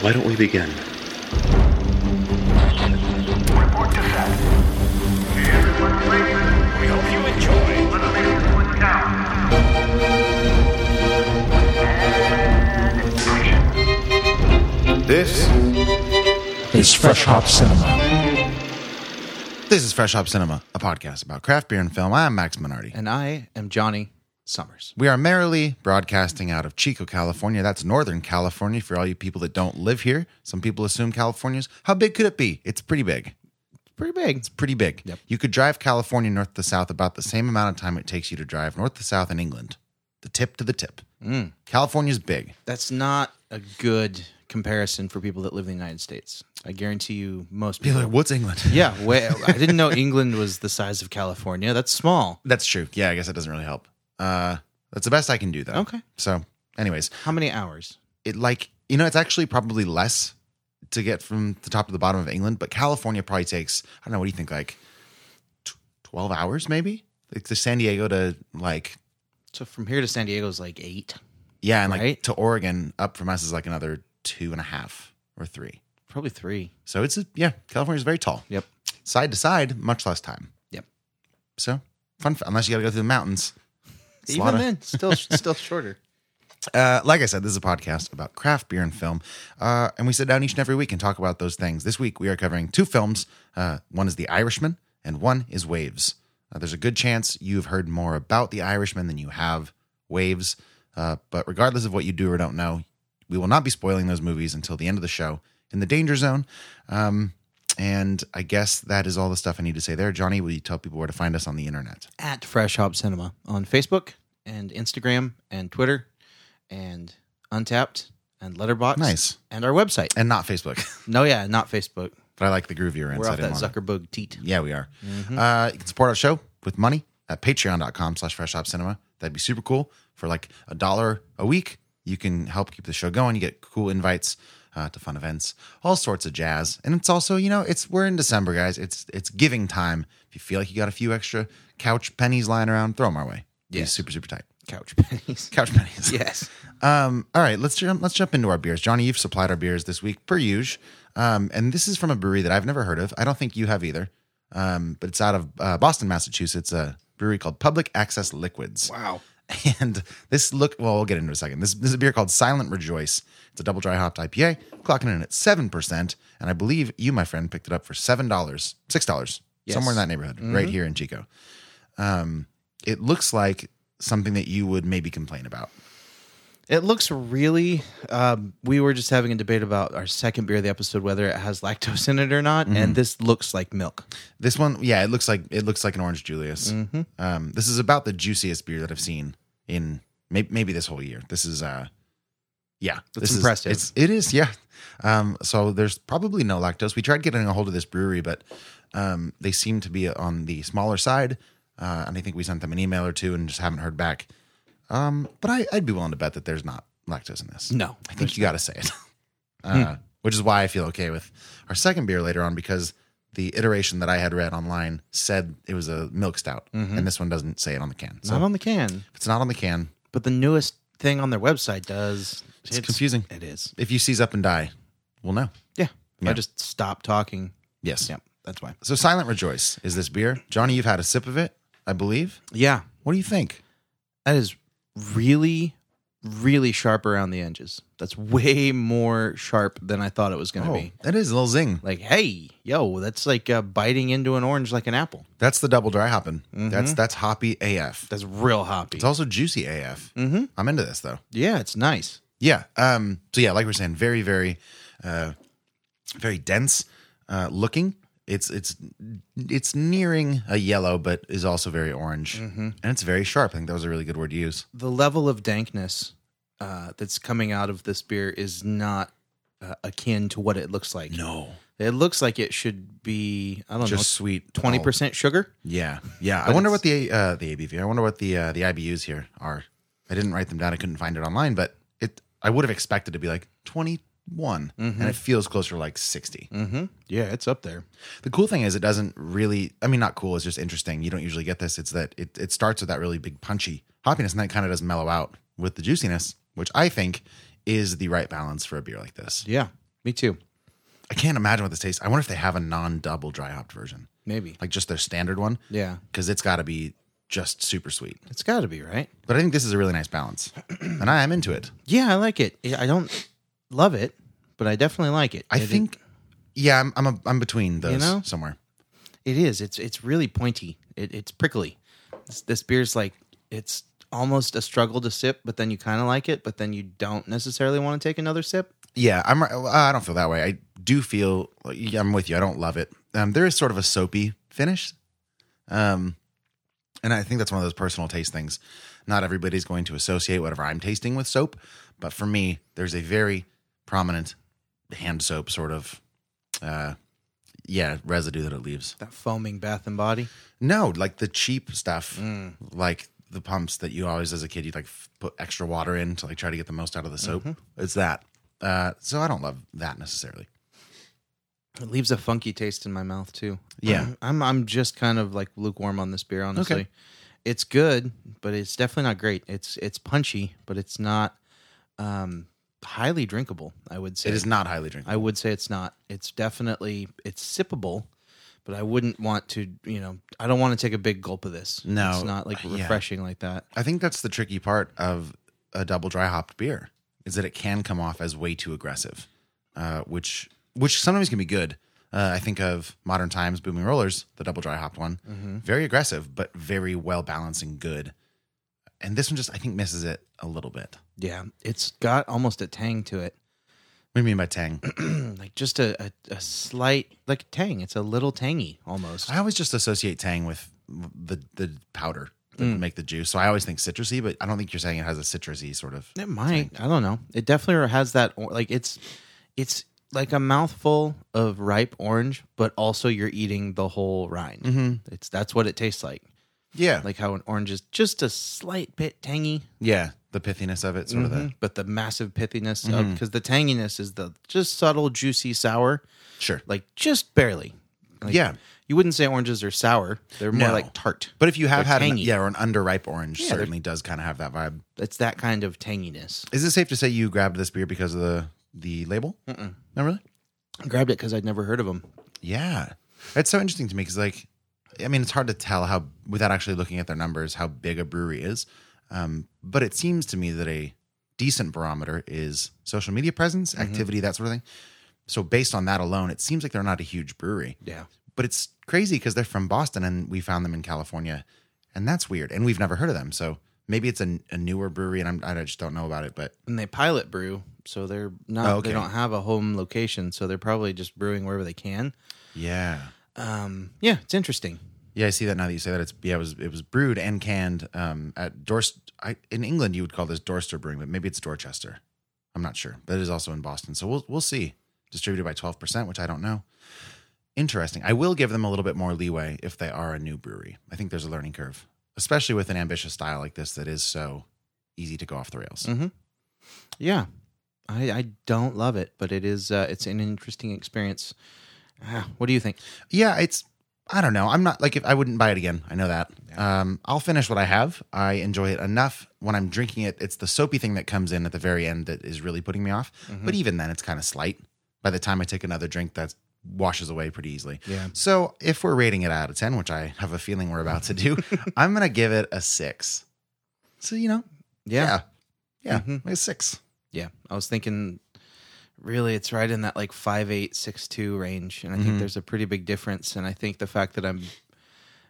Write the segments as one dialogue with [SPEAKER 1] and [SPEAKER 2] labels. [SPEAKER 1] Why don't we begin?
[SPEAKER 2] Report to set. Everyone, please. We hope you enjoy. Let's make this one count. And action.
[SPEAKER 3] This
[SPEAKER 4] It's Fresh Hop Cinema.
[SPEAKER 3] this is Fresh Hop Cinema, a podcast about craft beer and film. I'm Max Minardi.
[SPEAKER 5] and I am Johnny Summers.
[SPEAKER 3] We are merrily broadcasting out of Chico, California. That's Northern California for all you people that don't live here. Some people assume California's. How big could it be? It's pretty big.
[SPEAKER 5] Pretty big.
[SPEAKER 3] It's pretty big.
[SPEAKER 5] Yep.
[SPEAKER 3] You could drive California north to south about the same amount of time it takes you to drive north to south in England. The tip to the tip.
[SPEAKER 5] Mm.
[SPEAKER 3] California's big.
[SPEAKER 5] That's not a good comparison for people that live in the United States. I guarantee you, most
[SPEAKER 3] Be
[SPEAKER 5] people.
[SPEAKER 3] like, what's England?
[SPEAKER 5] yeah, way, I didn't know England was the size of California. That's small.
[SPEAKER 3] That's true. Yeah, I guess that doesn't really help. Uh, that's the best I can do, though.
[SPEAKER 5] Okay.
[SPEAKER 3] So, anyways,
[SPEAKER 5] How many hours?
[SPEAKER 3] it like you know it's actually probably less to get from the top to the bottom of England, but California probably takes I don't know what do you think like tw- twelve hours maybe like to San Diego to like
[SPEAKER 5] So from here to San Diego is like eight.
[SPEAKER 3] yeah and like
[SPEAKER 5] Right.
[SPEAKER 3] to Oregon up from us is like another two and a half or three.
[SPEAKER 5] Probably three.
[SPEAKER 3] So it's a, yeah California's very tall.
[SPEAKER 5] Yep.
[SPEAKER 3] Side to side, much less time.
[SPEAKER 5] Yep.
[SPEAKER 3] So fun fa- unless you got to go through the mountains. It's a lot
[SPEAKER 5] Even
[SPEAKER 3] of-
[SPEAKER 5] then, still still shorter.
[SPEAKER 3] Uh, like I said, this is a podcast about craft beer and film, uh, and we sit down each and every week and talk about those things. This week we are covering two films. Uh, one is The Irishman, and one is Waves. Uh, there's a good chance you've heard more about The Irishman than you have Waves, uh, but regardless of what you do or don't know, we will not be spoiling those movies until the end of the show in the Danger Zone. Um, and I guess that is all the stuff I need to say there. Johnny, will you tell people where to find us on the internet?
[SPEAKER 5] At Fresh Hop Cinema on Facebook and Instagram and Twitter and Untapped and Letterbox.
[SPEAKER 3] Nice.
[SPEAKER 5] And our website.
[SPEAKER 3] And not Facebook,
[SPEAKER 5] No, yeah, not Facebook.
[SPEAKER 3] but I like the groovier
[SPEAKER 5] We're
[SPEAKER 3] inside.
[SPEAKER 5] off that Zuckerberg teat.
[SPEAKER 3] Yeah, we are. Uh, you can support our show with money at patreon.com slash fresh hop cinema. That'd be super cool. For like a dollar a week, you can help keep the show going. You get cool invites uh, to fun events, all sorts of jazz. And it's also, you know, it's we're in December, guys. It's it's giving time. If you feel like you got a few extra couch pennies lying around, throw them our way. Yeah,
[SPEAKER 5] Yes.
[SPEAKER 3] super super tight.
[SPEAKER 5] Couch pennies.
[SPEAKER 3] Couch pennies.
[SPEAKER 5] yes.
[SPEAKER 3] Um, all right, let's jump, let's jump into our beers. Johnny, you've supplied our beers this week per usual. Um, and this is from a brewery that I've never heard of. I don't think you have either. Um, but it's out of uh, Boston, Massachusetts, a brewery called Public Access Liquids. Wow. And this look, well, we'll get into it in a second. This, this is a beer called Silent Rejoice. It's a double dry hopped IPA, clocking in at 7%. And I believe you, my friend, picked it up for $7, $6,
[SPEAKER 5] Yes.
[SPEAKER 3] somewhere in that neighborhood, right here in Chico. Um, it looks like something that you would maybe complain about.
[SPEAKER 5] It looks really. Um, we were just having a debate about our second beer of the episode, whether it has lactose in it or not, and this looks like milk.
[SPEAKER 3] This one, yeah, it looks like it looks like an orange Julius.
[SPEAKER 5] Mm-hmm.
[SPEAKER 3] Um, this is about the juiciest beer that I've seen in maybe, maybe this whole year. This is, uh, yeah,
[SPEAKER 5] That's
[SPEAKER 3] this is-
[SPEAKER 5] impressive.
[SPEAKER 3] it's it is, yeah. Um, so there's probably no lactose. We tried getting a hold of this brewery, but um, they seem to be on the smaller side, uh, and I think we sent them an email or two and just haven't heard back. Um, but I, I'd be willing to bet that there's not lactose in this.
[SPEAKER 5] No,
[SPEAKER 3] I think you got to say it. Uh, Which is why I feel okay with our second beer later on because the iteration that I had read online said it was a milk stout, and this one doesn't say it on the can. So
[SPEAKER 5] not on the can,
[SPEAKER 3] if it's not on the can,
[SPEAKER 5] but the newest thing on their website does.
[SPEAKER 3] It's confusing.
[SPEAKER 5] It is.
[SPEAKER 3] if you seize up and die, we'll know.
[SPEAKER 5] Yeah. If
[SPEAKER 3] Yeah.
[SPEAKER 5] I just stop talking.
[SPEAKER 3] Yes.
[SPEAKER 5] Yeah, that's why.
[SPEAKER 3] So Silent Rejoice is this beer. Johnny, you've had a sip of it, I believe.
[SPEAKER 5] Yeah,
[SPEAKER 3] What do you think?
[SPEAKER 5] that is really, really sharp around the edges. That's way more sharp than I thought it was going to be.
[SPEAKER 3] Oh, that is a little zing.
[SPEAKER 5] Like, hey, yo, that's like uh, biting into an orange like an apple.
[SPEAKER 3] That's the double dry hopping. That's that's hoppy AF.
[SPEAKER 5] That's real hoppy.
[SPEAKER 3] It's also juicy AF. I'm into this though.
[SPEAKER 5] Yeah, it's nice.
[SPEAKER 3] Yeah. Um, so yeah, like we are saying, very, very, uh, very dense uh, looking. It's it's it's nearing a yellow, but is also very orange, and it's very sharp. I think that was a really good word to use.
[SPEAKER 5] The level of dankness uh, that's coming out of this beer is not uh, akin to what it looks like.
[SPEAKER 3] No,
[SPEAKER 5] It looks like it should be, I don't
[SPEAKER 3] just sweet Oh,
[SPEAKER 5] know, 20% sugar.
[SPEAKER 3] Yeah, yeah. I
[SPEAKER 5] But
[SPEAKER 3] wonder
[SPEAKER 5] it's-
[SPEAKER 3] what the uh, the ABV. I wonder what the uh, the IBUs here are. I didn't write them down. I couldn't find it online, but it. I would have expected to be like twenty and it feels closer to like sixty.
[SPEAKER 5] Yeah, it's up there.
[SPEAKER 3] The cool thing is it doesn't really I mean not cool, it's just interesting. You don't usually get this. It's that it, it starts with that really big punchy hoppiness and that kind of does mellow out with the juiciness, which I think is the right balance for a beer like this.
[SPEAKER 5] Yeah. Me too.
[SPEAKER 3] I can't imagine what this tastes. I wonder if they have a non-double dry hopped version,
[SPEAKER 5] Maybe.
[SPEAKER 3] like just their standard one.
[SPEAKER 5] Yeah.
[SPEAKER 3] because it's got to be just super sweet.
[SPEAKER 5] It's got to be, right?
[SPEAKER 3] But I think this is a really nice balance, and I am into it.
[SPEAKER 5] Yeah, I like it. I don't love it, but I definitely like it.
[SPEAKER 3] I
[SPEAKER 5] It-
[SPEAKER 3] think, yeah, I'm I'm, a, I'm between those
[SPEAKER 5] know?
[SPEAKER 3] somewhere.
[SPEAKER 5] it is. It's it's really pointy. It, it's prickly. This, this beer's like it's almost a struggle to sip, but then you kind of like it, but then you don't necessarily want to take another sip.
[SPEAKER 3] Yeah, I'm. uh, I don't feel that way. I do feel. yeah, I'm with you. I don't love it. Um, there is sort of a soapy finish, um, and I think that's one of those personal taste things. Not everybody's going to associate whatever I'm tasting with soap, but for me, there's a very prominent hand soap sort of, uh, yeah, residue that it leaves.
[SPEAKER 5] That foaming Bath and Body.
[SPEAKER 3] No, like the cheap stuff, like the pumps that you always, as a kid, you like f- put extra water in to like try to get the most out of the soap. It's that. Uh, so I don't love that necessarily.
[SPEAKER 5] It leaves a funky taste in my mouth too.
[SPEAKER 3] Yeah.
[SPEAKER 5] I'm I'm just kind of like lukewarm on this beer, honestly.
[SPEAKER 3] Okay.
[SPEAKER 5] It's good, but it's definitely not great. It's it's punchy, but it's not um highly drinkable, I would say.
[SPEAKER 3] It is not highly drinkable.
[SPEAKER 5] I would say it's not. It's definitely it's sippable, but I wouldn't want to, you know, I don't want to take a big gulp of this.
[SPEAKER 3] No.
[SPEAKER 5] It's not like
[SPEAKER 3] Uh, yeah.
[SPEAKER 5] refreshing like that.
[SPEAKER 3] I think that's the tricky part of a double dry hopped beer is that it can come off as way too aggressive, uh, which which sometimes can be good. Uh, I think of modern times booming rollers, the double dry hopped one, very aggressive but very well balanced and good. And this one just I think misses it a little bit.
[SPEAKER 5] Yeah. It's got almost a tang to it.
[SPEAKER 3] What do you mean by tang?
[SPEAKER 5] Like just a, a, a slight like tang. It's a little tangy almost.
[SPEAKER 3] I always just associate tang with the the powder that would make the juice. So I always think citrusy, but I don't think you're saying it has a citrusy sort of.
[SPEAKER 5] It might. I don't know. It definitely has that. or- Like it's, it's like a mouthful of ripe orange, but also you're eating the whole rind.
[SPEAKER 3] Mm-hmm.
[SPEAKER 5] It's that's what it tastes like.
[SPEAKER 3] Yeah, like
[SPEAKER 5] Like how an orange is just a slight bit tangy, Mm-hmm.
[SPEAKER 3] yeah, the pithiness of it, sort of Mm-hmm. the
[SPEAKER 5] but the massive pithiness of because the tanginess is the just subtle juicy sour,
[SPEAKER 3] sure.
[SPEAKER 5] like just barely. Like,
[SPEAKER 3] Yeah.
[SPEAKER 5] you wouldn't say oranges are sour. They're more
[SPEAKER 3] No.
[SPEAKER 5] like tart.
[SPEAKER 3] But if you have
[SPEAKER 5] They're
[SPEAKER 3] had an,
[SPEAKER 5] tangy.
[SPEAKER 3] yeah, or an underripe orange,
[SPEAKER 5] Yeah, they're-
[SPEAKER 3] certainly does kind of have that vibe.
[SPEAKER 5] It's that kind of tanginess.
[SPEAKER 3] Is it safe to say you grabbed this beer because of the the label? Mm-mm. Not really.
[SPEAKER 5] I grabbed it because I'd never heard of them.
[SPEAKER 3] Yeah, it's so interesting to me because like, I mean, it's hard to tell how without actually looking at their numbers how big a brewery is. Um, but it seems to me that a decent barometer is social media presence, activity, that sort of thing. So based on that alone, it seems like they're not a huge brewery.
[SPEAKER 5] Yeah.
[SPEAKER 3] But it's crazy because they're from Boston and we found them in California, and that's weird. And we've never heard of them, so maybe it's a, a newer brewery, and I'm, I just don't know about it. But
[SPEAKER 5] and they pilot brew, so they're not
[SPEAKER 3] Oh, okay.
[SPEAKER 5] they don't have a home location, so they're probably just brewing wherever they can.
[SPEAKER 3] yeah,
[SPEAKER 5] Um, yeah, it's interesting.
[SPEAKER 3] yeah, I see that now that you say that. It's yeah, it was it was brewed and canned um, at Dorst. I, in England, you would call this Dorster Brewing, but maybe it's Dorchester. I'm not sure, but it is also in Boston. So we'll we'll see. Distributed by 12 percent, which I don't know. Interesting. I will give them a little bit more leeway if they are a new brewery. I think there's a learning curve, especially with an ambitious style like this that is so easy to go off the rails.
[SPEAKER 5] Yeah, I, I don't love it, but it is uh, it's an interesting experience. Ah, what do you think?
[SPEAKER 3] yeah, it's I don't know. I'm not like if I wouldn't buy it again. I know that. Um, I'll finish what I have. I enjoy it enough. When I'm drinking it, it's the soapy thing that comes in at the very end that is really putting me off. But even then, it's kind of slight. By the time I take another drink, that washes away pretty easily.
[SPEAKER 5] Yeah.
[SPEAKER 3] So if we're rating it out of ten, which I have a feeling we're about to do, I'm gonna give it a six. So you know, yeah, Mm-hmm.
[SPEAKER 5] Yeah,
[SPEAKER 3] yeah,
[SPEAKER 5] Mhm.
[SPEAKER 3] a six.
[SPEAKER 5] yeah. I was thinking, really, it's right in that like five eight six two range, and I think there's a pretty big difference. And I think the fact that I'm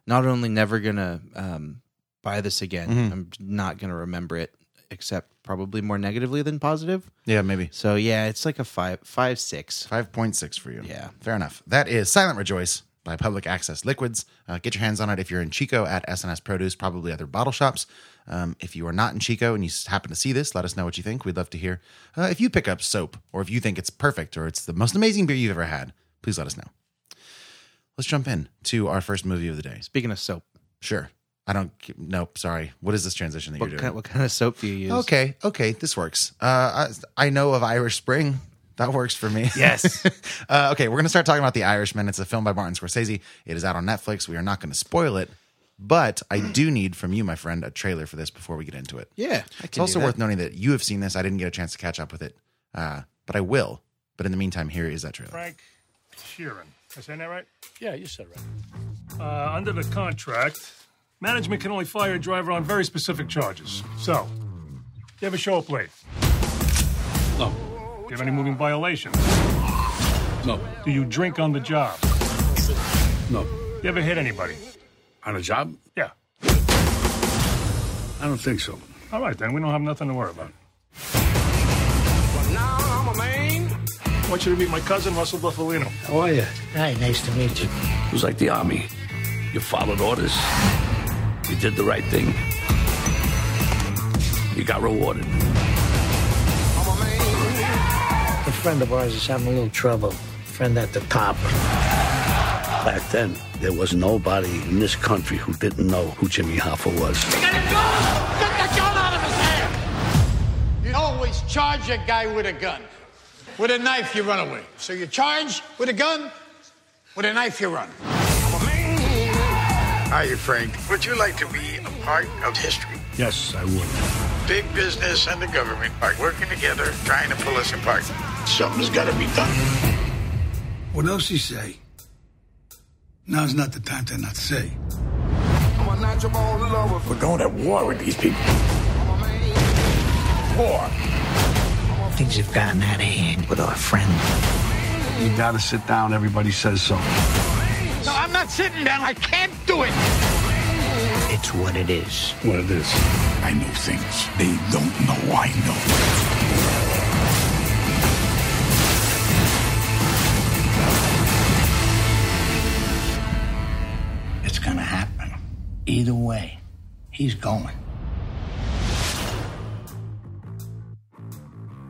[SPEAKER 5] not only never gonna um, buy this again, I'm not gonna remember it, except probably more negatively than positive.
[SPEAKER 3] Yeah, maybe.
[SPEAKER 5] So yeah, it's like a five, five, six.
[SPEAKER 3] 5.6 for you.
[SPEAKER 5] Yeah.
[SPEAKER 3] Fair enough. That is Silent Rejoice by Public Access Liquids. Uh, get your hands on it if you're in Chico at SNS Produce, probably other bottle shops. Um, if you are not in Chico and you s- happen to see this, let us know what you think. We'd love to hear uh, if you pick up soap or if you think it's perfect or it's the most amazing beer you've ever had. Please let us know. Let's jump in to our first movie of the day.
[SPEAKER 5] Speaking of soap,
[SPEAKER 3] Sure. I don't. Nope. Sorry. What is this transition that
[SPEAKER 5] what
[SPEAKER 3] you're
[SPEAKER 5] kind,
[SPEAKER 3] doing?
[SPEAKER 5] what kind of soap do you use?
[SPEAKER 3] okay. Okay. This works. Uh, I, I know of Irish Spring. That works for me.
[SPEAKER 5] Yes.
[SPEAKER 3] Uh, okay, we're going to start talking about The Irishman. It's a film by Martin Scorsese. It is out on Netflix. We are not going to spoil it, but I do need from you, my friend, a trailer for this before we get into it.
[SPEAKER 5] Hmm. yeah, I
[SPEAKER 3] it's
[SPEAKER 5] can
[SPEAKER 3] also
[SPEAKER 5] do that.
[SPEAKER 3] worth noting that you have seen this. I didn't get a chance to catch up with it, uh, but I will But in the meantime, here is that trailer.
[SPEAKER 1] Frank Sheeran. Am I saying that right?
[SPEAKER 6] Yeah, you said right.
[SPEAKER 1] Uh, under the contract, management can only fire a driver on very specific charges. So, you ever show up late?
[SPEAKER 6] No,
[SPEAKER 1] Do you have any moving violations?
[SPEAKER 6] no,
[SPEAKER 1] Do you drink on the job?
[SPEAKER 6] no.
[SPEAKER 1] You ever hit anybody?
[SPEAKER 6] On a job?
[SPEAKER 1] Yeah.
[SPEAKER 6] I don't think so.
[SPEAKER 1] All right, then. We don't have nothing to worry about. I want you to meet my cousin, Russell Buffalino.
[SPEAKER 6] How are you?
[SPEAKER 7] Hi, nice to meet you.
[SPEAKER 6] It was like the army. You followed orders. You did the right thing. You got rewarded.
[SPEAKER 7] A friend of ours is having a little trouble. Friend at the top.
[SPEAKER 6] Back then, there was nobody in this country who didn't know who Jimmy Hoffa was.
[SPEAKER 8] Get the gun out of his hand! You always charge a guy with a gun. With a knife, you run away. So you charge with a gun, with a knife, you run.
[SPEAKER 9] Hiya, Frank. Would you like to be a part of history?
[SPEAKER 6] Yes, I would.
[SPEAKER 9] Big business and the government are working together, trying to pull us apart. Something's got to be done.
[SPEAKER 10] What else he say? Now's not the time to not say.
[SPEAKER 9] We're going at war with these people. War.
[SPEAKER 7] Things have gotten out of hand with our friend.
[SPEAKER 6] You gotta sit down. Everybody says so.
[SPEAKER 8] No, I'm not sitting down. I can't do it.
[SPEAKER 7] It's what it is.
[SPEAKER 6] What it is.
[SPEAKER 9] I know things they don't know I know.
[SPEAKER 7] It's gonna happen. Either way, he's going.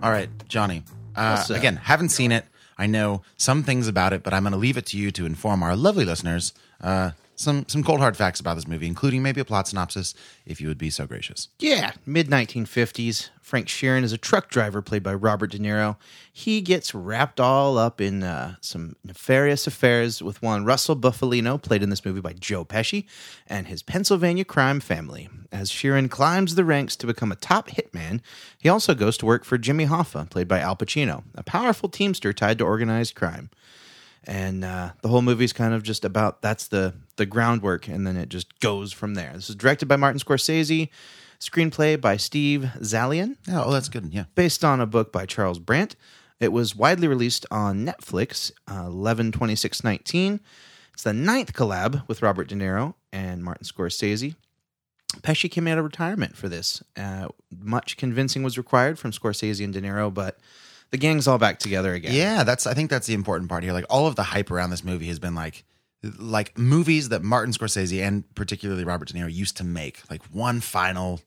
[SPEAKER 3] All right, Johnny. Uh,
[SPEAKER 5] Yes, sir.
[SPEAKER 3] again, haven't seen it. I know some things about it, but I'm going to leave it to you to inform our lovely listeners uh, some some cold hard facts about this movie, including maybe a plot synopsis, if you would be so gracious.
[SPEAKER 5] Yeah, mid 1950s. Frank Sheeran is a truck driver played by Robert De Niro. He gets wrapped all up in uh, some nefarious affairs with one Russell Buffalino, played in this movie by Joe Pesci, and his Pennsylvania crime family. As Sheeran climbs the ranks to become a top hitman, he also goes to work for Jimmy Hoffa, played by Al Pacino, a powerful teamster tied to organized crime. And uh, the whole movie's kind of just about that's the the groundwork, and then it just goes from there. This is directed by Martin Scorsese. Screenplay by Steve Zalian,
[SPEAKER 3] Yeah, oh, that's good. Yeah.
[SPEAKER 5] based on a book by Charles Brandt. It was widely released on Netflix, uh, 11 26 19. It's the ninth collab with Robert De Niro and Martin Scorsese. Pesci came out of retirement for this. Uh, much convincing was required from Scorsese and De Niro, but the gang's all back together again.
[SPEAKER 3] Yeah, that's. I think that's the important part here. Like all of the hype around this movie has been like, like movies that Martin Scorsese and particularly Robert De Niro used to make, like one final,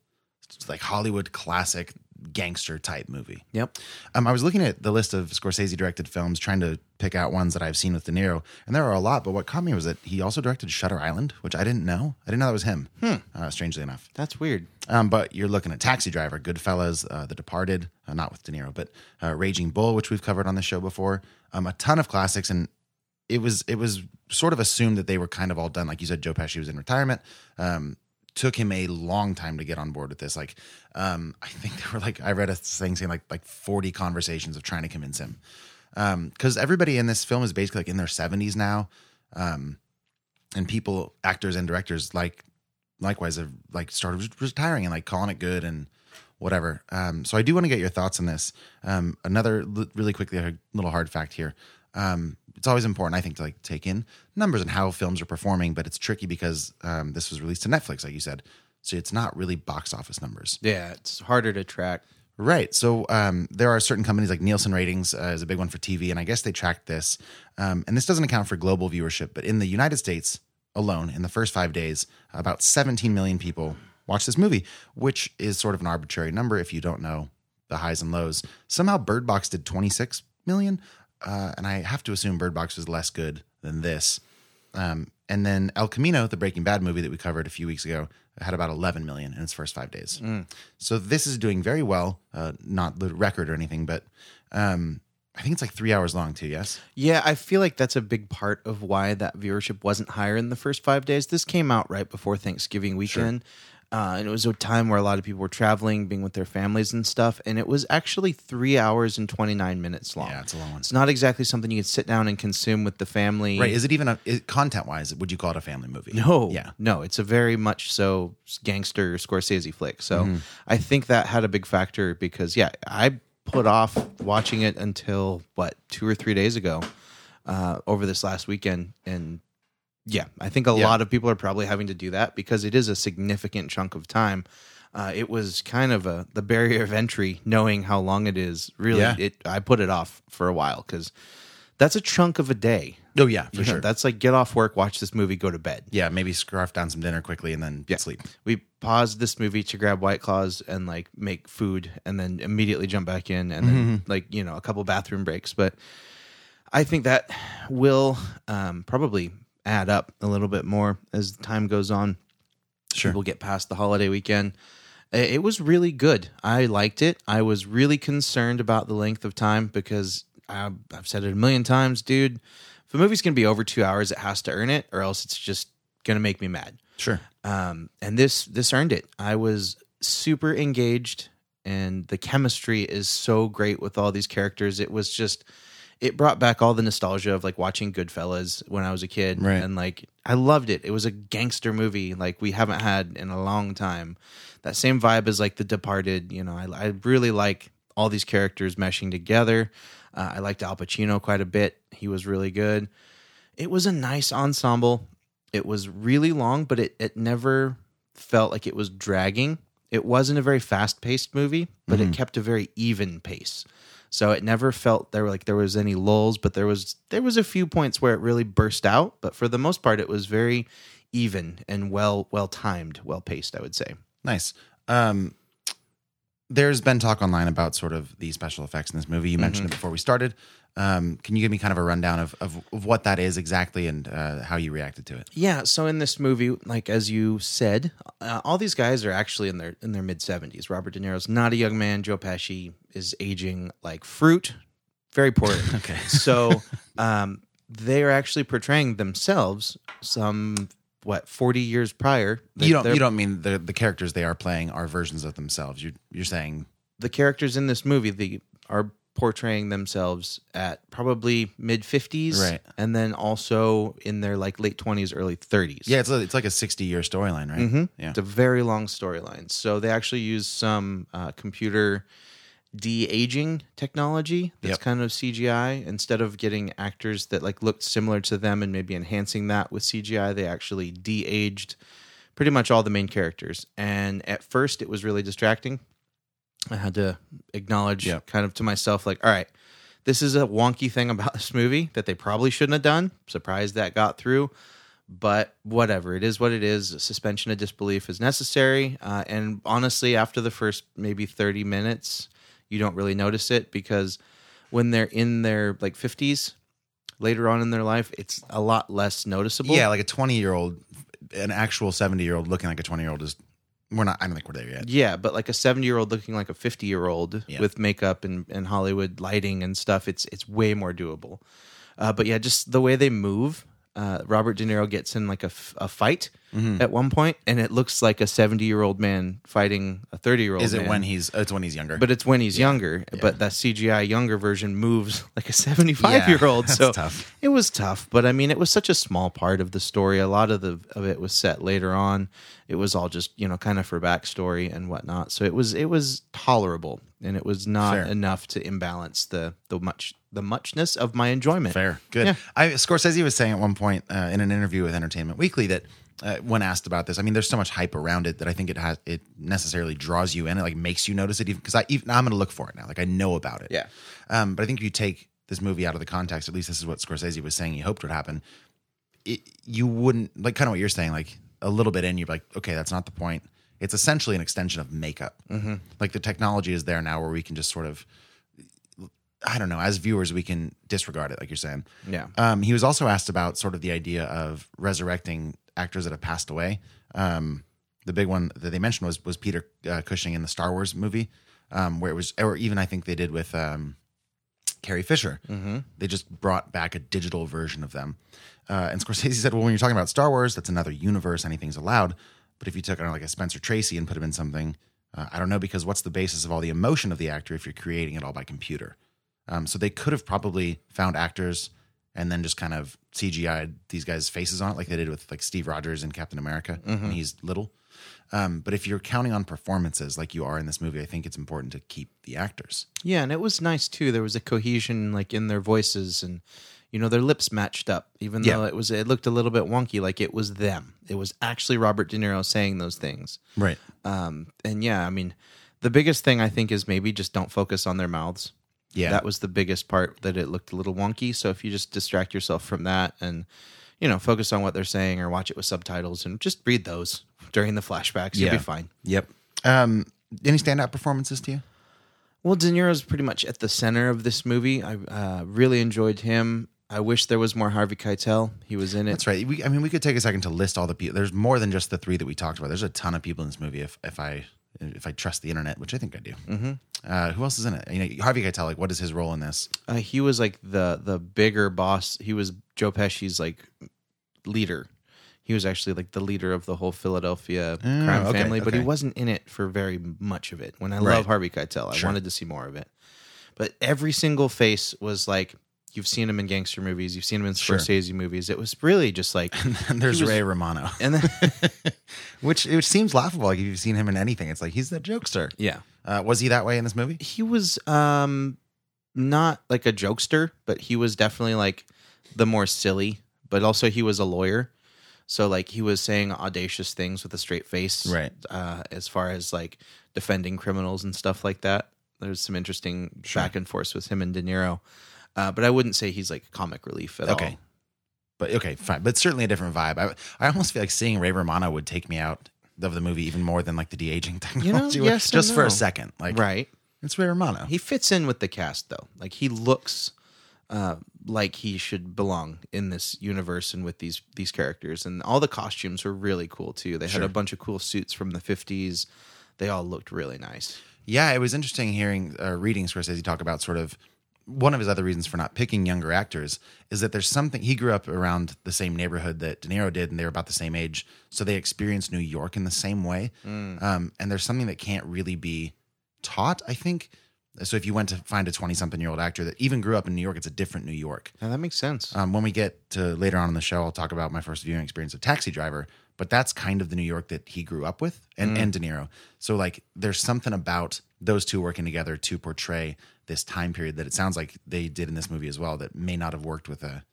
[SPEAKER 3] like Hollywood classic gangster type movie.
[SPEAKER 5] Yep.
[SPEAKER 3] Um, I was looking at the list of Scorsese directed films, trying to pick out ones that I've seen with De Niro, and there are a lot. But what caught me was that he also directed Shutter Island, which I didn't know. I didn't know that was him. Uh, strangely enough.
[SPEAKER 5] That's weird.
[SPEAKER 3] Um, but you're looking at Taxi Driver, Goodfellas, uh, The Departed, uh, not with De Niro, but uh, Raging Bull, which we've covered on the show before. Um, a ton of classics, and it was it was sort of assumed that they were kind of all done. Like you said, Joe Pesci was in retirement. Um, took him a long time to get on board with this. Like, um, I think there were like I read a thing saying like like 40 conversations of trying to convince him, because everybody in this film is basically like in their 70s now, um, and people, actors and directors like likewise have like started re- retiring and like calling it good and whatever. Um, so I do want to get your thoughts on this. Um, another l- really quickly, a little hard fact here. Um, it's always important, I think, to like take in numbers and how films are performing, but it's tricky because um, this was released to Netflix, like you said, so it's not really box office numbers.
[SPEAKER 5] Yeah, it's harder to track.
[SPEAKER 3] Right. So um, there are certain companies like Nielsen Ratings uh, is a big one for TV, and I guess they tracked this. Um, and this doesn't account for global viewership, but in the United States alone, in the first five days, about 17 million people watched this movie, which is sort of an arbitrary number if you don't know the highs and lows. Somehow Bird Box did 26 million, uh, and I have to assume Bird Box was less good than this. Um, and then El Camino, the Breaking Bad movie that we covered a few weeks ago, had about 11 million in its first five days. So this is doing very well. Uh, not the record or anything, but um, I think it's like three hours long too. Yes.
[SPEAKER 5] Yeah, I feel like that's a big part of why that viewership wasn't higher in the first five days. This came out right before Thanksgiving weekend. Uh, and it was a time where a lot of people were traveling, being with their families and stuff. And it was actually three hours and 29 minutes long.
[SPEAKER 3] Yeah, it's a long one.
[SPEAKER 5] It's not exactly something you could sit down and consume with the family.
[SPEAKER 3] Right? Is it even a content wise? Would you call it a family movie?
[SPEAKER 5] No.
[SPEAKER 3] Yeah.
[SPEAKER 5] No, it's a very much so gangster Scorsese flick. So
[SPEAKER 3] Mm-hmm.
[SPEAKER 5] I think that had a big factor because, yeah, I put off watching it until what, two or three days ago uh, over this last weekend. And yeah, I think a
[SPEAKER 3] Yeah.
[SPEAKER 5] lot of people are probably having to do that because it is a significant chunk of time. Uh, it was kind of a the barrier of entry, knowing how long it is. Really,
[SPEAKER 3] Yeah.
[SPEAKER 5] it I put it off for a while because that's a chunk of a day.
[SPEAKER 3] Oh yeah, for
[SPEAKER 5] You know,
[SPEAKER 3] sure.
[SPEAKER 5] that's like get off work, watch this movie, go to bed.
[SPEAKER 3] yeah, maybe scarf down some dinner quickly and then
[SPEAKER 5] Yeah.
[SPEAKER 3] sleep.
[SPEAKER 5] We paused this movie to grab White Claws and like make food and then immediately jump back in and then like, you know, a couple bathroom breaks. But I think that will um, probably add up a little bit more as time goes on.
[SPEAKER 3] Sure.
[SPEAKER 5] People get past the holiday weekend. I- It was really good. I liked it. I was really concerned about the length of time because I, I've said it a million times, dude. If a movie's going to be over two hours, it has to earn it, or else it's just going to make me mad
[SPEAKER 3] Sure.
[SPEAKER 5] um, and this this earned it. I was super engaged, and the chemistry is so great with all these characters. It was just it brought back all the nostalgia of like watching Goodfellas when I was a kid,
[SPEAKER 3] Right.
[SPEAKER 5] and like I loved it. It was a gangster movie like we haven't had in a long time. That same vibe is like The Departed. You know, I, I really like all these characters meshing together. Uh, I liked Al Pacino quite a bit. He was really good it was a nice ensemble. It was really long, but it, it never felt like it was dragging. It wasn't a very fast paced movie, but it kept a very even pace. So it never felt there were like there was any lulls, but there was there was a few points where it really burst out. But for the most part, it was very even and well well timed, well paced. I would say.
[SPEAKER 3] Nice. Um, there's been talk online about sort of the special effects in this movie. You mentioned it before we started. Um, can you give me kind of a rundown of, of, of what that is exactly and uh, how you reacted to it?
[SPEAKER 5] Yeah, so in this movie, like as you said, uh, all these guys are actually in their in their mid seventies. Robert De Niro's not a young man. Joe Pesci is aging like fruit, very poorly. okay, so um, they are actually portraying themselves some what forty years prior. They-
[SPEAKER 3] you don't
[SPEAKER 5] they're-
[SPEAKER 3] you don't mean the the characters they are playing are versions of themselves. You you're saying
[SPEAKER 5] the characters in this movie they are portraying themselves at probably mid fifties,
[SPEAKER 3] Right.
[SPEAKER 5] and then also in their like late twenties, early thirties.
[SPEAKER 3] yeah, it's a, it's like a 60 year storyline, right? Yeah.
[SPEAKER 5] It's a very long storyline. So they actually use some uh, computer de aging technology that's
[SPEAKER 3] Yep.
[SPEAKER 5] kind of CGI. Instead of getting actors that like looked similar to them and maybe enhancing that with CGI, they actually de aged pretty much all the main characters. And at first, it was really distracting. I had to acknowledge
[SPEAKER 3] Yep.
[SPEAKER 5] kind of to myself, like, all right, this is a wonky thing about this movie that they probably shouldn't have done. Surprised that got through, but whatever. It is what it is. Suspension of disbelief is necessary. Uh, and honestly, after the first maybe 30 minutes, you don't really notice it because when they're in their like 50s, later on in their life, it's a lot less noticeable.
[SPEAKER 3] Yeah, like a 20 year old, an actual 70 year old looking like a 20 year old is we're not. I don't think we're there yet.
[SPEAKER 5] Yeah, but like a seventy year old looking like a fifty year old
[SPEAKER 3] Yeah.
[SPEAKER 5] with makeup and, and Hollywood lighting and stuff, it's it's way more doable. Uh, but yeah, just the way they move. Uh, Robert De Niro gets in like a, f- a fight
[SPEAKER 3] Mm-hmm.
[SPEAKER 5] at one point, and it looks like a seventy year old man fighting a thirty year old.
[SPEAKER 3] Is it when he's? oh, It's when he's younger.
[SPEAKER 5] But it's when he's younger. But that CGI younger version moves like a seventy five year old.
[SPEAKER 3] that's
[SPEAKER 5] So
[SPEAKER 3] tough.
[SPEAKER 5] it was tough, but I mean, it was such a small part of the story. A lot of the of it was set later on. It was all just you know kind of for backstory and whatnot. So it was it was tolerable, and it was not
[SPEAKER 3] Fair.
[SPEAKER 5] enough to imbalance the the much the muchness of my enjoyment.
[SPEAKER 3] Fair, good.
[SPEAKER 5] Yeah.
[SPEAKER 3] I Scorsese was saying at one point uh, in an interview with Entertainment Weekly that uh, when asked about this, I mean, there's so much hype around it that I think it has it necessarily draws you in. It like makes you notice it even because I even I'm going to look for it now. Like I know about it.
[SPEAKER 5] Yeah.
[SPEAKER 3] Um, but I think if you take this movie out of the context, at least this is what Scorsese was saying he hoped would happen. It, you wouldn't like kind of what you're saying, like a little bit in, you're like, okay, that's not the point. It's essentially an extension of makeup. Like the technology is there now where we can just sort of, I don't know, as viewers, we can disregard it, like you're saying.
[SPEAKER 5] Yeah.
[SPEAKER 3] Um, he was also asked about sort of the idea of resurrecting actors that have passed away. Um, the big one that they mentioned was was Peter uh, Cushing in the Star Wars movie, um, where it was, or even I think they did with um, Carrie Fisher. They just brought back a digital version of them. Uh, and Scorsese said, "Well, when you're talking about Star Wars, that's another universe. Anything's allowed." But if you took, I don't know, like a Spencer Tracy and put him in something, uh, I don't know, because what's the basis of all the emotion of the actor if you're creating it all by computer? Um, so they could have probably found actors and then just kind of CGI'd these guys' faces on it, like they did with like Steve Rogers in Captain America when he's little. Um, but if you're counting on performances like you are in this movie, I think it's important to keep the actors.
[SPEAKER 5] Yeah, and it was nice too. There was a cohesion like in their voices and you know their lips matched up even
[SPEAKER 3] Yeah.
[SPEAKER 5] though it was it looked a little bit wonky like it was them. It was actually Robert De Niro saying those things.
[SPEAKER 3] Right.
[SPEAKER 5] Um and yeah, I mean the biggest thing I think is maybe just don't focus on their mouths.
[SPEAKER 3] Yeah.
[SPEAKER 5] That was the biggest part that it looked a little wonky, so if you just distract yourself from that and you know, focus on what they're saying or watch it with subtitles and just read those during the flashbacks, you'll
[SPEAKER 3] Yeah.
[SPEAKER 5] be fine.
[SPEAKER 3] Yep. Um, any standout performances to you?
[SPEAKER 5] Well, De Niro's pretty much at the center of this movie. I uh, really enjoyed him. I wish there was more Harvey Keitel. He was in it.
[SPEAKER 3] That's right. We, I mean, we could take a second to list all the people. There's more than just the three that we talked about. There's a ton of people in this movie. If if I if I trust the internet, which I think I do. Mm-hmm. Uh, who else is in it? You know, Harvey Keitel. Like, what is his role in this?
[SPEAKER 5] Uh, he was like the the bigger boss. He was Joe Pesci's like leader. He was actually like the leader of the whole Philadelphia crime
[SPEAKER 3] Oh, okay,
[SPEAKER 5] family, but he
[SPEAKER 3] okay.
[SPEAKER 5] wasn't in it for very much of it. When I
[SPEAKER 3] Right.
[SPEAKER 5] love Harvey Keitel,
[SPEAKER 3] Sure.
[SPEAKER 5] I wanted to see more of it. But every single face was like you've seen him in gangster movies, you've seen him in
[SPEAKER 3] Sure.
[SPEAKER 5] Scorsese movies. It was really just like
[SPEAKER 3] And there's
[SPEAKER 5] He was-
[SPEAKER 3] Ray Romano,
[SPEAKER 5] and then
[SPEAKER 3] which it seems laughable. Like if you've seen him in anything, it's like he's that jokester.
[SPEAKER 5] yeah.
[SPEAKER 3] Uh, was he that way in this movie?
[SPEAKER 5] he was um not like a jokester, but he was definitely like the more silly, but also he was a lawyer. So like he was saying audacious things with a straight face.
[SPEAKER 3] Right.
[SPEAKER 5] Uh as far as like defending criminals and stuff like that. There's some interesting back and forth with him and De Niro. Uh, but I wouldn't say he's like comic relief at
[SPEAKER 3] Okay. But okay, fine. But certainly a different vibe. I, I almost feel like seeing Ray Romano would take me out of the movie even more than like the de aging
[SPEAKER 5] know,
[SPEAKER 3] technology. would,
[SPEAKER 5] yes and
[SPEAKER 3] just for
[SPEAKER 5] no.
[SPEAKER 3] a second. Like
[SPEAKER 5] all. Right.
[SPEAKER 3] it's Ray Romano.
[SPEAKER 5] He fits in with the cast though. Like he looks uh, like he should belong in this universe and with these these characters. And all the costumes were really cool too. They had a bunch of cool suits from the fifties. They all looked really nice.
[SPEAKER 3] Yeah, it was interesting hearing uh, reading Scorsese talk about sort of one of his other reasons for not picking younger actors is that there's something he grew up around the same neighborhood that De Niro did, and they were about the same age, so they experienced New York in the same way. Um, and there's something that can't really be taught, I think. So if you went to find a 20 something year old actor that even grew up in New York, it's a different New York.
[SPEAKER 5] Now that makes sense.
[SPEAKER 3] Um, when we get to later on in the show, I'll talk about my first viewing experience of Taxi Driver, but that's kind of the New York that he grew up with and, and De Niro. So, like, there's something about those two working together to portray this time period that it sounds like they did in this movie as well that may not have worked with a,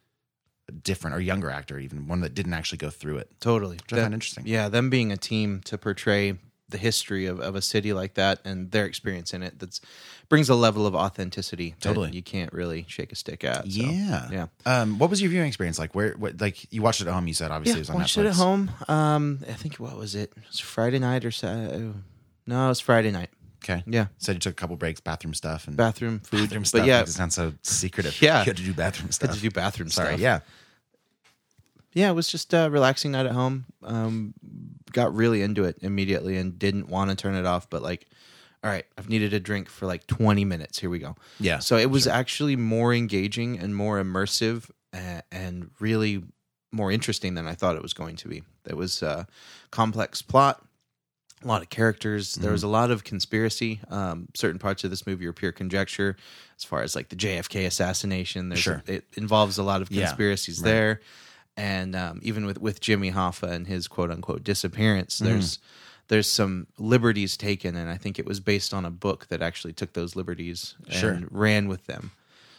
[SPEAKER 3] a different or younger actor, even one that didn't actually go through it.
[SPEAKER 5] totally.
[SPEAKER 3] I
[SPEAKER 5] Them-
[SPEAKER 3] found interesting.
[SPEAKER 5] Yeah, them being a team to portray the history of, of a city like that and their experience in it that's brings a level of authenticity that
[SPEAKER 3] Totally.
[SPEAKER 5] you can't really shake a stick at. So,
[SPEAKER 3] yeah.
[SPEAKER 5] Yeah.
[SPEAKER 3] Um, what was your viewing experience like? Where, what, like, you watched it at home, you said, obviously, it was on
[SPEAKER 5] watched
[SPEAKER 3] Netflix.
[SPEAKER 5] it at home. Um, I think what was it? It was Friday night or Saturday. No, it was Friday night.
[SPEAKER 3] Okay.
[SPEAKER 5] Yeah.
[SPEAKER 3] Said you took a couple breaks, bathroom stuff, and
[SPEAKER 5] Bathroom food.
[SPEAKER 3] bathroom stuff.
[SPEAKER 5] But yeah,
[SPEAKER 3] makes it sounds so secretive.
[SPEAKER 5] Yeah.
[SPEAKER 3] You had to do bathroom stuff.
[SPEAKER 5] had to do bathroom
[SPEAKER 3] Sorry.
[SPEAKER 5] stuff.
[SPEAKER 3] Yeah.
[SPEAKER 5] yeah, it was just a relaxing night at home. Um, got really into it immediately and didn't want to turn it off, but like, all right, I've needed a drink for like 20 minutes. Here we go.
[SPEAKER 3] Yeah,
[SPEAKER 5] So it was actually more engaging and more immersive and, and really more interesting than I thought it was going to be. It was a complex plot, a lot of characters. There
[SPEAKER 3] Mm-hmm.
[SPEAKER 5] was a lot of conspiracy. Um, certain parts of this movie are pure conjecture as far as like the JFK assassination. There's
[SPEAKER 3] Sure.
[SPEAKER 5] it involves a lot of
[SPEAKER 3] Yeah,
[SPEAKER 5] conspiracies there. And um, even with, with Jimmy Hoffa and his quote unquote
[SPEAKER 3] Hmm.
[SPEAKER 5] disappearance, there's there's some liberties taken, and I think it was based on a book that actually took those liberties and
[SPEAKER 3] Sure.
[SPEAKER 5] ran with them.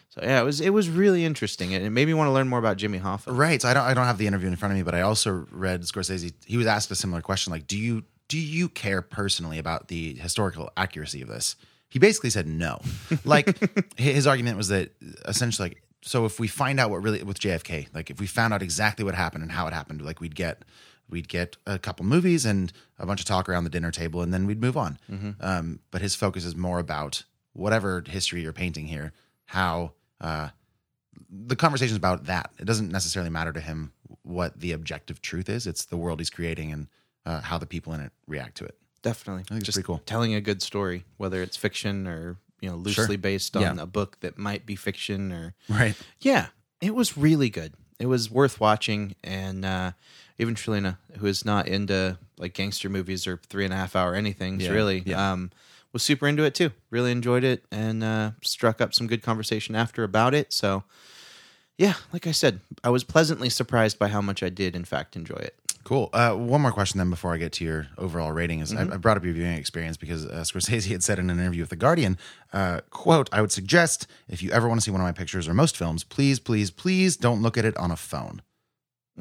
[SPEAKER 5] So yeah, it was it was really interesting, and it made me want to learn more about Jimmy Hoffa.
[SPEAKER 3] Right. So I don't I don't have the interview in front of me, but I also read Scorsese he was asked a similar question like do you do you care personally about the historical accuracy of this? He basically said no. Like hi- his argument was that essentially like so if we find out what really with JFK, like if we found out exactly what happened and how it happened, like we'd get we'd get a couple movies and a bunch of talk around the dinner table and then we'd move on. Um, but his focus is more about whatever history you're painting here, how uh, the conversation's about that. It doesn't necessarily matter to him what the objective truth is. It's the world he's creating and uh, how the people in it react to it.
[SPEAKER 5] Definitely,
[SPEAKER 3] think it's
[SPEAKER 5] just
[SPEAKER 3] pretty cool.
[SPEAKER 5] telling a good story, whether it's fiction or you know loosely based on
[SPEAKER 3] Yeah.
[SPEAKER 5] a book that might be fiction or
[SPEAKER 3] Right.
[SPEAKER 5] yeah, it was really good. it was worth watching. And uh, even Trelina, who is not into like gangster movies or three and a half hour anything,
[SPEAKER 3] Yeah,
[SPEAKER 5] really,
[SPEAKER 3] yeah.
[SPEAKER 5] um, was super into it too. Really enjoyed it and uh, struck up some good conversation after about it. So, yeah, like I said, I was pleasantly surprised by how much I did, in fact, enjoy it.
[SPEAKER 3] Cool. Uh, one more question then before I get to your overall rating is I, I brought up your viewing experience because uh, Scorsese had said in an interview with The Guardian, uh, quote, I would suggest if you ever want to see one of my pictures or most films, please, please, please don't look at it on a phone.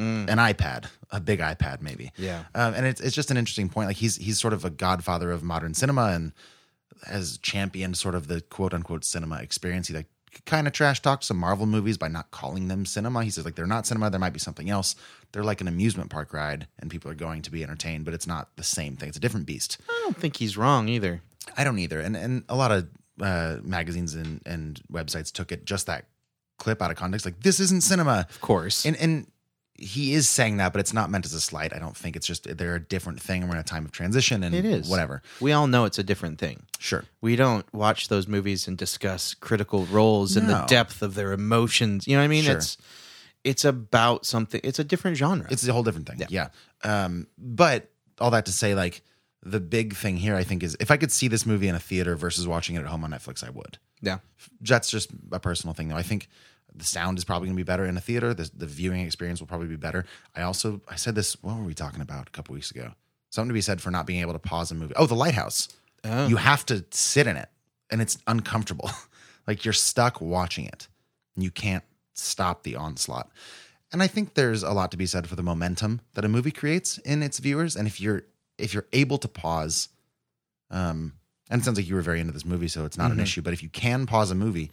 [SPEAKER 3] An iPad, a big iPad, maybe.
[SPEAKER 5] Yeah.
[SPEAKER 3] Um, and it's, it's just an interesting point. Like he's he's sort of a godfather of modern cinema and has championed sort of the quote unquote cinema experience. He like kind of trash talked some Marvel movies by not calling them cinema. He says like they're not cinema. There might be something else. They're like an amusement park ride, and people are going to be entertained, but it's not the same thing. It's a different beast.
[SPEAKER 5] I don't think he's wrong either.
[SPEAKER 3] I don't either. And and a lot of uh, magazines and and websites took it just that clip out of context. Like this isn't cinema.
[SPEAKER 5] Of course.
[SPEAKER 3] And and he is saying that, but it's not meant as a slight. I don't think it's just they're a different thing. We're in a time of transition, and
[SPEAKER 5] it is.
[SPEAKER 3] whatever.
[SPEAKER 5] We all know it's a different thing.
[SPEAKER 3] Sure.
[SPEAKER 5] we don't watch those movies and discuss critical roles and the
[SPEAKER 3] No.
[SPEAKER 5] depth of their emotions. You know what I mean?
[SPEAKER 3] Sure.
[SPEAKER 5] It's it's about something. It's a different genre.
[SPEAKER 3] It's a whole different thing. Yeah. Um, but all that to say, like the big thing here, I think is if I could see this movie in a theater versus watching it at home on Netflix, I would.
[SPEAKER 5] yeah.
[SPEAKER 3] That's just a personal thing, though. I think the sound is probably going to be better in a theater. The, the viewing experience will probably be better. I also I said this. What were we talking about a couple weeks ago? Something to be said for not being able to pause a movie. Oh, the lighthouse. You have to sit in it, and it's uncomfortable. like you're stuck watching it. and You can't stop the onslaught. And I think there's a lot to be said for the momentum that a movie creates in its viewers. And if you're if you're able to pause, um, and it sounds like you were very into this movie, so it's not
[SPEAKER 5] Mm-hmm.
[SPEAKER 3] an issue. But if you can pause a movie,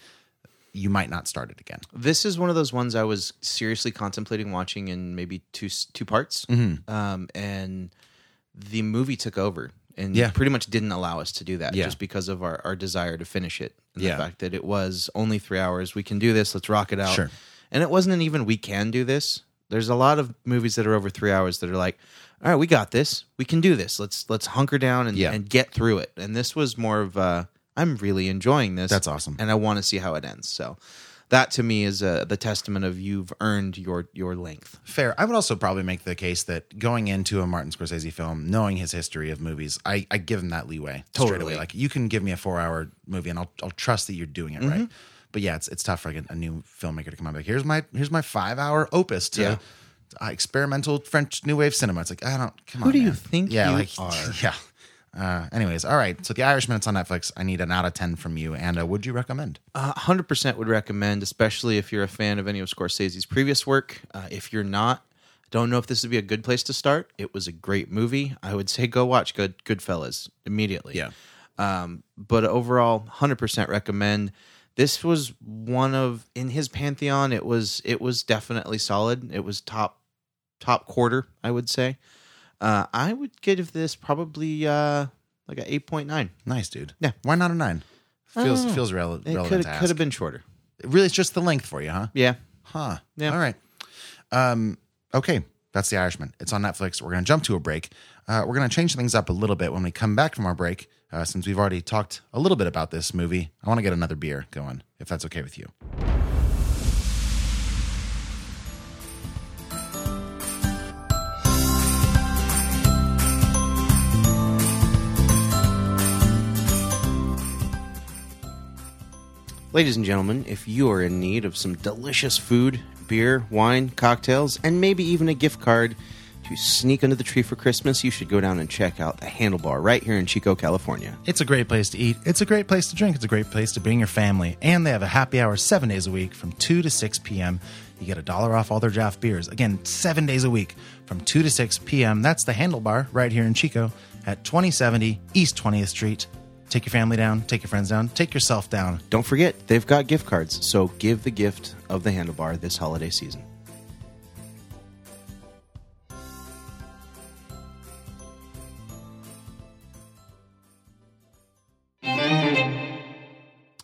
[SPEAKER 3] you might not start it again.
[SPEAKER 5] This is one of those ones I was seriously contemplating watching in maybe two s- two parts,
[SPEAKER 3] Mm-hmm.
[SPEAKER 5] um, and the movie took over and
[SPEAKER 3] Yeah.
[SPEAKER 5] pretty much didn't allow us to do that
[SPEAKER 3] Yeah.
[SPEAKER 5] just because of our, our desire to finish it and
[SPEAKER 3] Yeah.
[SPEAKER 5] the fact that it was only three hours. We can do this. Let's rock it out.
[SPEAKER 3] Sure.
[SPEAKER 5] And it wasn't an even we can do this. There's a lot of movies that are over three hours that are like, all right, we got this. We can do this. Let's let's hunker down and,
[SPEAKER 3] Yeah.
[SPEAKER 5] and get through it. And this was more of i I'm really enjoying this.
[SPEAKER 3] That's awesome.
[SPEAKER 5] And I want to see how it ends. So that to me is uh, the testament of you've earned your your length.
[SPEAKER 3] Fair. I would also probably make the case that going into a Martin Scorsese film, knowing his history of movies, I, I give him that leeway straight
[SPEAKER 5] Totally.
[SPEAKER 3] away. Like you can give me a four hour movie and I'll I'll trust that you're doing it
[SPEAKER 5] Mm-hmm.
[SPEAKER 3] right. But yeah, it's it's tough for like a, a new filmmaker to come out and be like, here's my here's my five hour opus to
[SPEAKER 5] Yeah.
[SPEAKER 3] uh, experimental French New Wave cinema. It's like, I don't come
[SPEAKER 5] Who
[SPEAKER 3] on.
[SPEAKER 5] do you
[SPEAKER 3] man.
[SPEAKER 5] think
[SPEAKER 3] yeah,
[SPEAKER 5] you
[SPEAKER 3] like,
[SPEAKER 5] are?
[SPEAKER 3] Yeah. Uh, anyways, all right. So The Irishman, it's on Netflix. I need an out of ten from you. And uh, would you recommend?
[SPEAKER 5] Uh, 100% would recommend, especially if you're a fan of any of Scorsese's previous work. Uh, if you're not, don't know if this would be a good place to start. It was a great movie. I would say go watch Good Goodfellas immediately.
[SPEAKER 3] Yeah.
[SPEAKER 5] Um, but overall, 100% recommend. This was one of in his pantheon. It was it was definitely solid. It was top top quarter, I would say. Uh, I would give this probably uh, like a 8.9.
[SPEAKER 3] Nice, dude.
[SPEAKER 5] Yeah.
[SPEAKER 3] Why not a nine?
[SPEAKER 5] I
[SPEAKER 3] Feels
[SPEAKER 5] don't know.
[SPEAKER 3] feels rel-
[SPEAKER 5] It
[SPEAKER 3] relevant.
[SPEAKER 5] could
[SPEAKER 3] to
[SPEAKER 5] could
[SPEAKER 3] ask.
[SPEAKER 5] have been shorter.
[SPEAKER 3] Really, it's just the length for you, huh?
[SPEAKER 5] Yeah.
[SPEAKER 3] Huh.
[SPEAKER 5] Yeah.
[SPEAKER 3] All right. Um, okay. That's The Irishman. It's on Netflix. We're going to jump to a break. Uh, we're going to change things up a little bit when we come back from our break. Uh, since we've already talked a little bit about this movie, I want to get another beer going, if that's okay with you.
[SPEAKER 5] Ladies and gentlemen, if you are in need of some delicious food, beer, wine, cocktails, and maybe even a gift card to sneak under the tree for Christmas, you should go down and check out the Handlebar right here in Chico, California.
[SPEAKER 3] It's a great place to eat. It's a great place to drink. It's a great place to bring your family. And they have a happy hour seven days a week from 2 to 6 p.m. You get a dollar off all their draft beers. Again, seven days a week from 2 to 6 p.m. That's the handlebar right here in Chico at 2070 East 20th Street. Take your family down, take your friends down, take yourself down.
[SPEAKER 5] Don't forget, they've got gift cards, so give the gift of the Handlebar this holiday season.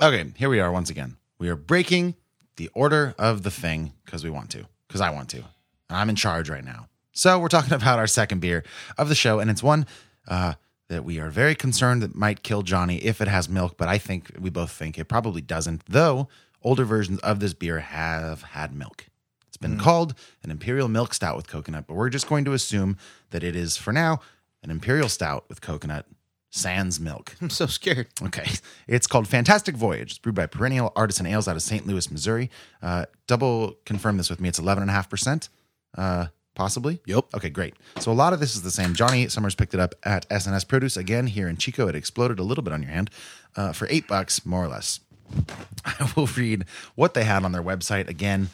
[SPEAKER 3] Okay, here we are once again. We are breaking the order of the thing because we want to, because I want to, and I'm in charge right now. So we're talking about our second beer of the show, and it's one uh, that we are very concerned that might kill Johnny if it has milk, but I think we both think it probably doesn't. Though older versions of this beer have had milk. It's been
[SPEAKER 5] Mm.
[SPEAKER 3] called an imperial milk stout with coconut, but we're just going to assume that it is for now an imperial stout with coconut sans milk.
[SPEAKER 5] I'm so scared.
[SPEAKER 3] Okay. It's called Fantastic Voyage. It's brewed by Perennial Artisan Ales out of St. Louis, Missouri. Uh, double confirm this with me. It's 11.5%, uh, possibly.
[SPEAKER 5] Yep.
[SPEAKER 3] Okay, great. So a lot of this is the same. Johnny Summers picked it up at SNS Produce again here in Chico. It exploded a little bit on your hand uh, for eight bucks, more or less. I will read what they had on their website again.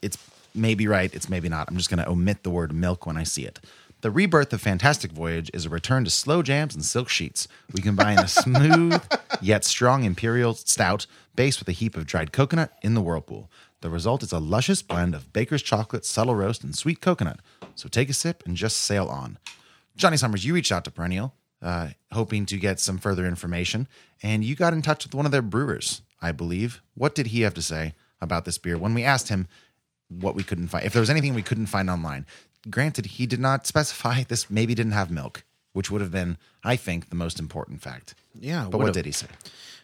[SPEAKER 3] It's maybe right, it's maybe not. I'm just going to omit the word milk when I see it. The rebirth of Fantastic Voyage is a return to slow jams and silk sheets. We combine a smooth yet strong imperial stout base with a heap of dried coconut in the whirlpool. The result is a luscious blend of baker's chocolate, subtle roast, and sweet coconut. So take a sip and just sail on. Johnny Summers, you reached out to Perennial, uh, hoping to get some further information, and you got in touch with one of their brewers, I believe. What did he have to say about this beer when we asked him what we couldn't find? If there was anything we couldn't find online, granted, he did not specify this, maybe didn't have milk, which would have been, I think, the most important fact.
[SPEAKER 5] Yeah,
[SPEAKER 3] But what
[SPEAKER 5] would've.
[SPEAKER 3] did he say?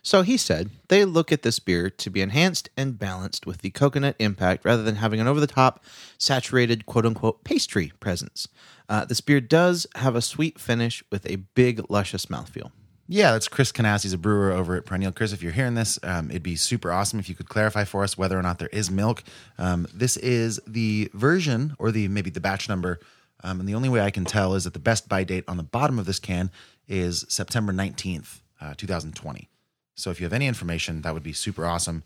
[SPEAKER 5] So he said they look at this beer to be enhanced and balanced with the coconut impact rather than having an over the top, saturated, quote unquote, pastry presence. Uh, this beer does have a sweet finish with a big, luscious mouthfeel.
[SPEAKER 3] Yeah, that's Chris Canassi. He's a brewer over at Perennial. Chris, if you're hearing this, um, it'd be super awesome if you could clarify for us whether or not there is milk. Um, this is the version, or the maybe the batch number, um, and the only way I can tell is that the best by date on the bottom of this can is September 19th, uh, 2020. So if you have any information, that would be super awesome.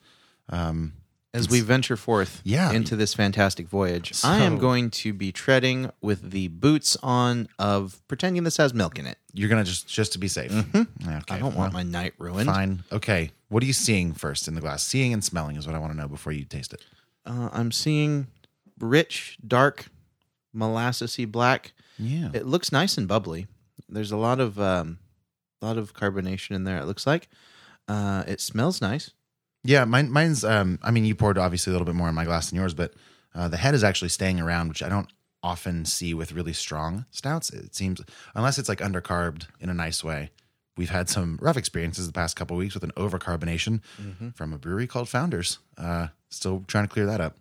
[SPEAKER 5] As we venture forth
[SPEAKER 3] Yeah.
[SPEAKER 5] into this fantastic voyage, I
[SPEAKER 3] So-
[SPEAKER 5] am going to be treading with the boots on of pretending this has milk in it.
[SPEAKER 3] You're gonna just just to be safe. Okay,
[SPEAKER 5] Mm-hmm. I don't
[SPEAKER 3] well,
[SPEAKER 5] want my night ruined.
[SPEAKER 3] fine. Okay, what are you seeing first in the glass? Seeing and smelling is what I want to know before you taste it.
[SPEAKER 5] Uh, I'm seeing rich, dark, molassesy black.
[SPEAKER 3] Yeah.
[SPEAKER 5] It looks nice and bubbly. There's a lot of um, lot of carbonation in there. It looks like. Uh, it smells nice.
[SPEAKER 3] Yeah, mine, mine's. Um, I mean, you poured obviously a little bit more in my glass than yours, but uh, the head is actually staying around, which I don't often see with really strong stouts. It seems unless it's like undercarbed in a nice way. We've had some rough experiences the past couple weeks with an overcarbonation from a brewery called Founders. Uh, still trying to clear that up.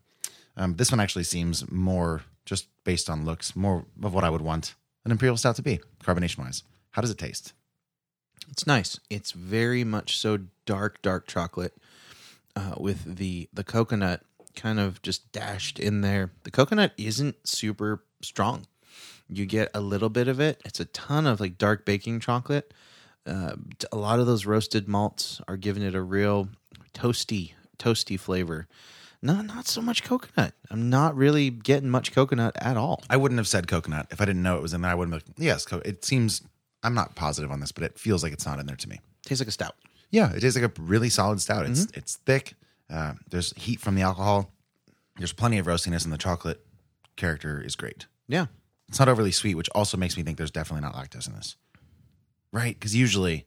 [SPEAKER 3] Um, this one actually seems more just based on looks, more of what I would want an imperial stout to be, carbonation wise. How does it taste?
[SPEAKER 5] It's nice. It's very much so dark, dark chocolate uh, with the the coconut kind of just dashed in there. The coconut isn't super strong. You get a little bit of it. It's a ton of like dark baking chocolate. Uh, t- a lot of those roasted malts are giving it a real toasty, toasty flavor. Not not so much coconut. I'm not really getting much coconut at all.
[SPEAKER 3] I wouldn't have said coconut if I didn't know it was in there. I wouldn't be like, yes, co-. it seems. I'm not positive on this, but it feels like it's not in there to me.
[SPEAKER 5] Tastes like a stout.
[SPEAKER 3] Yeah, it is like a really solid stout. It's
[SPEAKER 5] Mm-hmm.
[SPEAKER 3] it's thick. Uh, there's heat from the alcohol. There's plenty of roastiness, and the chocolate character is great.
[SPEAKER 5] Yeah.
[SPEAKER 3] It's not overly sweet, which also makes me think there's definitely not lactose in this, right? Because usually,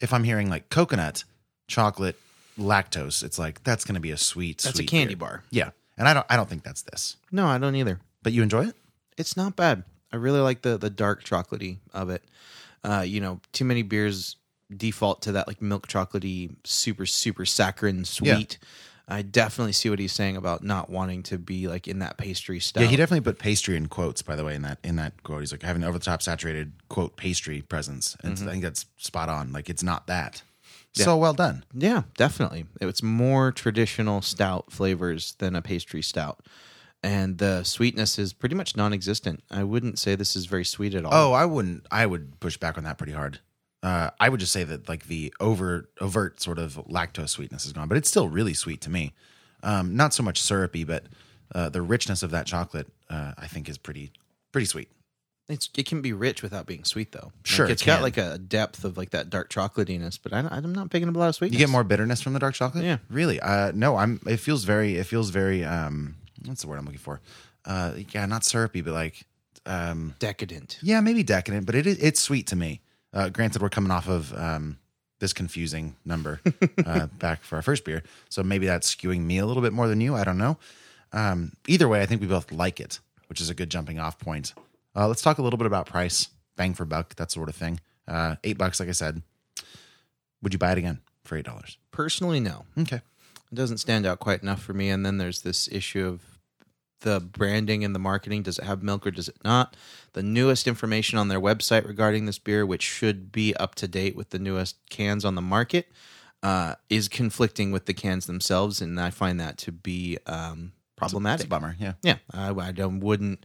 [SPEAKER 3] if I'm hearing like coconut, chocolate, lactose, it's like that's going to be a sweet.
[SPEAKER 5] That's
[SPEAKER 3] sweet
[SPEAKER 5] a candy
[SPEAKER 3] beer.
[SPEAKER 5] bar.
[SPEAKER 3] Yeah, and I don't I don't think that's this.
[SPEAKER 5] No, I don't either.
[SPEAKER 3] But you enjoy it?
[SPEAKER 5] it's not bad. I really like the the dark chocolatey of it. Uh, you know, too many beers default to that like milk chocolatey, super super saccharine sweet. I definitely see what he's saying about not wanting to be like in that pastry stuff.
[SPEAKER 3] Yeah, he definitely put pastry in quotes, by the way, in that in that quote. He's like having an over the top saturated quote pastry presence. And I think that's spot on. Like it's not that. So well done.
[SPEAKER 5] Yeah, definitely. It's more traditional stout flavors than a pastry stout. And the sweetness is pretty much non existent. I wouldn't say this is very sweet at all.
[SPEAKER 3] Oh, I wouldn't I would push back on that pretty hard. Uh, I would just say that like the over overt sort of lactose sweetness is gone, but it's still really sweet to me. Um, not so much syrupy, but uh, the richness of that chocolate, uh, I think, is pretty pretty sweet.
[SPEAKER 5] It's, it can be rich without being sweet, though.
[SPEAKER 3] Sure,
[SPEAKER 5] like,
[SPEAKER 3] it
[SPEAKER 5] it's got
[SPEAKER 3] can.
[SPEAKER 5] like a depth of like that dark chocolatiness, but I, I'm not picking up a lot of sweetness.
[SPEAKER 3] You get more bitterness from the dark chocolate.
[SPEAKER 5] Yeah.
[SPEAKER 3] really. Uh, no, I'm. It feels very. It feels very. Um, what's the word I'm looking for? Uh, yeah, not syrupy, but like, um,
[SPEAKER 5] decadent.
[SPEAKER 3] yeah, maybe decadent. But it is. It's sweet to me. Uh, granted, we're coming off of um, this confusing number uh, back for our first beer, so maybe that's skewing me a little bit more than you. I don't know. Um, either way, I think we both like it, which is a good jumping off point. Uh, let's talk a little bit about price, bang for buck, that sort of thing. Uh, eight bucks, like I said. Would you buy it again for eight dollars?
[SPEAKER 5] Personally, no.
[SPEAKER 3] Okay.
[SPEAKER 5] It doesn't stand out quite enough for me. And then there's this issue of the branding and the marketing. Does it have milk or does it not? The newest information on their website regarding this beer, which should be up to date with the newest cans on the market, uh, is conflicting with the cans themselves, and I find that to be um, problematic.
[SPEAKER 3] bummer. Yeah.
[SPEAKER 5] Yeah, I, I don't, wouldn't,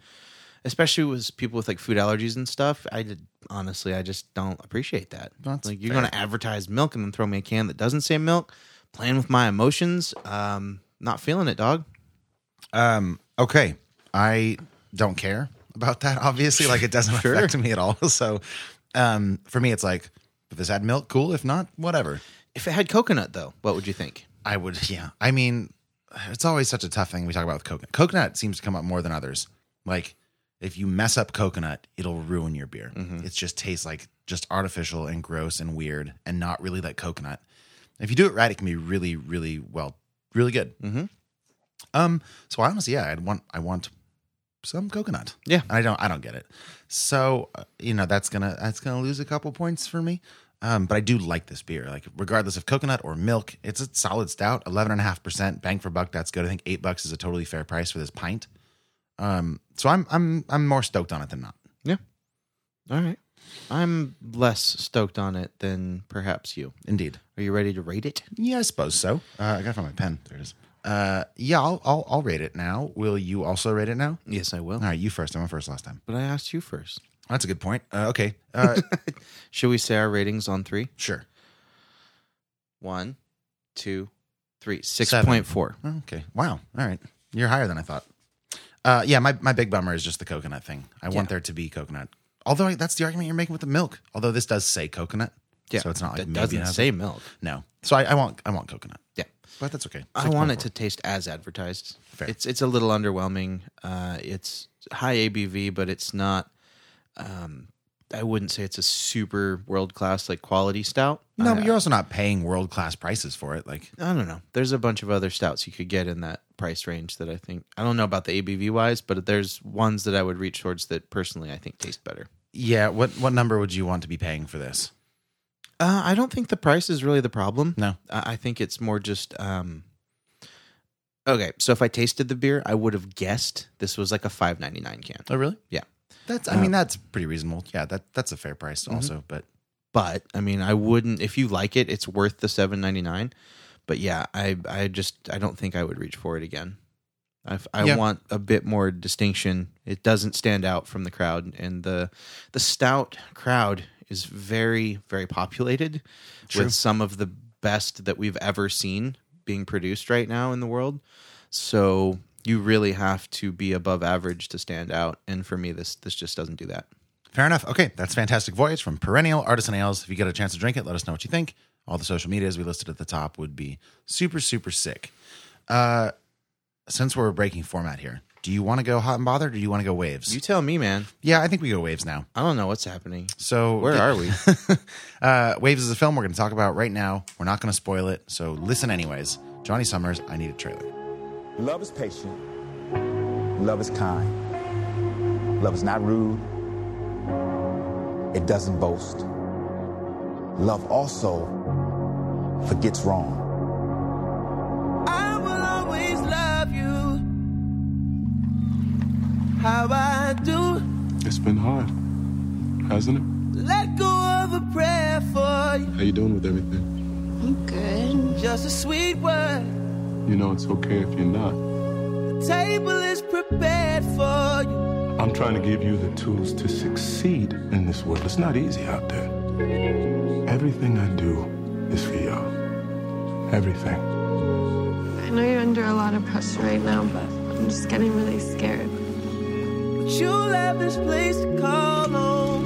[SPEAKER 5] especially with people with like food allergies and stuff. I did honestly, I just don't appreciate that.
[SPEAKER 3] That's
[SPEAKER 5] like you're
[SPEAKER 3] fair.
[SPEAKER 5] going to advertise milk and then throw me a can that doesn't say milk. Playing with my emotions, um, not feeling it, dog.
[SPEAKER 3] Um, okay. I don't care about that, obviously. Like it doesn't affect me at all. So um for me it's like if this had milk, cool. If not, whatever.
[SPEAKER 5] If it had coconut though, what would you think?
[SPEAKER 3] I would yeah. I mean, it's always such a tough thing we talk about with coconut. Coconut seems to come up more than others. Like if you mess up coconut, it'll ruin your beer. It just tastes like just artificial and gross and weird and not really like coconut. If you do it right, it can be really, really well, really good.
[SPEAKER 5] Mm-hmm.
[SPEAKER 3] Um, so I honestly, yeah, I'd want I want some coconut.
[SPEAKER 5] Yeah.
[SPEAKER 3] I don't I don't get it. So uh, you know that's gonna that's gonna lose a couple points for me. Um, but I do like this beer. Like regardless of coconut or milk, it's a solid stout, eleven and a half percent, bang for buck. That's good. I think eight bucks is a totally fair price for this pint. Um, so I'm I'm I'm more stoked on it than not.
[SPEAKER 5] All right. I'm less stoked on it than perhaps you.
[SPEAKER 3] Indeed.
[SPEAKER 5] Are you ready to rate it?
[SPEAKER 3] Yeah, I suppose so. Uh, I gotta find my pen. There it is. Uh, yeah, I'll, I'll I'll rate it now. Will you also rate it now?
[SPEAKER 5] Yes, I will.
[SPEAKER 3] All right, you first. I went first last time.
[SPEAKER 5] But I asked you first.
[SPEAKER 3] That's a good point. Uh, okay. Uh,
[SPEAKER 5] Should we say our ratings on three?
[SPEAKER 3] sure.
[SPEAKER 5] One, two, three. Six
[SPEAKER 3] Seven.
[SPEAKER 5] point four.
[SPEAKER 3] Okay. Wow. All right. You're higher than I thought. Uh, yeah, my, my big bummer is just the coconut thing. I want there to be coconut. Although I, that's the argument you're making with the milk. Although this does say coconut.
[SPEAKER 5] Yeah.
[SPEAKER 3] So it's not like
[SPEAKER 5] that
[SPEAKER 3] maybe it
[SPEAKER 5] doesn't
[SPEAKER 3] has
[SPEAKER 5] say
[SPEAKER 3] it.
[SPEAKER 5] milk.
[SPEAKER 3] No. So I, I want I want coconut.
[SPEAKER 5] Yeah.
[SPEAKER 3] But that's okay.
[SPEAKER 5] I want it to taste as advertised.
[SPEAKER 3] Fair.
[SPEAKER 5] It's it's a little underwhelming. Uh, it's high ABV, but it's not. Um, I wouldn't say it's a super world class like quality stout.
[SPEAKER 3] No,
[SPEAKER 5] I,
[SPEAKER 3] but you're also not paying world class prices for it. Like
[SPEAKER 5] I don't know. There's a bunch of other stouts you could get in that price range that I think I don't know about the ABV wise, but there's ones that I would reach towards that personally I think taste better.
[SPEAKER 3] yeah, what what number would you want to be paying for this?
[SPEAKER 5] Uh, I don't think the price is really the problem.
[SPEAKER 3] No.
[SPEAKER 5] I, I think it's more just. Um, okay, so if I tasted the beer, I would have guessed this was like a five ninety nine can.
[SPEAKER 3] Oh really?
[SPEAKER 5] Yeah,
[SPEAKER 3] That's I mean that's pretty reasonable. Yeah, that that's a fair price also, but
[SPEAKER 5] but I mean, I wouldn't. If you like it, it's worth the seven ninety nine. But yeah, I I just I don't think I would reach for it again. I, f- I
[SPEAKER 3] Yeah.
[SPEAKER 5] want a bit more distinction. It doesn't stand out from the crowd, and the the stout crowd is very very populated
[SPEAKER 3] True.
[SPEAKER 5] with some of the best that we've ever seen being produced right now in the world. So you really have to be above average to stand out, and for me, this this just doesn't do that.
[SPEAKER 3] Fair enough. Okay, that's Fantastic Voyage from Perennial Artisan Ales. If you get a chance to drink it, let us know what you think. All the social medias we listed at the top would be super, super sick. Uh, since we're breaking format here, do you want to go hot and bothered or do you want to go waves?
[SPEAKER 5] You tell me, man.
[SPEAKER 3] yeah, I think we go waves now.
[SPEAKER 5] I don't know what's happening.
[SPEAKER 3] So
[SPEAKER 5] Where are we?
[SPEAKER 3] uh, waves is a film we're going to talk about right now. We're not going to spoil it, so listen anyways. Johnny Summers, I need a trailer.
[SPEAKER 11] Love is patient. Love is kind. Love is not rude. It doesn't boast. Love also forgets wrong.
[SPEAKER 12] I will always love you. How I do.
[SPEAKER 13] It's been hard, hasn't it?
[SPEAKER 12] Let go of a prayer for you.
[SPEAKER 13] How you doing with everything?
[SPEAKER 12] I'm good. Just a sweet word.
[SPEAKER 13] You know it's okay if you're not.
[SPEAKER 12] The table is prepared for you.
[SPEAKER 13] I'm trying to give you the tools to succeed in this world. It's not easy out there. Everything I do is for y'all. Everything.
[SPEAKER 14] I know you're under a lot of pressure right now, but I'm just getting really scared.
[SPEAKER 12] But you'll have this place to call home.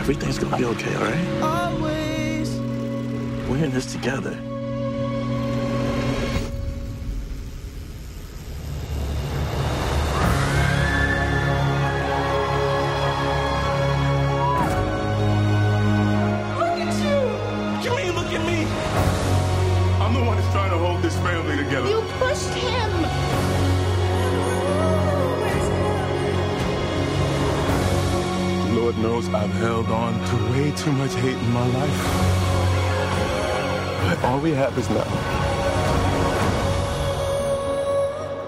[SPEAKER 9] Everything's gonna be okay, all right?
[SPEAKER 12] Always.
[SPEAKER 9] We're in this together.
[SPEAKER 13] Look at you! What you mean look at me? I'm the one that's trying to hold this family together.
[SPEAKER 12] You pushed him.
[SPEAKER 13] Lord knows I've held on to way too much hate in my life. But all we have is love.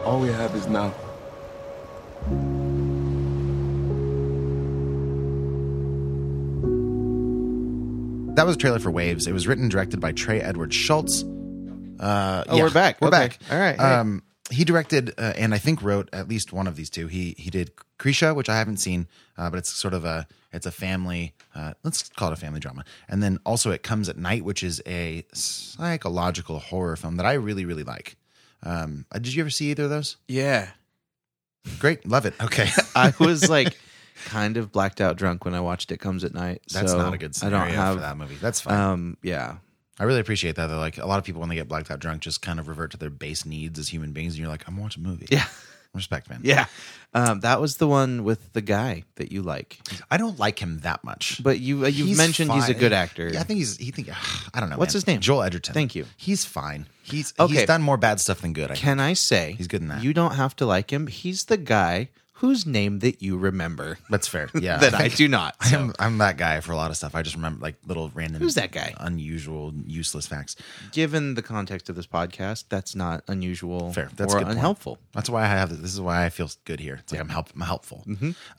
[SPEAKER 13] All we have is now.
[SPEAKER 3] that was a trailer for Waves. It was written and directed by Trey Edward Schultz. Uh,
[SPEAKER 5] Oh, we're back.
[SPEAKER 3] We're
[SPEAKER 5] Okay.
[SPEAKER 3] back.
[SPEAKER 5] All right.
[SPEAKER 3] Um, he directed uh, and I think wrote at least one of these two. He he did Krisha, which I haven't seen, uh, but it's sort of a it's a family. Uh, let's call it a family drama. And then also it comes at night, which is a psychological horror film that I really really like. Um, uh, did you ever see either of those?
[SPEAKER 5] Yeah.
[SPEAKER 3] Great, love it. Okay,
[SPEAKER 5] I was like kind of blacked out drunk when I watched It Comes at Night.
[SPEAKER 3] That's
[SPEAKER 5] so
[SPEAKER 3] not a good scenario
[SPEAKER 5] I don't have
[SPEAKER 3] for that movie. That's fine.
[SPEAKER 5] Um, yeah.
[SPEAKER 3] I really appreciate that. Though, like a lot of people when they get blacked out drunk, just kind of revert to their base needs as human beings, and you're like, I'm watching a movie.
[SPEAKER 5] Yeah.
[SPEAKER 3] respect, man.
[SPEAKER 5] Yeah. Um, that was the one with the guy that you like.
[SPEAKER 3] I don't like him that much.
[SPEAKER 5] But you uh, you've
[SPEAKER 3] He's
[SPEAKER 5] mentioned he's a
[SPEAKER 3] fine.
[SPEAKER 5] good actor.
[SPEAKER 3] Yeah, I think he's. He think. ugh, I don't know.
[SPEAKER 5] What's
[SPEAKER 3] man.
[SPEAKER 5] his name?
[SPEAKER 3] Joel Edgerton.
[SPEAKER 5] Thank you.
[SPEAKER 3] He's fine. He's
[SPEAKER 5] Okay.
[SPEAKER 3] he's done more bad stuff than good. I
[SPEAKER 5] Can I say
[SPEAKER 3] He's good in that.
[SPEAKER 5] You don't have to like him. He's the guy whose name that you remember.
[SPEAKER 3] That's fair. Yeah,
[SPEAKER 5] that I
[SPEAKER 3] think
[SPEAKER 5] do not.
[SPEAKER 3] I am, I'm that guy for a lot of stuff. I just remember like little random.
[SPEAKER 5] Who's that guy?
[SPEAKER 3] Unusual, useless facts.
[SPEAKER 5] Given the context of this podcast, that's not unusual
[SPEAKER 3] Fair. That's a
[SPEAKER 5] or
[SPEAKER 3] good point.
[SPEAKER 5] unhelpful.
[SPEAKER 3] That's why I have this is why I feel good here. It's like I'm help I'm helpful.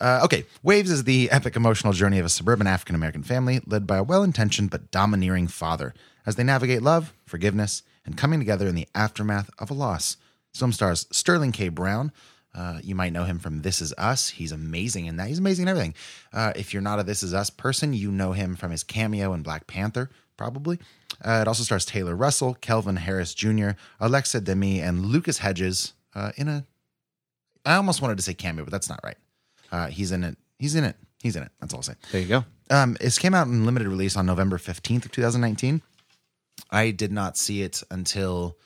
[SPEAKER 3] Uh, okay, Waves is the epic emotional journey of a suburban African American family led by a well-intentioned but domineering father as they navigate love, forgiveness, and coming together in the aftermath of a loss. This Film stars Sterling K. Brown. Uh, you might know him from This Is Us. He's amazing in that. He's amazing in everything. Uh, if you're not a This Is Us person, you know him from his cameo in Black Panther, probably. Uh, it also stars Taylor Russell, Kelvin Harris Jr., Alexa Demi, and Lucas Hedges uh, in a. I almost wanted to say cameo, but that's not right. Uh, he's in it. He's in it. He's in it. That's all I'll say.
[SPEAKER 5] There you go.
[SPEAKER 3] Um, this came out in limited release on November 15th of 2019. I did not see it until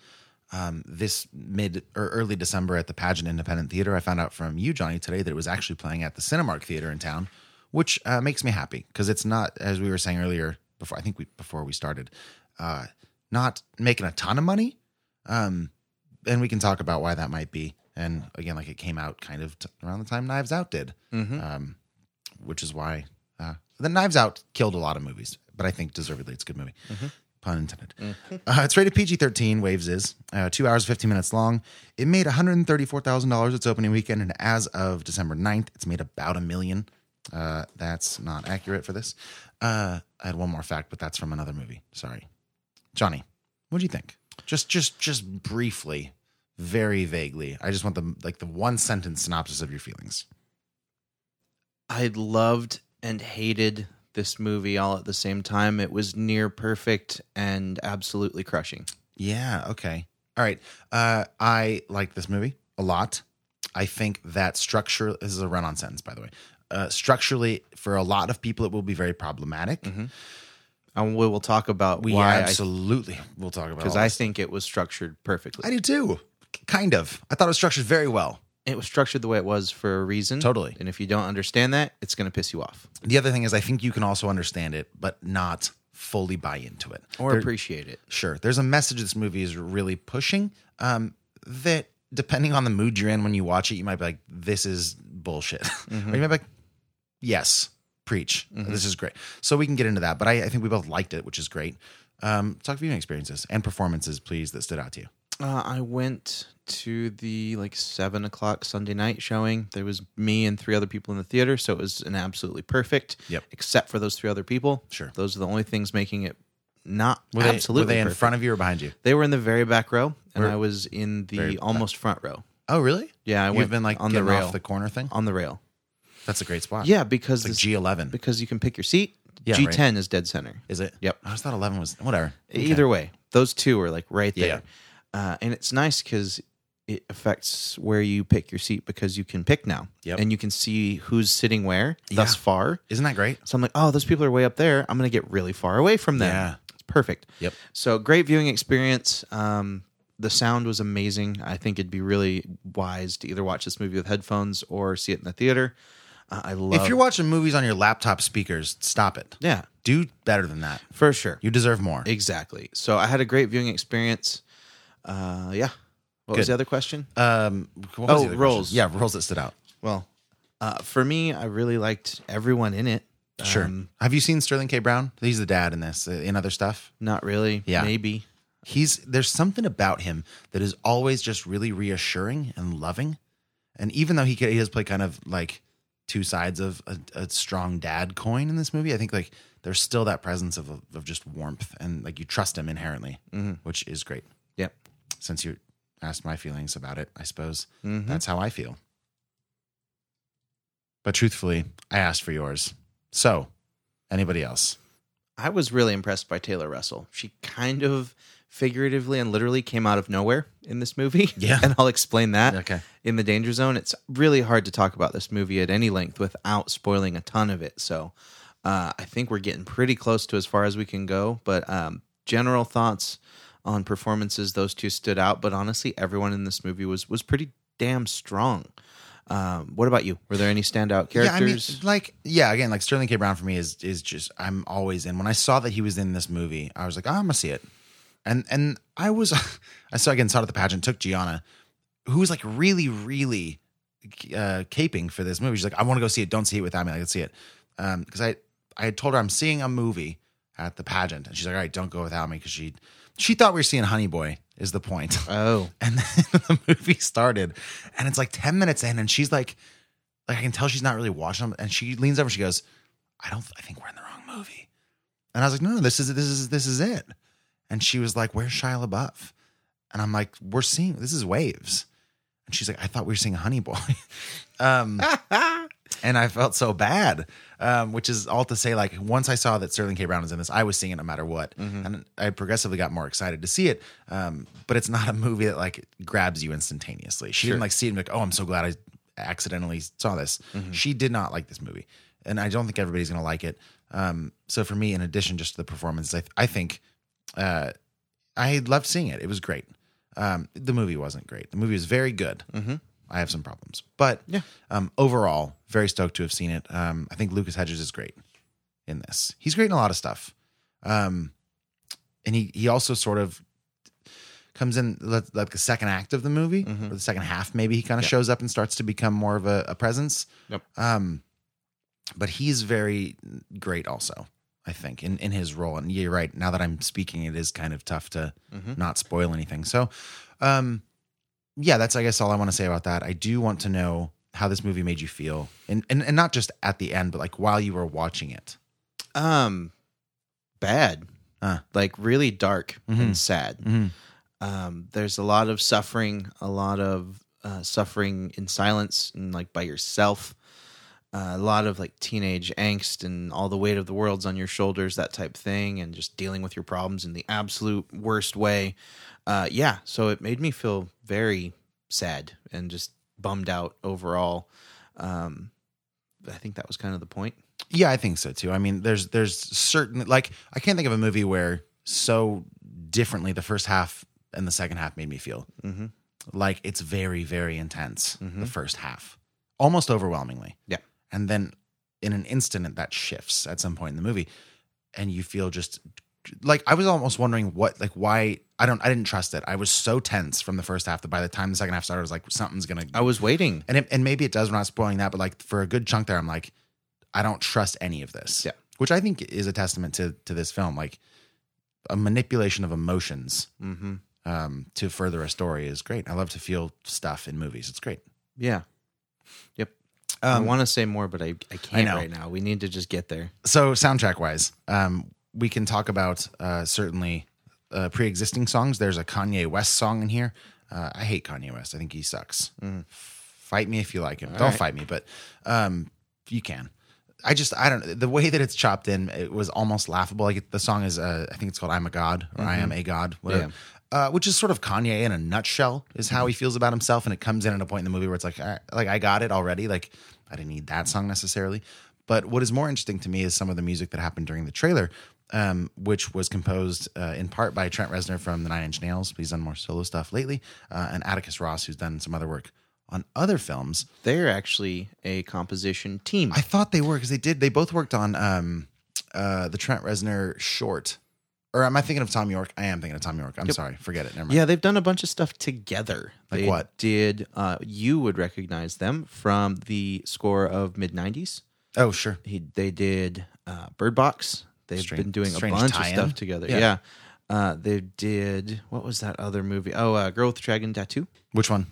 [SPEAKER 3] um, this mid or early December at the Pageant Independent Theater. I found out from you, Johnny, today that it was actually playing at the Cinemark Theater in town, which uh, makes me happy because it's not, as we were saying earlier, before I think we before we started, uh, not making a ton of money. Um, and we can talk about why that might be. And again, like it came out kind of t- around the time Knives Out did, um, which is why uh, the Knives Out killed a lot of movies, but I think deservedly it's a good movie. Pun intended. Uh, it's rated PG 13, Waves is uh, two hours, 15 minutes long. It made $134,000 its opening weekend. And as of December 9th, it's made about a million. Uh, that's not accurate for this. Uh, I had one more fact, but that's from another movie. Sorry. Johnny, what do you think? Just, just, just briefly, very vaguely. I just want the like the one sentence synopsis of your feelings.
[SPEAKER 5] I loved and hated this movie all at the same time. It was near perfect and absolutely crushing.
[SPEAKER 3] Yeah. Okay. All right. Uh, I like this movie a lot. I think that structure this is a run-on sentence, by the way. Uh, structurally, for a lot of people, it will be very problematic.
[SPEAKER 5] And we will talk about
[SPEAKER 3] We
[SPEAKER 5] Mm-hmm. why
[SPEAKER 3] absolutely will talk about
[SPEAKER 5] because
[SPEAKER 3] all
[SPEAKER 5] I,
[SPEAKER 3] this.
[SPEAKER 5] think it was structured perfectly.
[SPEAKER 3] I do too. Kind of. I thought it was structured very well.
[SPEAKER 5] It was structured the way it was for a reason.
[SPEAKER 3] Totally.
[SPEAKER 5] And if you don't understand that, it's going to piss you off
[SPEAKER 3] The other thing is, I think you can also understand it, but not fully buy into it
[SPEAKER 5] or
[SPEAKER 3] There-
[SPEAKER 5] appreciate it.
[SPEAKER 3] Sure. There's a message this movie is really pushing um, that, depending on the mood you're in when you watch it, you might be like, this is bullshit. or you might be like, yes, preach. This is great. So we can get into that. But I, I think we both liked it, which is great. Um, talk viewing experiences and performances, please, that stood out to you.
[SPEAKER 5] Uh, I went to the like seven o'clock Sunday night showing. There was me and three other people in the theater, so it was an absolutely perfect.
[SPEAKER 3] Yep.
[SPEAKER 5] Except for those three other people.
[SPEAKER 3] Sure.
[SPEAKER 5] Those are the only things making it not
[SPEAKER 3] Were they,
[SPEAKER 5] absolutely.
[SPEAKER 3] were they in
[SPEAKER 5] perfect.
[SPEAKER 3] front of you or behind you?
[SPEAKER 5] They were in the very back row, and
[SPEAKER 3] Where-
[SPEAKER 5] I was in
[SPEAKER 3] Very
[SPEAKER 5] the
[SPEAKER 3] back.
[SPEAKER 5] almost front row.
[SPEAKER 3] Oh, really?
[SPEAKER 5] Yeah, I
[SPEAKER 3] You've
[SPEAKER 5] went
[SPEAKER 3] been like
[SPEAKER 5] on the
[SPEAKER 3] getting
[SPEAKER 5] rail.
[SPEAKER 3] off the corner thing.
[SPEAKER 5] On the rail.
[SPEAKER 3] That's a great spot.
[SPEAKER 5] Yeah, because
[SPEAKER 3] it's like
[SPEAKER 5] this-
[SPEAKER 3] G11.
[SPEAKER 5] because you can pick your seat.
[SPEAKER 3] Yeah,
[SPEAKER 5] G10 is dead center.
[SPEAKER 3] Is it?
[SPEAKER 5] Yep.
[SPEAKER 3] I just thought 11 was whatever.
[SPEAKER 5] Either way, those two are like right
[SPEAKER 3] Yeah,
[SPEAKER 5] there. Uh, and it's nice because it affects where you pick your seat because you can pick now.
[SPEAKER 3] Yep.
[SPEAKER 5] And you can see who's sitting where thus
[SPEAKER 3] Yeah.
[SPEAKER 5] far.
[SPEAKER 3] Isn't that great?
[SPEAKER 5] So I'm like, oh, those people are way up there. I'm going to get really far away from them.
[SPEAKER 3] Yeah.
[SPEAKER 5] It's perfect.
[SPEAKER 3] Yep.
[SPEAKER 5] So great viewing experience. Um, the sound was amazing. I think it'd be really wise to either watch this movie with headphones or see it in the theater. Uh, I love
[SPEAKER 3] If you're watching movies on your laptop speakers, stop it.
[SPEAKER 5] Yeah,
[SPEAKER 3] Do better than that.
[SPEAKER 5] for sure.
[SPEAKER 3] You deserve more.
[SPEAKER 5] Exactly. So I had a great viewing experience. Uh, yeah. What was
[SPEAKER 3] Good.
[SPEAKER 5] the other question?
[SPEAKER 3] Um, what was the
[SPEAKER 5] Oh,
[SPEAKER 3] other question?
[SPEAKER 5] roles.
[SPEAKER 3] Yeah, roles that stood out.
[SPEAKER 5] Well, uh, for me, I really liked everyone in it.
[SPEAKER 3] Sure.
[SPEAKER 5] Um,
[SPEAKER 3] Have you seen Sterling K. Brown? He's the dad in this, uh, in other stuff.
[SPEAKER 5] not really.
[SPEAKER 3] Yeah.
[SPEAKER 5] Maybe.
[SPEAKER 3] He's there's something about him that is always just really reassuring and loving. And even though he ca- he does play kind of like two sides of a, a strong dad coin in this movie. I think like there's still that presence of of just warmth and like you trust him inherently,
[SPEAKER 5] Mm-hmm.
[SPEAKER 3] which is great.
[SPEAKER 5] Yep.
[SPEAKER 3] Since you asked my feelings about it, I suppose
[SPEAKER 5] Mhm.
[SPEAKER 3] that's how I feel. But truthfully, I asked for yours. So, anybody else?
[SPEAKER 5] I was really impressed by Taylor Russell. She kind of figuratively and literally came out of nowhere in this movie.
[SPEAKER 3] Yeah.
[SPEAKER 5] and I'll explain that
[SPEAKER 3] Okay.
[SPEAKER 5] in the danger zone. It's really hard to talk about this movie at any length without spoiling a ton of it. So uh, I think we're getting pretty close to as far as we can go. But um, general thoughts on performances, those two stood out. But honestly, everyone in this movie was was pretty damn strong. Um, what about you? Were there any standout characters?
[SPEAKER 3] Yeah, I mean, like yeah, again, like Sterling K. Brown for me is is just I'm always in. When I saw that he was in this movie, I was like, oh, I'm gonna see it. And and I was I saw again saw it at the pageant, took Gianna, who was like really, really uh caping for this movie. She's like, I want to go see it. Don't see it without me. Like, let's see it. Um, because I I had told her I'm seeing a movie at the pageant, and she's like, all right, don't go without me because she she thought we were seeing Honey Boy. Is the point?
[SPEAKER 5] Oh,
[SPEAKER 3] and then the movie started, and it's like ten minutes in, and she's like, like I can tell she's not really watching them. And she leans over, she goes, I don't I think we're in the wrong movie. And I was like, no, no, this is this is this is it. And she was like, Where's Shia LaBeouf? And I'm like, We're seeing this is waves. And she's like, I thought we were seeing Honey Boy. um and I felt so bad. Um, which is all to say, like, once I saw that Sterling K. Brown was in this, I was seeing it no matter what. And I progressively got more excited to see it. Um, but it's not a movie that like grabs you instantaneously. She
[SPEAKER 5] Sure.
[SPEAKER 3] didn't like see it and be like, oh, I'm so glad I accidentally saw this. She did not like this movie. And I don't think everybody's going to like it. Um, so for me, in addition just to the performances, I, I think uh, I loved seeing it. It was great. Um, the movie wasn't great. The movie was very good. Mm-hmm. I have some problems, but yeah. um, overall, very stoked to have seen it. Um, I think Lucas Hedges is great in this. He's great in a lot of stuff. Um, and he he also sort of comes in like like the second act of the movie, or the second half maybe. He kind of
[SPEAKER 5] Yeah.
[SPEAKER 3] shows up and starts to become more of a, a presence.
[SPEAKER 5] Yep.
[SPEAKER 3] Um, but he's very great also. I think in, in his role, and you're right. Now that I'm speaking, it is kind of tough to
[SPEAKER 5] Mhm.
[SPEAKER 3] not spoil anything. So, um, yeah, that's I guess all I want to say about that. I do want to know how this movie made you feel, and and, and not just at the end, but like while you were watching it.
[SPEAKER 5] um bad
[SPEAKER 3] Uh.
[SPEAKER 5] like really dark
[SPEAKER 3] Mhm.
[SPEAKER 5] and sad um there's a lot of suffering a lot of uh, suffering in silence and like by yourself uh, a lot of like teenage angst and all the weight of the world's on your shoulders that type thing and just dealing with your problems in the absolute worst way uh yeah so it made me feel very sad and just bummed out overall um i think that was kind of the point
[SPEAKER 3] Yeah, I think so too. I mean, there's there's certain like I can't think of a movie where so differently the first half and the second half made me feel.
[SPEAKER 5] mm-hmm
[SPEAKER 3] Like it's very very intense the first half, almost overwhelmingly.
[SPEAKER 5] Yeah.
[SPEAKER 3] and then in an instant that shifts at some point in the movie, and you feel just like I was almost wondering what like why I don't I didn't trust it. I was so tense from the first half that by the time the second half started, I was like something's gonna
[SPEAKER 5] i was waiting
[SPEAKER 3] and it, and maybe it does. We're not spoiling that, but like for a good chunk there, I'm like, I don't trust any of this.
[SPEAKER 5] Yeah.
[SPEAKER 3] which I think is a testament to to this film, like a manipulation of emotions
[SPEAKER 5] mm-hmm
[SPEAKER 3] um, to further a story is great. I love to feel stuff in movies. It's great.
[SPEAKER 5] Yeah. Yep. I
[SPEAKER 3] Um,
[SPEAKER 5] want to say more, but I, I can't
[SPEAKER 3] know.
[SPEAKER 5] right now. We need to just get there.
[SPEAKER 3] so soundtrack wise, um, we can talk about uh, certainly uh, pre-existing songs. There's a Kanye West song in here. Uh, I hate Kanye West. I think he sucks. Fight me if you like him. Don't
[SPEAKER 5] right.
[SPEAKER 3] fight me, but um, you can. I just I don't the way that it's chopped in. It was almost laughable. Like the song is uh, I think it's called I'm a God or I am a God. Whatever.
[SPEAKER 5] Mm-hmm. Yeah. Mm-hmm.
[SPEAKER 3] Uh, which is sort of Kanye in a nutshell is how he feels about himself, and it comes in at a point in the movie where it's like, I, like I got it already. Like I didn't need that song necessarily. But what is more interesting to me is some of the music that happened during the trailer, um, which was composed uh, in part by Trent Reznor from the Nine Inch Nails. He's done more solo stuff lately, uh, and Atticus Ross, who's done some other work on other films.
[SPEAKER 5] They're actually a composition team.
[SPEAKER 3] I thought they were because they did. They both worked on um, uh, the Trent Reznor short. Or am I thinking of Tom York? I am thinking of Tom York. I'm sorry, forget it. Never mind.
[SPEAKER 5] yeah, they've done a bunch of stuff together.
[SPEAKER 3] Like
[SPEAKER 5] They
[SPEAKER 3] what?
[SPEAKER 5] Did uh, you would recognize them from the score of mid '90s?
[SPEAKER 3] Oh, sure.
[SPEAKER 5] He they did uh, Bird Box. They've
[SPEAKER 3] Strange-
[SPEAKER 5] been doing a
[SPEAKER 3] strange
[SPEAKER 5] bunch of
[SPEAKER 3] tie-in.
[SPEAKER 5] stuff together.
[SPEAKER 3] Yeah.
[SPEAKER 5] Yeah. Uh, they did what was that other movie? Oh, uh, Girl with the Dragon Tattoo.
[SPEAKER 3] Which one?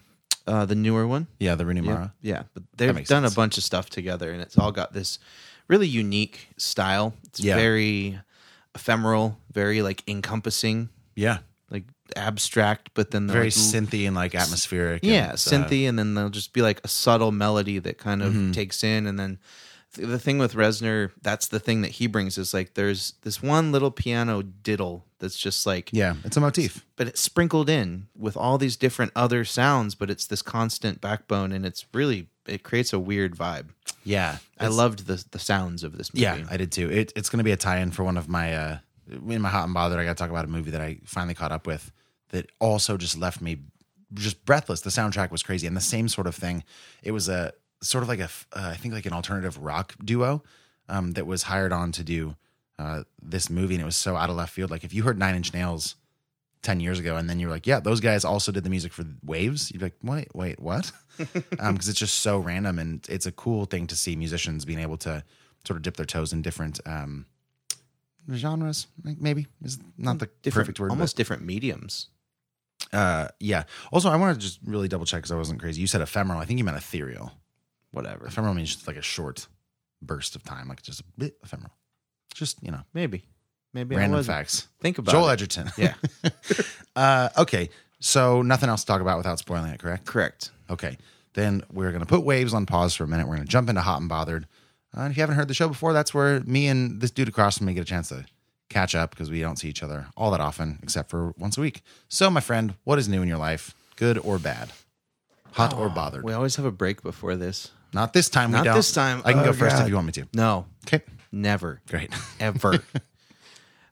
[SPEAKER 5] Uh, the newer one.
[SPEAKER 3] Yeah, the Rooney Mara.
[SPEAKER 5] Yeah, yeah. but
[SPEAKER 3] That
[SPEAKER 5] they've done
[SPEAKER 3] makes
[SPEAKER 5] a bunch of stuff together, and it's all got this really unique style. It's
[SPEAKER 3] Yeah.
[SPEAKER 5] very ephemeral, very like encompassing.
[SPEAKER 3] Yeah,
[SPEAKER 5] like abstract, but then they'll,
[SPEAKER 3] Very
[SPEAKER 5] like, l-
[SPEAKER 3] synthy and like atmospheric.
[SPEAKER 5] Yeah,
[SPEAKER 3] and, uh,
[SPEAKER 5] synthy, and then there'll just be like a subtle melody that kind of
[SPEAKER 3] Mhm.
[SPEAKER 5] takes in, and then th- the thing with Resner, that's the thing that he brings is like there's this one little piano diddle that's just like
[SPEAKER 3] Yeah, it's a motif.
[SPEAKER 5] but it's sprinkled in with all these different other sounds, but it's this constant backbone, and it's really it creates a weird vibe.
[SPEAKER 3] Yeah,
[SPEAKER 5] I
[SPEAKER 3] it's-
[SPEAKER 5] loved the the sounds of this movie.
[SPEAKER 3] Yeah, I did too. It, it's going to be a tie-in for one of my uh, in my hot and bothered. I got to talk about a movie that I finally caught up with that also just left me just breathless. The soundtrack was crazy, and the same sort of thing. It was a sort of like a f- uh, I think like an alternative rock duo um, that was hired on to do uh, this movie, and it was so out of left field. Like if you heard Nine Inch Nails. 10 years ago and then you were like yeah those guys also did the music for waves you'd be like wait wait what um because it's just so random and it's a cool thing to see musicians being able to sort of dip their toes in different um genres like maybe is not the
[SPEAKER 5] Different-
[SPEAKER 3] perfect word but-
[SPEAKER 5] almost different mediums.
[SPEAKER 3] uh yeah also i want to just really double check because i wasn't crazy you said ephemeral i think you meant ethereal
[SPEAKER 5] whatever
[SPEAKER 3] ephemeral means just like a short burst of time like just a bit ephemeral just you know
[SPEAKER 5] Maybe, maybe I
[SPEAKER 3] random
[SPEAKER 5] wasn't.
[SPEAKER 3] facts
[SPEAKER 5] Think about
[SPEAKER 3] joel
[SPEAKER 5] it.
[SPEAKER 3] edgerton
[SPEAKER 5] Yeah.
[SPEAKER 3] uh okay so nothing else to talk about without spoiling it correct
[SPEAKER 5] correct
[SPEAKER 3] okay then we're gonna put waves on pause for a minute we're gonna jump into hot and bothered uh, and if you haven't heard the show before that's where me and this dude across from me get a chance to catch up because we don't see each other all that often except for once a week so my friend what is new in your life good or bad hot or bothered
[SPEAKER 5] We always have a break before this.
[SPEAKER 3] not this time we
[SPEAKER 5] Oh, Not
[SPEAKER 3] don't
[SPEAKER 5] this time.
[SPEAKER 3] i can
[SPEAKER 5] Oh,
[SPEAKER 3] go first
[SPEAKER 5] God.
[SPEAKER 3] if you want me to
[SPEAKER 5] No.
[SPEAKER 3] Okay.
[SPEAKER 5] Never.
[SPEAKER 3] Great.
[SPEAKER 5] Ever.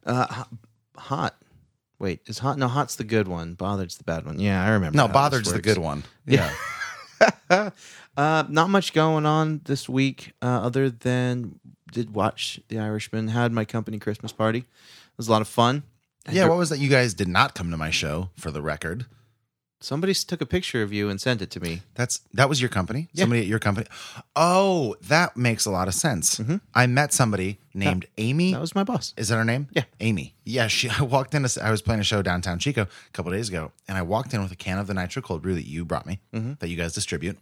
[SPEAKER 5] uh, ho- hot. Wait, is hot? No, hot's the good one. Bothered's the bad one. Yeah, I remember.
[SPEAKER 3] No,
[SPEAKER 5] how this
[SPEAKER 3] bothered's the
[SPEAKER 5] works.
[SPEAKER 3] good one.
[SPEAKER 5] Yeah. uh, not much going on this week, uh, other than did watch The Irishman. Had my company Christmas party. It was a lot of fun.
[SPEAKER 3] yeah what was that you guys did not come to my show for the record
[SPEAKER 5] Somebody s- took a picture of you and sent it to me.
[SPEAKER 3] That's that was your company. Somebody at your company. Oh, that makes a lot of sense. I met somebody named Amy. That
[SPEAKER 5] was my boss.
[SPEAKER 3] Is that her name? Yeah, Amy. Yeah, she. I walked in. to s- I was playing a show downtown Chico a couple days ago, and I walked in with a can of the nitro cold brew that you brought me, that you guys distribute.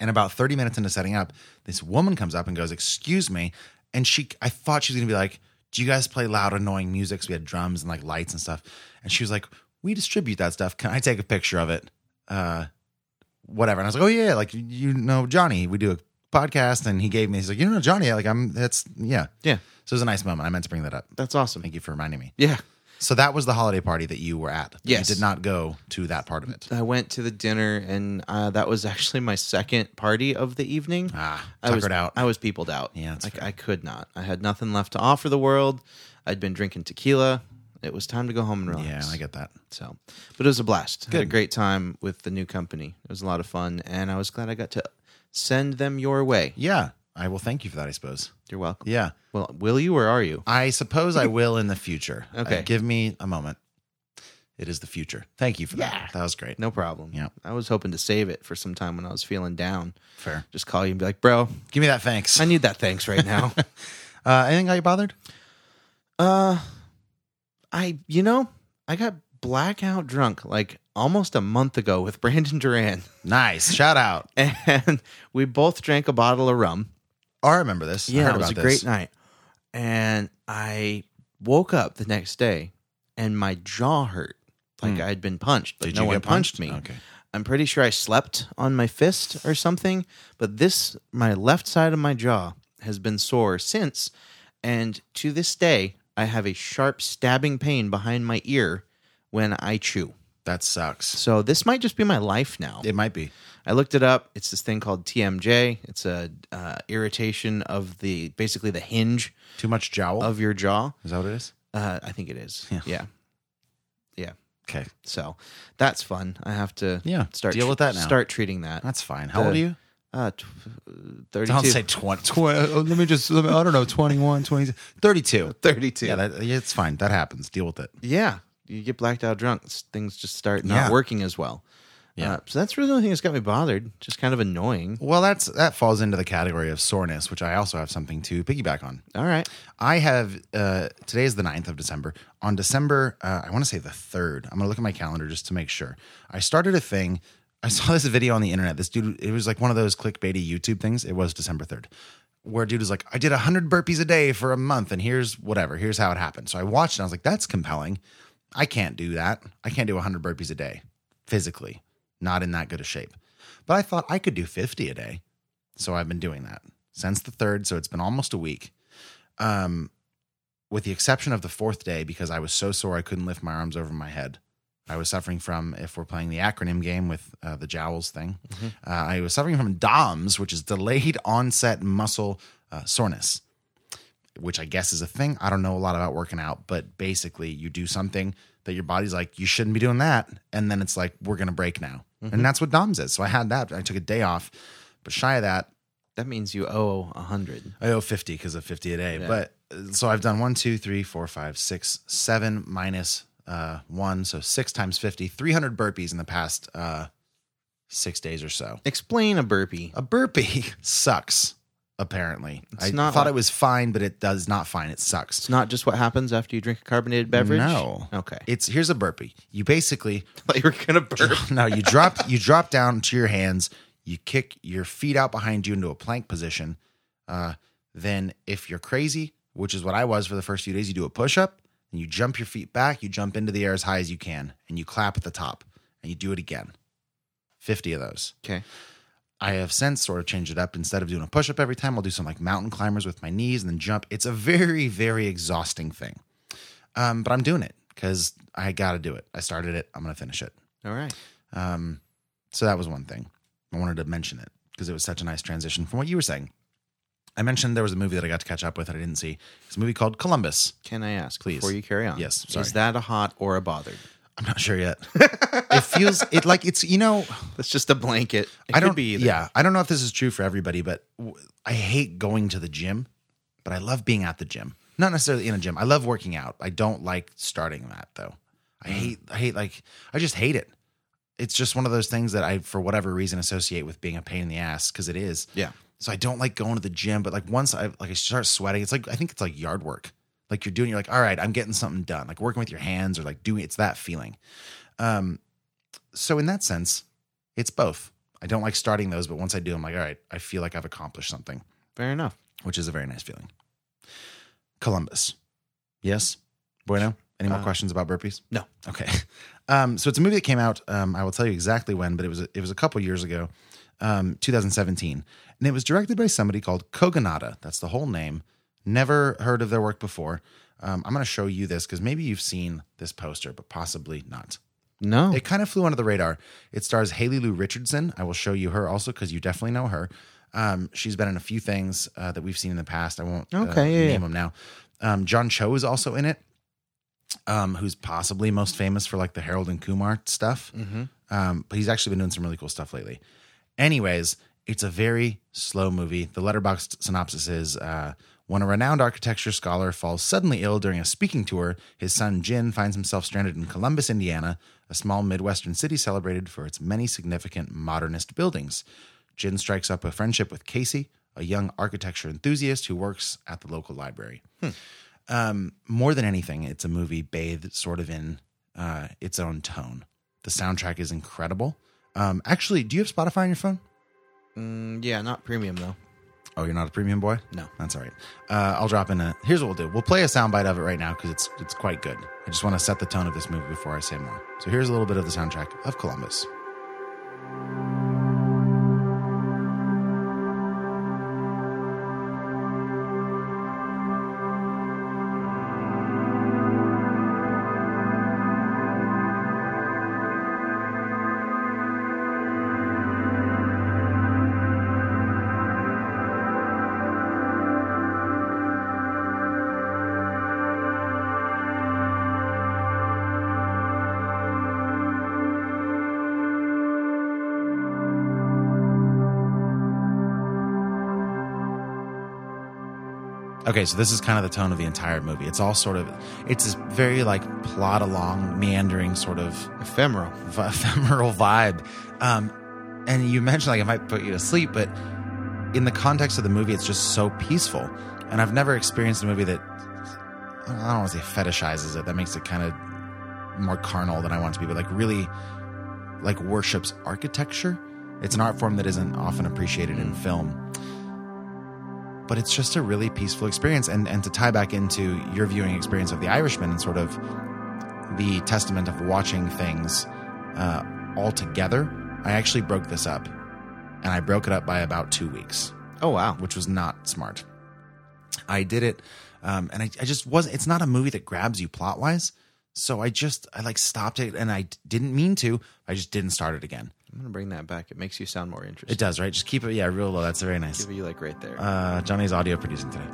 [SPEAKER 3] And about 30 minutes into setting up, this woman comes up and goes, Excuse me. And she, I thought she was going to be like, Do you guys play loud, annoying music? So we had drums and like lights and stuff. And she was like, We distribute that stuff. Can I take a picture of it? Uh, whatever. And I was like, Oh, yeah. Like, you know, Johnny, we do a podcast. And he gave me, he's like, You know, Johnny, like, I'm, that's, yeah.
[SPEAKER 5] Yeah.
[SPEAKER 3] So it was a nice moment. I meant to bring that up.
[SPEAKER 5] That's awesome.
[SPEAKER 3] Thank you for reminding me.
[SPEAKER 5] Yeah.
[SPEAKER 3] So that was the holiday party that you were at.
[SPEAKER 5] Yes.
[SPEAKER 3] You did not go to that part of it.
[SPEAKER 5] I went to the dinner, and uh, that was actually my second party of the evening. Ah, I was
[SPEAKER 3] tuckered out.
[SPEAKER 5] I was peopled out.
[SPEAKER 3] Yeah, that's
[SPEAKER 5] like I could not. I had nothing left to offer the world. I'd been drinking tequila. It was time to go home and relax.
[SPEAKER 3] Yeah, I get that.
[SPEAKER 5] So, but it was a blast. Had a
[SPEAKER 3] Good.
[SPEAKER 5] great time with the new company. It was a lot of fun, and I was glad I got to send them your way.
[SPEAKER 3] Yeah, I will thank you for that. I suppose
[SPEAKER 5] you're welcome.
[SPEAKER 3] Yeah.
[SPEAKER 5] Well, will you or are you?
[SPEAKER 3] I suppose I will in the future.
[SPEAKER 5] Okay.
[SPEAKER 3] Uh, give me a moment. It is the future. Thank you for that. That was great.
[SPEAKER 5] No problem.
[SPEAKER 3] Yeah.
[SPEAKER 5] I was hoping to save it for some time when I was feeling down.
[SPEAKER 3] Fair.
[SPEAKER 5] Just call you and be like, bro,
[SPEAKER 3] give me that thanks.
[SPEAKER 5] I need that thanks right now.
[SPEAKER 3] uh, anything got you bothered?
[SPEAKER 5] Uh, I you know I got blackout drunk like almost a month ago with Brandon Duran.
[SPEAKER 3] Nice shout out.
[SPEAKER 5] And we both drank a bottle of rum.
[SPEAKER 3] Oh, I remember this. I
[SPEAKER 5] Yeah,
[SPEAKER 3] heard
[SPEAKER 5] it was a
[SPEAKER 3] about this.
[SPEAKER 5] great night. And I woke up the next day and my jaw hurt like I had been punched, but
[SPEAKER 3] Hmm. Did
[SPEAKER 5] no
[SPEAKER 3] you
[SPEAKER 5] one
[SPEAKER 3] get
[SPEAKER 5] punched,
[SPEAKER 3] punched?
[SPEAKER 5] me.
[SPEAKER 3] Okay.
[SPEAKER 5] I'm pretty sure I slept on my fist or something, but this my left side of my jaw has been sore since and to this day I have a sharp stabbing pain behind my ear when I chew.
[SPEAKER 3] That sucks.
[SPEAKER 5] So this might just be my life now.
[SPEAKER 3] It might be.
[SPEAKER 5] I looked it up. It's this thing called TMJ. It's a uh, irritation of the basically the hinge
[SPEAKER 3] Too much jowl
[SPEAKER 5] of your jaw.
[SPEAKER 3] Is that what it is?
[SPEAKER 5] Uh, I think it is.
[SPEAKER 3] Yeah.
[SPEAKER 5] Yeah. yeah.
[SPEAKER 3] Okay.
[SPEAKER 5] So that's fun. I have to
[SPEAKER 3] Yeah,
[SPEAKER 5] start
[SPEAKER 3] deal with that now.
[SPEAKER 5] Start treating that.
[SPEAKER 3] That's fine. How old are you?
[SPEAKER 5] Uh, tw- uh, 32.
[SPEAKER 3] Don't say 20. tw- let me just, let me, I don't know, 21, 20, 32.
[SPEAKER 5] 32.
[SPEAKER 3] Yeah, that, yeah, it's fine. That happens. Deal with it.
[SPEAKER 5] Yeah. You get blacked out drunk. s- Things just start not
[SPEAKER 3] Yeah.
[SPEAKER 5] working as well.
[SPEAKER 3] Yeah.
[SPEAKER 5] Uh, so that's really the only thing that's got me bothered. Just kind of annoying.
[SPEAKER 3] Well, that's that falls into the category of soreness, which I also have something to piggyback on.
[SPEAKER 5] All right.
[SPEAKER 3] I have uh today is the 9th of December. On December uh, I want to say the 3rd. I'm going to look at my calendar just to make sure. I started a thing I saw this video on the internet. This dude, it was like one of those clickbaity YouTube things. It was December 3rd, where dude was like, I did 100 burpees a day for a month, and here's whatever, here's how it happened. So I watched and I was like, that's compelling. I can't do that. I can't do 100 burpees a day physically, not in that good a shape. But I thought I could do 50 a day. So I've been doing that since the 3rd. So it's been almost a week. Um, with the exception of the fourth day, because I was so sore I couldn't lift my arms over my head. I was suffering from, if we're playing the acronym game with uh, the jowls thing, uh, I was suffering from DOMS, which is delayed onset muscle uh, soreness, which I guess is a thing. I don't know a lot about working out, but basically, you do something that your body's like, you shouldn't be doing that. And then it's like, we're going to break now.
[SPEAKER 5] Mhm.
[SPEAKER 3] And that's what DOMS is. So I had that. I took a day off, but shy of that,
[SPEAKER 5] That means you owe a hundred.
[SPEAKER 3] I owe 50 because of 50 a day.
[SPEAKER 5] Yeah.
[SPEAKER 3] But uh, so I've done one, two, three, four, five, six, seven minus uh, one. So six times 50, 300 burpees in the past uh, six days or so.
[SPEAKER 5] Explain a burpee.
[SPEAKER 3] A burpee sucks, apparently.
[SPEAKER 5] It's
[SPEAKER 3] I
[SPEAKER 5] not
[SPEAKER 3] thought
[SPEAKER 5] like-
[SPEAKER 3] it was fine, but it does not fine. It sucks.
[SPEAKER 5] It's not just what happens after you drink a carbonated beverage.
[SPEAKER 3] No.
[SPEAKER 5] Okay.
[SPEAKER 3] It's here's a burpee. You basically
[SPEAKER 5] like you're gonna burp.
[SPEAKER 3] No, you drop you drop down to your hands, you kick your feet out behind you into a plank position. Uh, then if you're crazy, which is what I was for the first few days, you do a push-up and you jump your feet back, you jump into the air as high as you can, and you clap at the top and you do it again. 50 of those.
[SPEAKER 5] Okay.
[SPEAKER 3] I have since sort of changed it up. Instead of doing a push up every time, I'll do some like mountain climbers with my knees and then jump. It's a very, very exhausting thing. Um, but I'm doing it because I got to do it. I started it. I'm going to finish it.
[SPEAKER 5] All right.
[SPEAKER 3] Um, so that was one thing. I wanted to mention it because it was such a nice transition from what you were saying. I mentioned there was a movie that I got to catch up with that I didn't see. It's a movie called Columbus.
[SPEAKER 5] Can I ask
[SPEAKER 3] Please.
[SPEAKER 5] before you carry on?
[SPEAKER 3] Yes, sorry.
[SPEAKER 5] Is that a hot or a bothered?
[SPEAKER 3] I'm not sure yet. it feels it like it's you know
[SPEAKER 5] That's just a blanket. It
[SPEAKER 3] I
[SPEAKER 5] could
[SPEAKER 3] don't
[SPEAKER 5] be either.
[SPEAKER 3] yeah I don't know if this is true for everybody, but w- I hate going to the gym, but I love being at the gym. Not necessarily in a gym. I love working out. I don't like starting that though. I
[SPEAKER 5] Mm.
[SPEAKER 3] hate I hate like I just hate it. It's just one of those things that I for whatever reason associate with being a pain in the ass because it is.
[SPEAKER 5] Yeah.
[SPEAKER 3] So I don't like going to the gym, but like once I like I start sweating, it's like I think it's like yard work. Like you're doing, you're like, all right, I'm getting something done. Like working with your hands or like doing it's that feeling. Um, so in that sense, it's both. I don't like starting those, but once I do, I'm like, all right, I feel like I've accomplished something,
[SPEAKER 5] Fair enough.
[SPEAKER 3] which is a very nice feeling. Columbus. Yes. Bueno. Any more
[SPEAKER 5] Uh,
[SPEAKER 3] questions about burpees?
[SPEAKER 5] No.
[SPEAKER 3] Okay. Um, so it's a movie that came out. Um, I will tell you exactly when, but it was it was a couple years ago, um, 2017, and it was directed by somebody called Koganada. That's the whole name. Never heard of their work before. Um, I'm going to show you this because maybe you've seen this poster, but possibly not.
[SPEAKER 5] No.
[SPEAKER 3] It kind of flew under the radar. It stars Haley Lou Richardson. I will show you her also because you definitely know her. Um, she's been in a few things uh, that we've seen in the past. I won't uh,
[SPEAKER 5] Okay, yeah,
[SPEAKER 3] name
[SPEAKER 5] yeah.
[SPEAKER 3] them now. Um, John Cho is also in it, um, who's possibly most famous for like the Harold and Kumar stuff.
[SPEAKER 5] Mm-hmm.
[SPEAKER 3] Um, but he's actually been doing some really cool stuff lately. Anyways, it's a very slow movie. The letterboxed synopsis is uh, when a renowned architecture scholar falls suddenly ill during a speaking tour, his son Jin finds himself stranded in Columbus, Indiana, a small Midwestern city celebrated for its many significant modernist buildings. Jin strikes up a friendship with Casey, a young architecture enthusiast who works at the local library um, more than anything, it's a movie bathed sort of in uh, its own tone. The soundtrack is incredible. Um, actually, do you have Spotify on your phone?
[SPEAKER 5] Mm, yeah, not premium though.
[SPEAKER 3] Oh, you're not a premium boy?
[SPEAKER 5] No.
[SPEAKER 3] That's all right. Uh, I'll drop in a. Here's what we'll do. We'll play a soundbite of it right now because it's it's quite good. I just want to set the tone of this movie before I say more. So here's a little bit of the soundtrack of Columbus. Okay, so this is kind of the tone of the entire movie. It's all sort of, it's this very like plot along, meandering sort of
[SPEAKER 5] Ephemeral.
[SPEAKER 3] v- ephemeral vibe. Um, and you mentioned like it might put you to sleep, but in the context of the movie, it's just so peaceful. And I've never experienced a movie that I don't want to say fetishizes it. That makes it kind of more carnal than I want it to be, but like really like worships architecture. It's an art form that isn't often appreciated in film. But it's just a really peaceful experience. And, and to tie back into your viewing experience of The Irishman and sort of the testament of watching things uh, all together, I actually broke this up. And I broke it up by about two weeks.
[SPEAKER 5] Oh, wow.
[SPEAKER 3] Which was not smart. I did it, um, and I, I just wasn't. It's not a movie that grabs you plot wise, so I just I like stopped it, and I d- didn't mean to. I just didn't start it again.
[SPEAKER 5] I'm gonna bring that back. It Um, makes you sound more interesting.
[SPEAKER 3] It does, right? Just keep it, yeah, real low. That's very nice.
[SPEAKER 5] Give you like right there.
[SPEAKER 3] Uh, Johnny's audio producing today.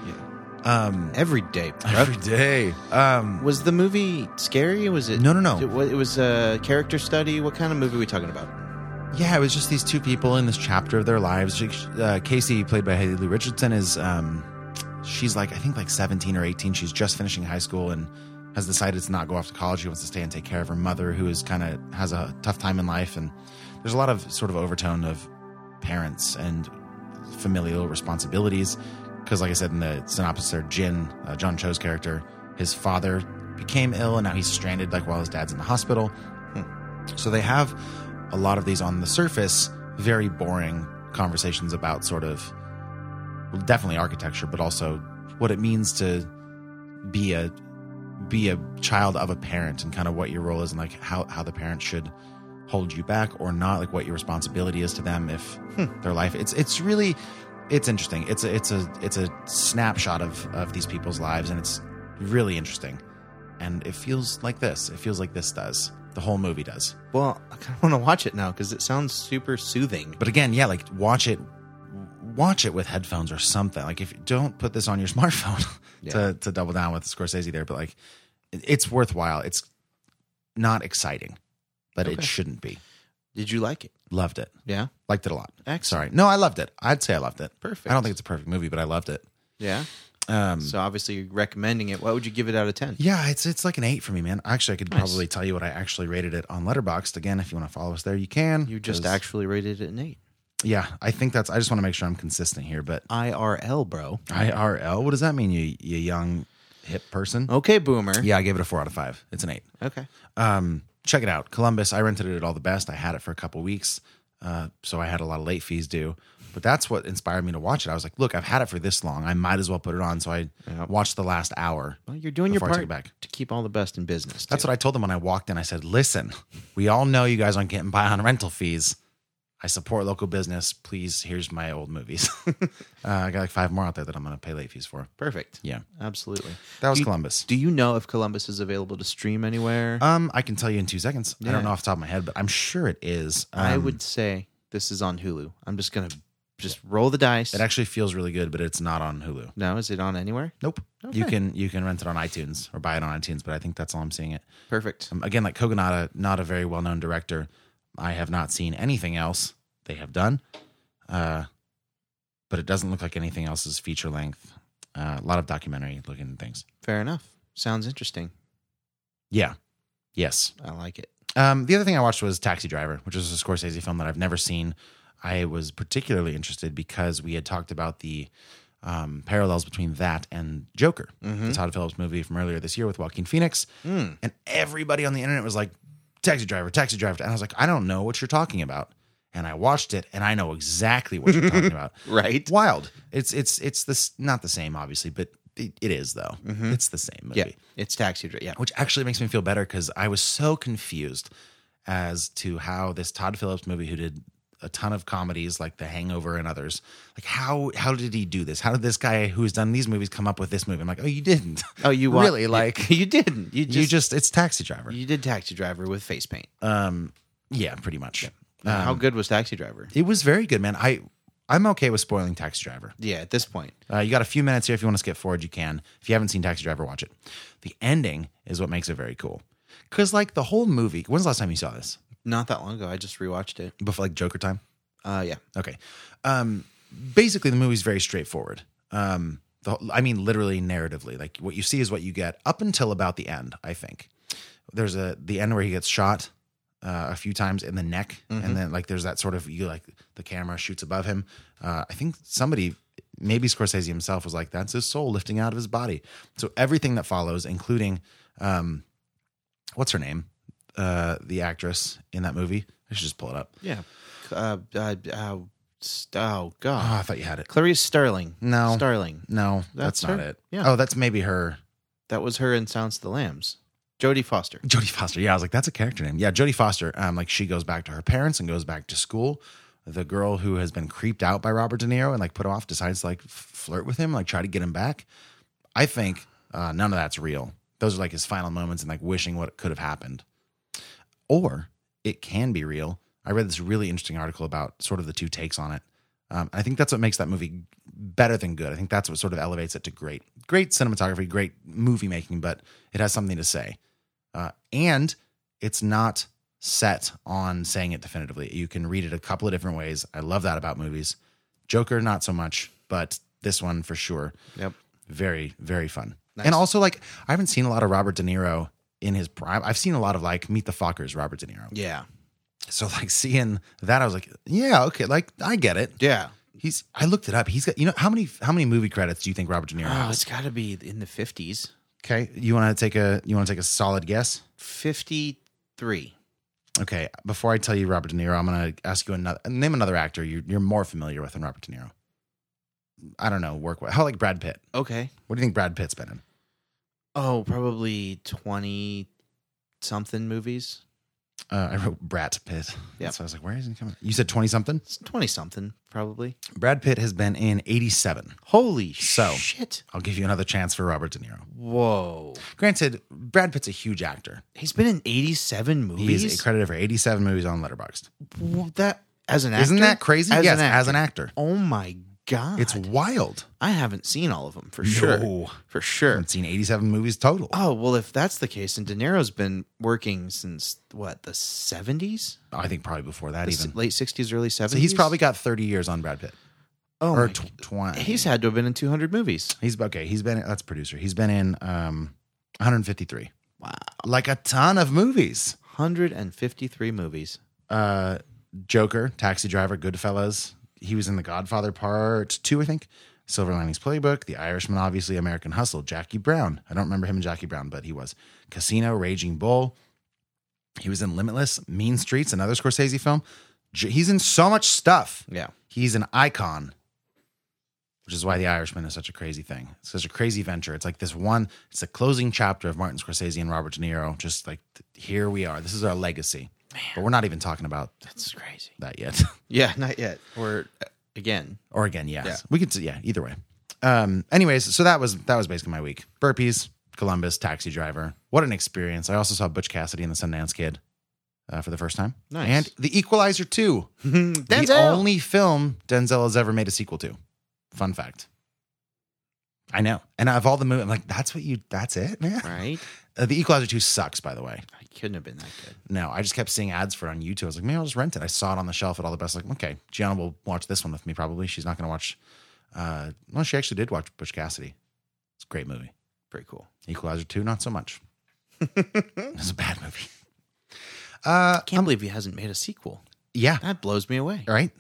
[SPEAKER 3] Um,
[SPEAKER 5] every day.
[SPEAKER 3] every day. Um,
[SPEAKER 5] was the movie scary? Was it
[SPEAKER 3] No, no, no.
[SPEAKER 5] It wa- it was a character study. What kind of movie are we talking about?
[SPEAKER 3] yeah, it was just these two people in this chapter of their lives. She- Uh, Casey, played by Haley Richardson, is um, she's like I think like 17 or 18. She's just finishing high school and has decided to not go off to college. She wants to stay and take care of her mother, who is kind of has a tough time in life. And there's a lot of sort of overtone of parents and familial responsibilities. Because, like I said in the synopsis, there, Jin, uh, John Cho's character, his father became ill, and now he's stranded. Like while his dad's in the hospital, so they have a lot of these on the surface, very boring conversations about sort of well, definitely architecture, but also what it means to be a be a child of a parent and kind of what your role is and like how, how the parent should hold you back or not, like what your responsibility is to them if their life it's it's really it's interesting. It's a it's a it's a snapshot of, of these people's lives and it's really interesting. And it feels like this. It feels like this does. The whole movie does.
[SPEAKER 5] Well, I kind of want to watch it now because it sounds super soothing.
[SPEAKER 3] But again, yeah, like watch it, watch it with headphones or something. Like if don't put this on your smartphone
[SPEAKER 5] Yeah.
[SPEAKER 3] to to double down with Scorsese there, but like it- it's worthwhile. It's not exciting, but it
[SPEAKER 5] Okay.
[SPEAKER 3] shouldn't be.
[SPEAKER 5] Did you like it?
[SPEAKER 3] Loved it,
[SPEAKER 5] Yeah.
[SPEAKER 3] liked it a lot.
[SPEAKER 5] Excellent.
[SPEAKER 3] Sorry, no, I loved it. I'd say I loved it.
[SPEAKER 5] Perfect.
[SPEAKER 3] I don't think it's a perfect movie, but I loved it.
[SPEAKER 5] Yeah.
[SPEAKER 3] Um,
[SPEAKER 5] So obviously you're recommending it. What would you give it out of ten?
[SPEAKER 3] yeah, it's it's like an eight for me, man. Actually, I could
[SPEAKER 5] Nice.
[SPEAKER 3] probably tell you what I actually rated it on Letterboxd. Again, if you want to follow us there, you can.
[SPEAKER 5] You just
[SPEAKER 3] 'cause-
[SPEAKER 5] actually rated it an eight.
[SPEAKER 3] yeah. I think that's. I just want to make sure I'm consistent here, but
[SPEAKER 5] IRL, bro.
[SPEAKER 3] IRL. What does that mean? You you young hip person?
[SPEAKER 5] Okay, boomer.
[SPEAKER 3] Yeah, I gave it a four out of five. It's an eight.
[SPEAKER 5] Okay.
[SPEAKER 3] Um, check it out, Columbus. I rented it at all the best. I had it for a couple weeks, uh, so I had a lot of late fees due. But that's what inspired me to watch it. I was like, look, I've had it for this long. I might as well put it on. So I watched the last hour.
[SPEAKER 5] Well, you're doing your
[SPEAKER 3] Before I
[SPEAKER 5] part
[SPEAKER 3] take it back.
[SPEAKER 5] to keep all the best in business.
[SPEAKER 3] That's
[SPEAKER 5] too.
[SPEAKER 3] what I told them when I walked in. I said, listen, we all know you guys aren't getting by on rental fees. I support local business. Please, here's my old movies. uh, I got like five more out there that I'm going to pay late fees for.
[SPEAKER 5] perfect.
[SPEAKER 3] Yeah.
[SPEAKER 5] Absolutely.
[SPEAKER 3] That was
[SPEAKER 5] Do you-
[SPEAKER 3] Columbus.
[SPEAKER 5] Do you know if Columbus is available to stream anywhere?
[SPEAKER 3] Um, I can tell you in two seconds. I
[SPEAKER 5] Yeah.
[SPEAKER 3] don't know off the top of my head, but I'm sure it is. Um,
[SPEAKER 5] I would say this is on Hulu. I'm just gonna just roll the dice.
[SPEAKER 3] It actually feels really good, but it's not on Hulu.
[SPEAKER 5] no, is it on anywhere?
[SPEAKER 3] Nope. You
[SPEAKER 5] Okay.
[SPEAKER 3] can you can rent it on iTunes or buy it on iTunes, but I think that's all I'm seeing it.
[SPEAKER 5] Perfect.
[SPEAKER 3] Um, again, like Koganada, not a very well known director. I have not seen anything else they have done, uh, but it doesn't look like anything else is feature length. Uh, a lot of documentary looking things.
[SPEAKER 5] Fair enough. Sounds interesting.
[SPEAKER 3] Yeah. Yes.
[SPEAKER 5] I like it.
[SPEAKER 3] Um, the other thing I watched was Taxi Driver, which is a Scorsese film that I've never seen. I was particularly interested because we had talked about the um, parallels between that and Joker,
[SPEAKER 5] Mm-hmm.
[SPEAKER 3] the Todd Phillips movie from earlier this year with Joaquin Phoenix.
[SPEAKER 5] Mm.
[SPEAKER 3] And everybody on the internet was like, Taxi Driver, Taxi Driver. And I was like, I don't know what you're talking about. And I watched it and I know exactly what you're talking about.
[SPEAKER 5] Right.
[SPEAKER 3] Wild. It's it's it's this not the same, obviously, but it, it is though. It's the same movie
[SPEAKER 5] Mm-hmm. Yeah. It's taxi driver. Yeah.
[SPEAKER 3] which actually makes me feel better because I was so confused as to how this Todd Phillips movie, who did a ton of comedies like The Hangover and others, like how how did he do this? How did this guy who's done these movies come up with this movie? I'm like, oh, you didn't.
[SPEAKER 5] Oh, you want,
[SPEAKER 3] really like
[SPEAKER 5] you, didn't. You just,
[SPEAKER 3] you just it's Taxi Driver.
[SPEAKER 5] you did taxi driver with face paint.
[SPEAKER 3] Um, yeah, pretty much. Um,
[SPEAKER 5] How good was taxi driver?
[SPEAKER 3] It was very good, man. I I'm okay with spoiling Taxi Driver.
[SPEAKER 5] Yeah. At this point,
[SPEAKER 3] Uh, you got a few minutes here. If you want to skip forward, you can. If you haven't seen Taxi Driver, watch it. The ending is what makes it very cool. Because, like, the whole movie, when's the last time you saw this?
[SPEAKER 5] not that long ago, I just rewatched it.
[SPEAKER 3] Before, like, Joker time?
[SPEAKER 5] Uh, yeah.
[SPEAKER 3] Okay. Um, basically, the movie's very straightforward. Um, the, whole- I mean, literally, narratively, like what you see is what you get up until about the end. I think there's a the end where he gets shot uh, a few times in the neck, and then like there's that sort of you like the camera shoots above him. Uh, I think somebody, maybe Scorsese himself, was like, "That's his soul lifting out of his body." So everything that follows, including um, what's her name, uh, the actress in that movie. I should just pull it up.
[SPEAKER 5] Yeah. Uh, uh, uh, st- oh God.
[SPEAKER 3] Oh, I thought you had it.
[SPEAKER 5] Clarice Starling.
[SPEAKER 3] No.
[SPEAKER 5] Starling.
[SPEAKER 3] No,
[SPEAKER 5] That's
[SPEAKER 3] that's, not
[SPEAKER 5] her?
[SPEAKER 3] it.
[SPEAKER 5] Yeah.
[SPEAKER 3] Oh, that's maybe her.
[SPEAKER 5] That was her in Sounds of the Lambs. Jodie Foster.
[SPEAKER 3] Jodie Foster. Yeah, I was like, that's a character name. Yeah, Jodie Foster. Um, like she goes back to her parents and goes back to school. The girl who has been creeped out by Robert De Niro and like put off decides to like f- flirt with him, like try to get him back. I think uh, none of that's real. Those are like his final moments and like wishing what could have happened. Or it can be real. I read this really interesting article about sort of the two takes on it. Um, I think that's what makes that movie better than good. I think that's what sort of elevates it to great. Great cinematography, great movie making, but it has something to say uh, and it's not set on saying it definitively. You can read it a couple of different ways. I love that about movies. Joker, not so much, but this one for sure.
[SPEAKER 5] Yep.
[SPEAKER 3] Very, very fun.
[SPEAKER 5] Nice.
[SPEAKER 3] And also, like, I haven't seen a lot of Robert De Niro in his prime. I've seen a lot of like Meet the Fockers, Robert De Niro.
[SPEAKER 5] Yeah.
[SPEAKER 3] So like seeing that, I was like, yeah, okay, like I get it.
[SPEAKER 5] Yeah.
[SPEAKER 3] He's. I looked it up. He's got. You know how many how many movie credits do you think Robert De Niro
[SPEAKER 5] Oh,
[SPEAKER 3] has?
[SPEAKER 5] it's got to be in the fifties.
[SPEAKER 3] Okay, you want to take a you want to take a solid guess?
[SPEAKER 5] Fifty-three.
[SPEAKER 3] Okay, before I tell you Robert De Niro, I'm gonna ask you another name another actor you you're more familiar with than Robert De Niro. I don't know, work with how like Brad Pitt.
[SPEAKER 5] Okay.
[SPEAKER 3] What do you think Brad Pitt's been in?
[SPEAKER 5] Oh, probably twenty something movies.
[SPEAKER 3] Uh, I wrote Brad Pitt.
[SPEAKER 5] Yeah.
[SPEAKER 3] So I was like, where is he coming? You said twenty something.
[SPEAKER 5] Twenty something, probably.
[SPEAKER 3] Brad Pitt has been in eighty seven.
[SPEAKER 5] Holy
[SPEAKER 3] So
[SPEAKER 5] shit!
[SPEAKER 3] I'll give you another chance for Robert De Niro.
[SPEAKER 5] Whoa.
[SPEAKER 3] Granted, Brad Pitt's a huge actor.
[SPEAKER 5] He's been in eighty-seven movies.
[SPEAKER 3] He's credited for eighty seven movies on Letterboxd.
[SPEAKER 5] Well, that as an actor.
[SPEAKER 3] Isn't that crazy? yes, as an actor.
[SPEAKER 5] Oh my god!
[SPEAKER 3] It's wild.
[SPEAKER 5] I haven't seen all of them for sure.
[SPEAKER 3] No.
[SPEAKER 5] For sure.
[SPEAKER 3] I've seen eighty seven movies total.
[SPEAKER 5] Oh well, if that's the case, and De Niro's been working since what the seventies,
[SPEAKER 3] I think probably before that even.
[SPEAKER 5] late sixties, early
[SPEAKER 3] So
[SPEAKER 5] seventies.
[SPEAKER 3] he's probably got 30 years on Brad Pitt.
[SPEAKER 5] oh,
[SPEAKER 3] or
[SPEAKER 5] my-
[SPEAKER 3] tw- 20.
[SPEAKER 5] he's had to have been in two hundred movies.
[SPEAKER 3] He's okay. He's been that's producer. He's been in um 153.
[SPEAKER 5] Wow,
[SPEAKER 3] Like a ton of movies.
[SPEAKER 5] hundred and fifty-three movies.
[SPEAKER 3] Uh Joker, Taxi Driver, Goodfellas. He was in The Godfather Part 2, I think. Silver Linings Playbook, The Irishman, obviously, American Hustle, Jackie Brown. I don't remember him and Jackie Brown, but he was. Casino, Raging Bull. He was in Limitless, Mean Streets, another Scorsese film. J- He's in so much stuff.
[SPEAKER 5] Yeah,
[SPEAKER 3] he's an icon which is why the irishman is such a crazy thing it's such a crazy venture it's like this one it's the closing chapter of martin scorsese and robert de niro just like th- here we are this is our legacy but we're not even talking about
[SPEAKER 5] that's crazy.
[SPEAKER 3] that yet
[SPEAKER 5] Yeah, not yet. Or uh, again,
[SPEAKER 3] or again yes
[SPEAKER 5] Yeah.
[SPEAKER 3] we could s- yeah either way um anyways so that was that was basically my week burpees columbus taxi driver what an experience i also saw butch cassidy and the sundance kid uh, for the first time
[SPEAKER 5] Nice.
[SPEAKER 3] and the equalizer 2 the
[SPEAKER 5] Denzel.
[SPEAKER 3] only film Denzel has ever made a sequel to. Fun fact. I know. And of all the movies, I'm like, that's what you, that's it, man.
[SPEAKER 5] right?
[SPEAKER 3] Uh, the Equalizer 2 sucks, by the way.
[SPEAKER 5] I couldn't have been that good.
[SPEAKER 3] No, I just kept seeing ads for it on YouTube. I was like, maybe I'll just rent it. I saw it on the shelf at all the best. Like, okay, Gianna will watch this one with me probably. She's not going to watch, uh, well, she actually did watch Bush Cassidy. It's a great movie.
[SPEAKER 5] Pretty cool.
[SPEAKER 3] Equalizer 2, not so much. it's a bad movie. Uh,
[SPEAKER 5] I can't believe he hasn't made a sequel.
[SPEAKER 3] Yeah.
[SPEAKER 5] That blows me away.
[SPEAKER 3] right?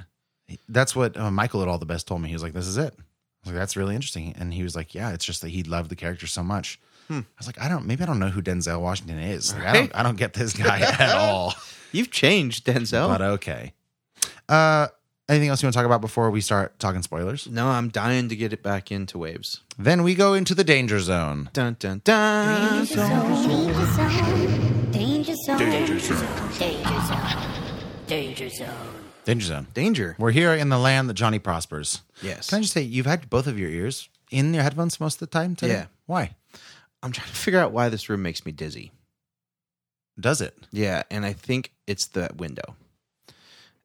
[SPEAKER 3] That's what uh, Michael at All the Best told me. He was like, "This is it." I was like, "That's really interesting." And he was like, "Yeah, it's just that he loved the character so much." I was like, "I don't. Maybe I don't know who Denzel Washington is. Like, I don't. I don't get this guy at all."
[SPEAKER 5] You've changed, Denzel.
[SPEAKER 3] But okay. Uh, anything else you want to talk about before we start talking spoilers?
[SPEAKER 5] no, I'm dying to get it back into waves.
[SPEAKER 3] Then we go into the danger zone.
[SPEAKER 5] Dun dun dun.
[SPEAKER 15] Danger zone. Danger zone. Danger zone. Danger zone. Danger zone.
[SPEAKER 3] Danger zone.
[SPEAKER 5] Danger.
[SPEAKER 3] We're here in the land that Johnny prospers.
[SPEAKER 5] Yes.
[SPEAKER 3] Can I just say you've had both of your ears in your headphones most of the time today?
[SPEAKER 5] Yeah.
[SPEAKER 3] Why?
[SPEAKER 5] I'm trying to figure out why this room makes me dizzy.
[SPEAKER 3] Does it?
[SPEAKER 5] Yeah, and I think it's the window.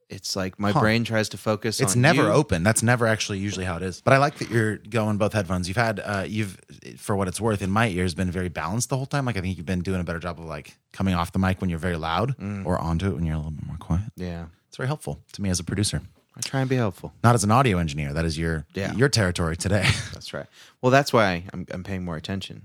[SPEAKER 5] It's like my
[SPEAKER 3] Huh.
[SPEAKER 5] brain tries to focus.
[SPEAKER 3] It's
[SPEAKER 5] on
[SPEAKER 3] never
[SPEAKER 5] you.
[SPEAKER 3] open. That's never actually usually how it is. But I like that you're going both headphones. You've had uh, you've for what it's worth in my ears been very balanced the whole time. Like I think you've been doing a better job of like coming off the mic when you're very loud or onto it when you're a little bit more quiet.
[SPEAKER 5] Yeah,
[SPEAKER 3] It's very helpful to me as a producer,
[SPEAKER 5] I try and be helpful.
[SPEAKER 3] not as an audio engineer. That is your
[SPEAKER 5] Yeah.
[SPEAKER 3] your territory today.
[SPEAKER 5] That's right. Well, that's why I'm, I'm paying more attention,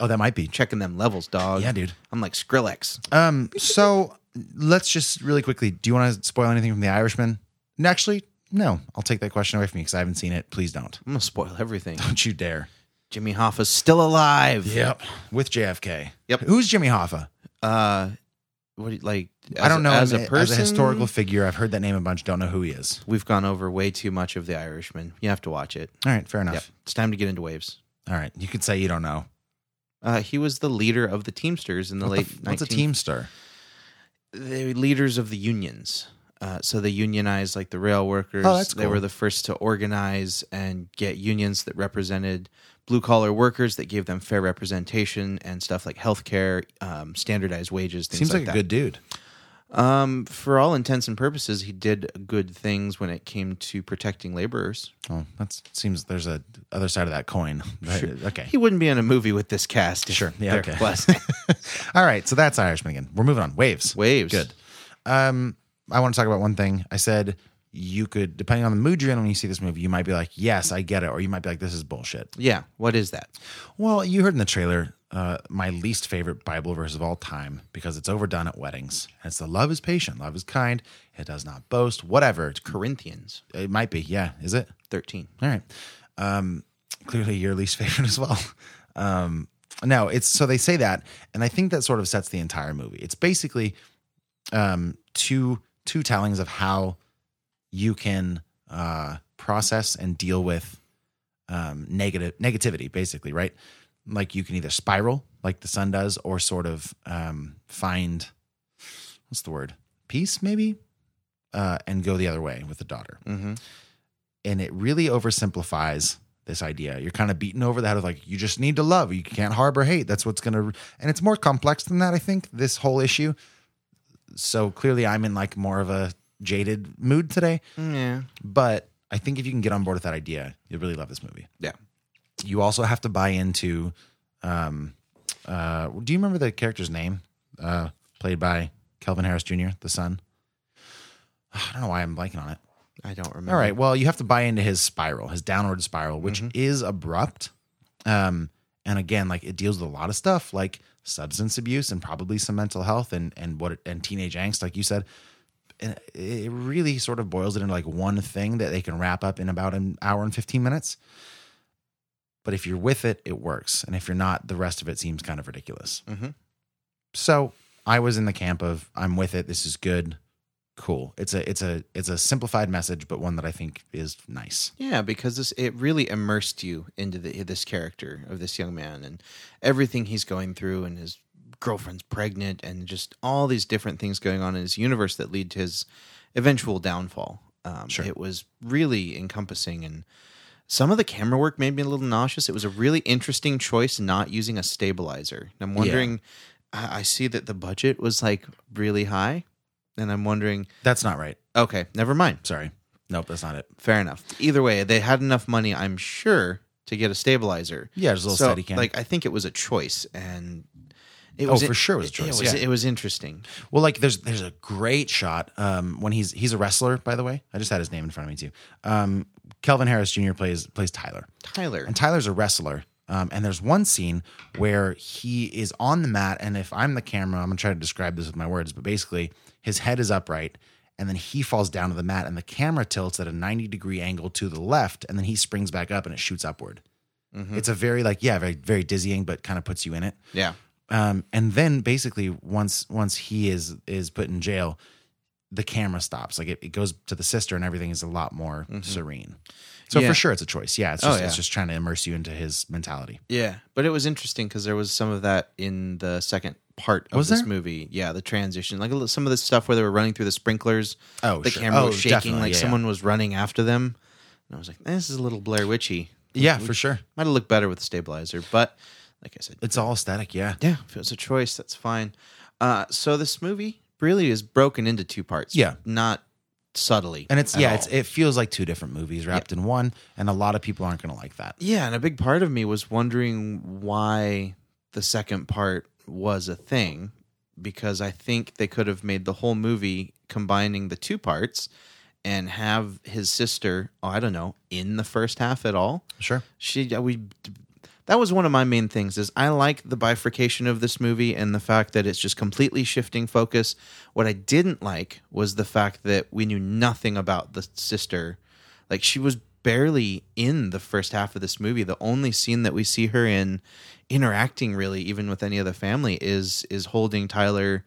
[SPEAKER 3] oh, that might be.
[SPEAKER 5] checking them levels, dog.
[SPEAKER 3] Yeah, dude.
[SPEAKER 5] I'm like Skrillex.
[SPEAKER 3] Um, so let's just really quickly. Do you want to spoil anything from The Irishman? And actually, no. I'll take that question away from you because I haven't seen it. Please don't.
[SPEAKER 5] I'm gonna spoil everything.
[SPEAKER 3] Don't you dare.
[SPEAKER 5] Jimmy Hoffa's still alive.
[SPEAKER 3] Yep. With JFK.
[SPEAKER 5] Yep.
[SPEAKER 3] Who's Jimmy Hoffa?
[SPEAKER 5] Uh, what do you- like
[SPEAKER 3] I don't know
[SPEAKER 5] as
[SPEAKER 3] him
[SPEAKER 5] a person
[SPEAKER 3] as a historical figure. I've heard that name a bunch. Don't know who he is.
[SPEAKER 5] We've gone over way too much of The Irishman. You have to watch it.
[SPEAKER 3] All right, fair enough.
[SPEAKER 5] Yep. It's time to get into waves.
[SPEAKER 3] All right, you could say you don't know.
[SPEAKER 5] Uh, he was the leader of the Teamsters in the
[SPEAKER 3] What the
[SPEAKER 5] late.
[SPEAKER 3] f- what's a
[SPEAKER 5] 19th
[SPEAKER 3] Teamster?
[SPEAKER 5] The leaders of the unions. Uh, so they unionized like the rail workers.
[SPEAKER 3] Oh, that's
[SPEAKER 5] They were
[SPEAKER 3] cool.
[SPEAKER 5] the first to organize and get unions that represented blue collar workers that gave them fair representation and stuff like healthcare, um, standardized wages. Things
[SPEAKER 3] Seems like,
[SPEAKER 5] that.
[SPEAKER 3] a good dude.
[SPEAKER 5] Um, for all intents and purposes, he did good things when it came to protecting laborers.
[SPEAKER 3] Oh, that seems there's a other side of that coin. Right,
[SPEAKER 5] Sure.
[SPEAKER 3] Okay.
[SPEAKER 5] He wouldn't be in a movie with this cast. if
[SPEAKER 3] Sure. Yeah.
[SPEAKER 5] there
[SPEAKER 3] Okay.
[SPEAKER 5] wasn't.
[SPEAKER 3] All right. So that's Irishman again. We're moving on. Waves.
[SPEAKER 5] Waves.
[SPEAKER 3] Good. Um, I want to talk about one thing. I said you could, depending on the mood you're in when you see this movie, you might be like, "Yes, I get it," or you might be like, "This is bullshit."
[SPEAKER 5] Yeah. What is that?
[SPEAKER 3] Well, you heard in the trailer uh, my least favorite Bible verse of all time because it's overdone at weddings. It's the love is patient, love is kind, it does not boast, whatever. It's cor-
[SPEAKER 5] Corinthians
[SPEAKER 3] It might be, yeah. Is it?
[SPEAKER 5] 13.
[SPEAKER 3] All right. Um, clearly your least favorite as well. Um, no, it's so they say that, and I think that sort of sets the entire movie. It's basically um, two two tellings of how you can uh, process and deal with um, negative negativity, basically, right? Like you can either spiral, like the sun does, or sort of um, find what's the word peace, maybe, uh, and go the other way with the daughter
[SPEAKER 5] Mm-hmm.
[SPEAKER 3] and it really oversimplifies this idea. You're kind of beaten over the head of like, you just need to love. You can't harbor hate. That's what's going to, and it's more complex than that, I think, this whole issue. So clearly I'm in like more of a jaded mood today,
[SPEAKER 5] Yeah.
[SPEAKER 3] but I think if you can get on board with that idea, you'll really love this movie.
[SPEAKER 5] Yeah.
[SPEAKER 3] You also have to buy into, um, uh, do you remember the character's name? Uh, played by Kelvin Harris Jr., the son. I don't know why I'm blanking on it.
[SPEAKER 5] I don't remember.
[SPEAKER 3] All right. Well, you have to buy into his spiral, his downward spiral, which is abrupt. Um, and again, like it deals with a lot of stuff, like substance abuse and probably some mental health and and what and teenage angst, like you said. And it really sort of boils it into like one thing that they can wrap up in about an hour and fifteen minutes. But if you're with it, it works, and if you're not, the rest of it seems kind of ridiculous.
[SPEAKER 5] Mhm.
[SPEAKER 3] So I was in the camp of I'm with it. This is good cool. It's a it's a it's a simplified message, but one that I think is nice.
[SPEAKER 5] Yeah, because this it really immersed you into the, this character of this young man and everything he's going through, and his girlfriend's pregnant, and just all these different things going on in his universe that lead to his eventual downfall. Um, It was really encompassing, and some of the camera work made me a little nauseous. It was a really interesting choice not using a stabilizer. And I'm wondering, I, I see that the budget was like really high, and I'm wondering,
[SPEAKER 3] That's not right.
[SPEAKER 5] okay, never mind.
[SPEAKER 3] Sorry. Nope, that's not it.
[SPEAKER 5] Fair enough. Either way, they had enough money, I'm sure, to get a stabilizer.
[SPEAKER 3] Yeah, there's a little
[SPEAKER 5] so,
[SPEAKER 3] Steadicam.
[SPEAKER 5] Like I think it was a choice, and it
[SPEAKER 3] Oh,
[SPEAKER 5] was
[SPEAKER 3] for sure it was a choice,
[SPEAKER 5] It was,
[SPEAKER 3] yeah.
[SPEAKER 5] it was interesting.
[SPEAKER 3] Well, like there's there's a great shot um, when he's he's a wrestler. By the way, I just had his name in front of me too. Um, Kelvin Harris Jr. plays plays Tyler,
[SPEAKER 5] Tyler,
[SPEAKER 3] and Tyler's a wrestler. Um, and there's one scene where he is on the mat, and if I'm the camera, I'm gonna try to describe this with my words, but basically his head is upright, and then he falls down to the mat, and the camera tilts at a 90 degree angle to the left, and then he springs back up, and it shoots upward.
[SPEAKER 5] Mhm.
[SPEAKER 3] It's a very like yeah, very very dizzying, but kind of puts you in it.
[SPEAKER 5] yeah,
[SPEAKER 3] Um, and then basically once once he is is put in jail, the camera stops. Like it, it goes to the sister, and everything is a lot more serene. So
[SPEAKER 5] Mm-hmm. Yeah.
[SPEAKER 3] for sure, it's a choice. Yeah, it's
[SPEAKER 5] Oh,
[SPEAKER 3] just
[SPEAKER 5] yeah.
[SPEAKER 3] it's just trying to immerse you into his mentality.
[SPEAKER 5] yeah. But it was interesting because there was some of that in the second part of
[SPEAKER 3] Was
[SPEAKER 5] this
[SPEAKER 3] there?
[SPEAKER 5] movie. Yeah, the transition, like a little- some of the stuff where they were running through the sprinklers.
[SPEAKER 3] Oh,
[SPEAKER 5] the
[SPEAKER 3] sure.
[SPEAKER 5] camera
[SPEAKER 3] Oh,
[SPEAKER 5] was shaking,
[SPEAKER 3] definitely,
[SPEAKER 5] like
[SPEAKER 3] yeah,
[SPEAKER 5] someone was running after them. And I was like, this is a little Blair Witchy.
[SPEAKER 3] Yeah, for sure.
[SPEAKER 5] Might have looked better with the stabilizer, but like I said,
[SPEAKER 3] It's all aesthetic. Yeah.
[SPEAKER 5] Yeah, if it was a choice, that's fine. Uh, so this movie really is broken into two parts.
[SPEAKER 3] Yeah.
[SPEAKER 5] not subtly,
[SPEAKER 3] And it's
[SPEAKER 5] at
[SPEAKER 3] yeah,
[SPEAKER 5] all.
[SPEAKER 3] it's it feels like two different movies wrapped in one, and a lot of people aren't going to like that.
[SPEAKER 5] yeah. And a big part of me was wondering why the second part was a thing, because I think they could have made the whole movie combining the two parts and have his sister. Oh, I don't know, in the first half at all.
[SPEAKER 3] Sure.
[SPEAKER 5] she we that was one of my main things is i like the bifurcation of this movie and the fact that it's just completely shifting focus what i didn't like was the fact that we knew nothing about the sister like she was barely in the first half of this movie the only scene that we see her in interacting really even with any of the family is is holding tyler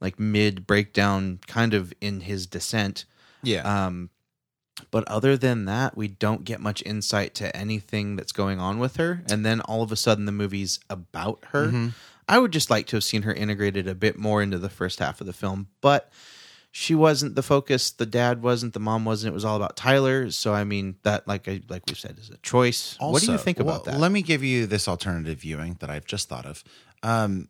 [SPEAKER 5] like mid breakdown, kind of in his descent.
[SPEAKER 3] Yeah.
[SPEAKER 5] Um, but other than that, we don't get much insight to anything that's going on with her. And then all of a sudden, the movie's about her.
[SPEAKER 3] Mhm.
[SPEAKER 5] I would just like to have seen her integrated a bit more into the first half of the film, but she wasn't the focus. The dad wasn't. The mom wasn't. It was all about Tyler. So I mean, that like I like we said is a choice. what do you
[SPEAKER 3] Also,
[SPEAKER 5] think
[SPEAKER 3] well,
[SPEAKER 5] about that?
[SPEAKER 3] Let me give you this alternative viewing that I've just thought of. Um,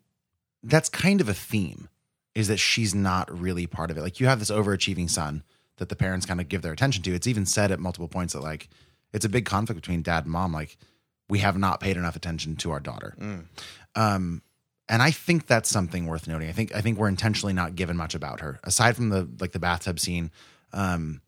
[SPEAKER 3] that's kind of a theme, is that she's not really part of it. Like you have this overachieving son that the parents kind of give their attention to. It's even said at multiple points that like it's a big conflict between dad and mom. Like we have not paid enough attention to our daughter.
[SPEAKER 5] Mm.
[SPEAKER 3] Um, and I think that's something worth noting. I think I think we're intentionally not given much about her aside from the like the bathtub scene. Um,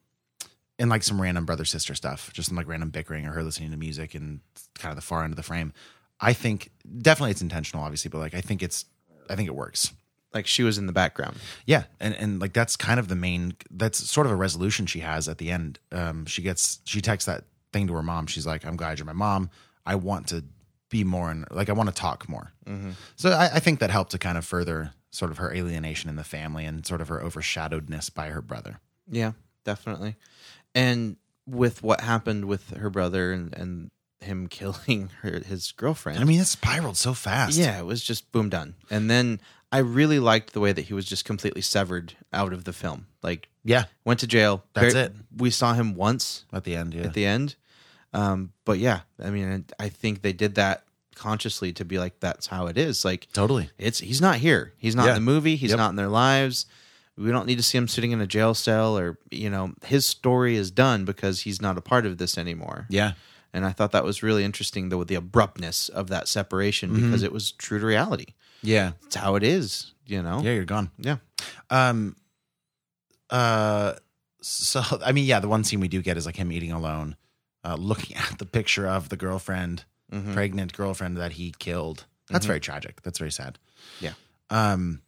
[SPEAKER 3] and like some random brother sister stuff, just some like random bickering or her listening to music and kind of the far end of the frame. I think definitely it's intentional, obviously, but like I think it's I think it works.
[SPEAKER 5] Like she was in the background.
[SPEAKER 3] Yeah, and and like that's kind of the main. That's sort of a resolution she has at the end. Um, she gets she texts that thing to her mom. She's like, "I'm glad you're my mom. I want to be more and like I want to talk more."
[SPEAKER 5] Mm-hmm.
[SPEAKER 3] So I, I think that helped to kind of further sort of her alienation in the family and sort of her overshadowedness by her brother.
[SPEAKER 5] Yeah, definitely. And with what happened with her brother and, and him killing her his girlfriend.
[SPEAKER 3] I mean, it spiraled so fast.
[SPEAKER 5] Yeah, it was just boom done. And then I really liked the way that he was just completely severed out of the film. Like,
[SPEAKER 3] Yeah.
[SPEAKER 5] went to jail.
[SPEAKER 3] That's
[SPEAKER 5] Very-
[SPEAKER 3] it.
[SPEAKER 5] We saw him once
[SPEAKER 3] at the end. Yeah,
[SPEAKER 5] at the end. Um, but yeah, I mean, I think they did that consciously to be like, that's how it is. Like,
[SPEAKER 3] totally.
[SPEAKER 5] It's he's not here. He's not
[SPEAKER 3] Yeah.
[SPEAKER 5] in the movie. He's
[SPEAKER 3] Yep.
[SPEAKER 5] not in their lives. We don't need to see him sitting in a jail cell or you know his story is done because he's not a part of this anymore.
[SPEAKER 3] Yeah.
[SPEAKER 5] And I thought that was really interesting, though, the abruptness of that separation
[SPEAKER 3] Mhm.
[SPEAKER 5] because it was true to reality.
[SPEAKER 3] Yeah,
[SPEAKER 5] It's how it is, you know.
[SPEAKER 3] yeah, you're gone.
[SPEAKER 5] Yeah.
[SPEAKER 3] Um. Uh. So I mean, yeah, the one scene we do get is like him eating alone, uh, looking at the picture of the girlfriend,
[SPEAKER 5] Mhm.
[SPEAKER 3] pregnant girlfriend that he killed. That's
[SPEAKER 5] Mhm.
[SPEAKER 3] very tragic. That's very sad.
[SPEAKER 5] Yeah.
[SPEAKER 3] Um,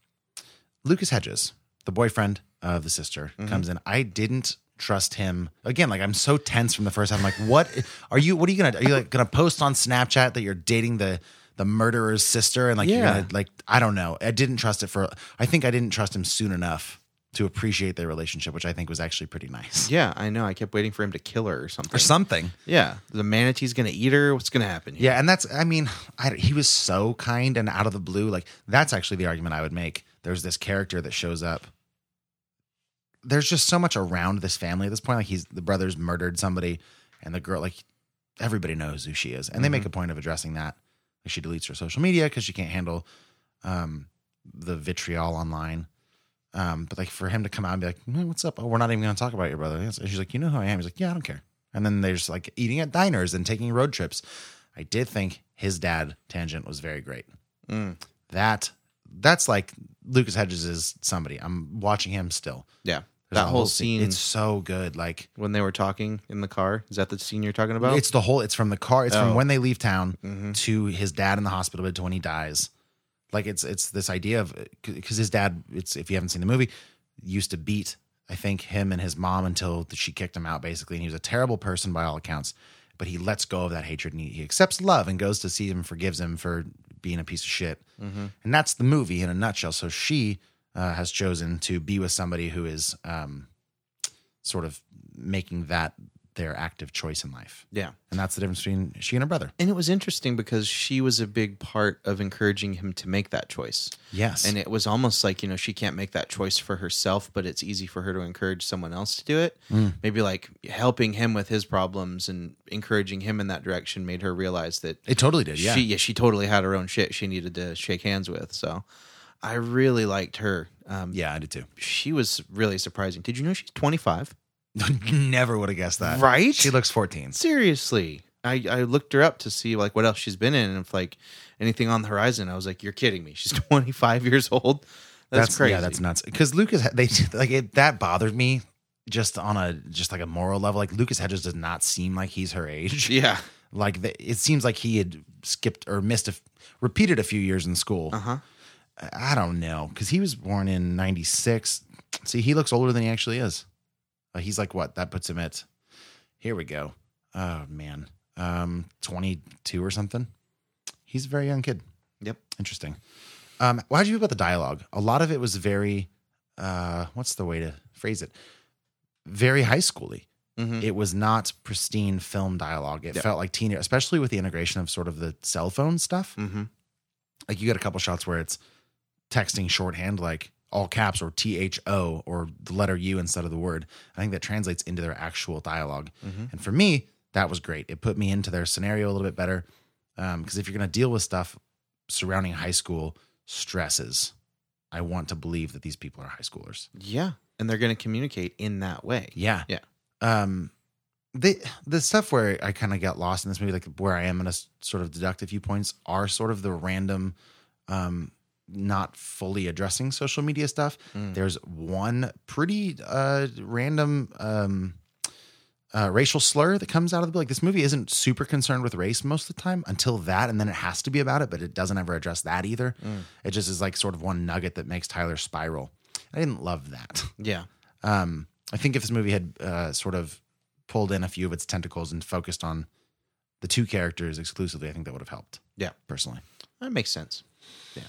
[SPEAKER 3] Lucas Hedges, the boyfriend of the sister,
[SPEAKER 5] Mhm.
[SPEAKER 3] comes in. I didn't trust him again. Like I'm so tense from the first time. I'm like, what are you? What are you gonna? Are you like gonna post on Snapchat that you're dating the the murderer's sister and like you're
[SPEAKER 5] Yeah.
[SPEAKER 3] gonna like I don't know. I didn't trust it for. I think I didn't trust him soon enough to appreciate their relationship, which I think was actually pretty nice
[SPEAKER 5] Yeah, I know. I kept waiting for him to kill her or something.
[SPEAKER 3] or something.
[SPEAKER 5] Yeah. The manatee's gonna eat her. What's gonna happen?
[SPEAKER 3] Yeah, and that's I mean, I, he was so kind and out of the blue. Like that's actually the argument I would make. There's this character that shows up. There's just so much around this family at this point. Like he's the brothers murdered somebody, and the girl like everybody knows who she is, and they make
[SPEAKER 5] Mhm.
[SPEAKER 3] a point of addressing that. Like she deletes her social media because she can't handle um, the vitriol online. Um, but like for him to come out and be like, "Hey, "What's up? Oh, we're not even going to talk about your brother." And she's like, "You know who I am?" He's like, "Yeah, I don't care." And then they're just like eating at diners and taking road trips. I did think his dad tangent was very great.
[SPEAKER 5] Mm.
[SPEAKER 3] That that's like Lucas Hedges is somebody. I'm watching him still.
[SPEAKER 5] Yeah.
[SPEAKER 3] There's
[SPEAKER 5] That
[SPEAKER 3] a
[SPEAKER 5] whole scene
[SPEAKER 3] It's so good. Like
[SPEAKER 5] when they were talking in the car. Is that the scene you're talking about?
[SPEAKER 3] it's the whole. It's from the car. It's from
[SPEAKER 5] Oh.
[SPEAKER 3] when they leave town
[SPEAKER 5] Mhm.
[SPEAKER 3] to his dad in the hospital bed to when he dies. Like it's it's this idea of because his dad. It's if you haven't seen the movie, used to beat I think him and his mom until she kicked him out basically, and he was a terrible person by all accounts. But he lets go of that hatred and he, he accepts love and goes to see him, and forgives him for being a piece of shit.
[SPEAKER 5] Mhm.
[SPEAKER 3] And that's the movie in a nutshell. So she uh, has chosen to be with somebody who is um, sort of making that their active choice in life.
[SPEAKER 5] Yeah.
[SPEAKER 3] And that's the difference between she and her brother.
[SPEAKER 5] And it was interesting because she was a big part of encouraging him to make that choice.
[SPEAKER 3] Yes.
[SPEAKER 5] And it was almost like, you know, she can't make that choice for herself, but it's easy for her to encourage someone else to do it.
[SPEAKER 3] Mm.
[SPEAKER 5] Maybe like helping him with his problems and encouraging him in that direction made her realize that
[SPEAKER 3] It totally did. Yeah.
[SPEAKER 5] she yeah, she totally had her own shit she needed to shake hands with. So I really liked her. Um,
[SPEAKER 3] yeah, I did too.
[SPEAKER 5] she was really surprising. Did you know she's 25?
[SPEAKER 3] Never would have guessed that.
[SPEAKER 5] Right?
[SPEAKER 3] She looks 14.
[SPEAKER 5] seriously I, I looked her up to see like what else she's been in and if like anything on the horizon i was like you're kidding me she's 25 years old that's, crazy
[SPEAKER 3] Yeah, that's nuts. Because Lucas, they like it, that bothered me just on a just like a moral level. Like Lucas Hedges does not seem like he's her age.
[SPEAKER 5] yeah
[SPEAKER 3] Like the, it seems like he had skipped or missed a f- repeated a few years in school.
[SPEAKER 5] uh-huh
[SPEAKER 3] I- I don't know because he was born in '96. See, he looks older than he actually is. Uh, he's like what? That puts him at. Here we go. Oh man, um, 22 or something. He's a very young kid.
[SPEAKER 5] Yep.
[SPEAKER 3] Interesting. Um, well, how'd you feel about the dialogue? A lot of it was very, uh, what's the way to phrase it? Very high schooly. It was not pristine film dialogue. It
[SPEAKER 5] Yeah.
[SPEAKER 3] felt like teen, especially with the integration of sort of the cell phone stuff. Like you got a couple shots where it's texting shorthand, like all caps or T H O or the letter U instead of the word. I think that translates into their actual dialog
[SPEAKER 5] Mhm.
[SPEAKER 3] And for me, that was great. It put me into their scenario a little bit better. Because if you're going to deal with stuff surrounding high school stresses, I want to believe that these people are high schoolers.
[SPEAKER 5] Yeah. And they're going to communicate in that way.
[SPEAKER 3] Yeah.
[SPEAKER 5] Yeah.
[SPEAKER 3] Um, the the stuff where I kind of got lost in this movie, like where I am in a s- sort of deductive viewpoints, are sort of the random, um, not fully addressing social media stuff. There's one pretty uh random um. Uh, racial slur that comes out of the like this movie isn't super concerned with race most of the time until that and then it has to be about it but it doesn't ever address that either it just is like sort of one nugget that makes tyler spiral i didn't love that
[SPEAKER 5] Yeah.
[SPEAKER 3] um, I think if this movie had uh, sort of pulled in a few of its tentacles and focused on the two characters exclusively, I think that would have helped
[SPEAKER 5] Yeah.
[SPEAKER 3] personally.
[SPEAKER 5] That makes sense. Yeah.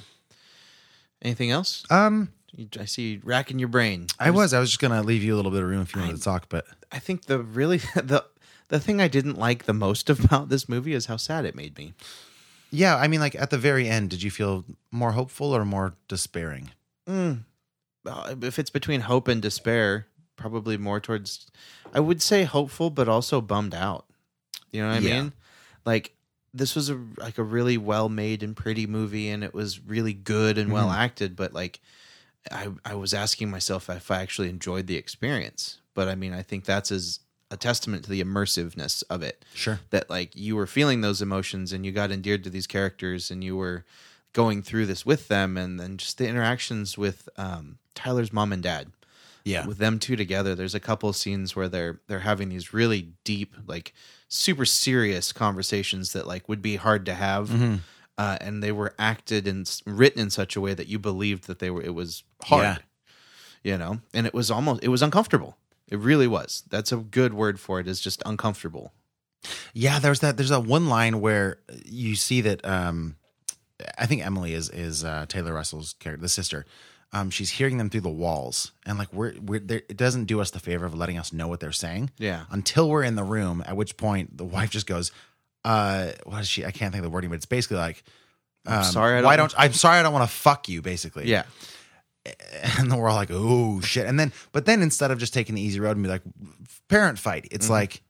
[SPEAKER 5] Anything else?
[SPEAKER 3] Um,
[SPEAKER 5] You- I see you racking your brain.
[SPEAKER 3] I was I was just gonna leave you a little bit of room if you wanted
[SPEAKER 5] I-
[SPEAKER 3] to talk, but
[SPEAKER 5] I think the really the the thing I didn't like the most about this movie is how sad it made me.
[SPEAKER 3] yeah, I mean, like at the very end, did you feel more hopeful or more despairing?
[SPEAKER 5] Mm. Uh, If it's between hope and despair, probably more towards I would say hopeful, but also bummed out. You know what I
[SPEAKER 3] Yeah.
[SPEAKER 5] mean? Like this was a like a really well made and pretty movie, and it was really good and well
[SPEAKER 3] Mhm.
[SPEAKER 5] acted. But like, I I was asking myself if I actually enjoyed the experience. But I mean, I think that's as a testament to the immersiveness of it.
[SPEAKER 3] Sure.
[SPEAKER 5] that like you were feeling those emotions and you got endeared to these characters and you were going through this with them and then just the interactions with um, Tyler's mom and dad.
[SPEAKER 3] Yeah.
[SPEAKER 5] With them two together, there's a couple of scenes where they're they're having these really deep, like super serious conversations that like would be hard to have.
[SPEAKER 3] Mhm.
[SPEAKER 5] Uh, and they were acted and s- written in such a way that you believed that they were it was hard
[SPEAKER 3] Yeah.
[SPEAKER 5] you know and it was almost it was uncomfortable it really was that's a good word for it is just uncomfortable
[SPEAKER 3] Yeah, there's that. There's that one line where you see that. Um, I think Emily is is uh, Taylor Russell's character, the sister. Um, she's hearing them through the walls, and like we're we're there, it doesn't do us the favor of letting us know what they're saying.
[SPEAKER 5] Yeah.
[SPEAKER 3] Until we're in the room, at which point the wife just goes, "Uh, what is she? I can't think of the wording, but it's basically like." um,
[SPEAKER 5] I'm sorry I
[SPEAKER 3] why
[SPEAKER 5] don't-
[SPEAKER 3] don't I'm sorry I don't want to fuck you basically
[SPEAKER 5] yeah
[SPEAKER 3] and then we're all like, oh shit. And then, but then instead of just taking the easy road and be like, parent fight, it's
[SPEAKER 5] Mhm.
[SPEAKER 3] like,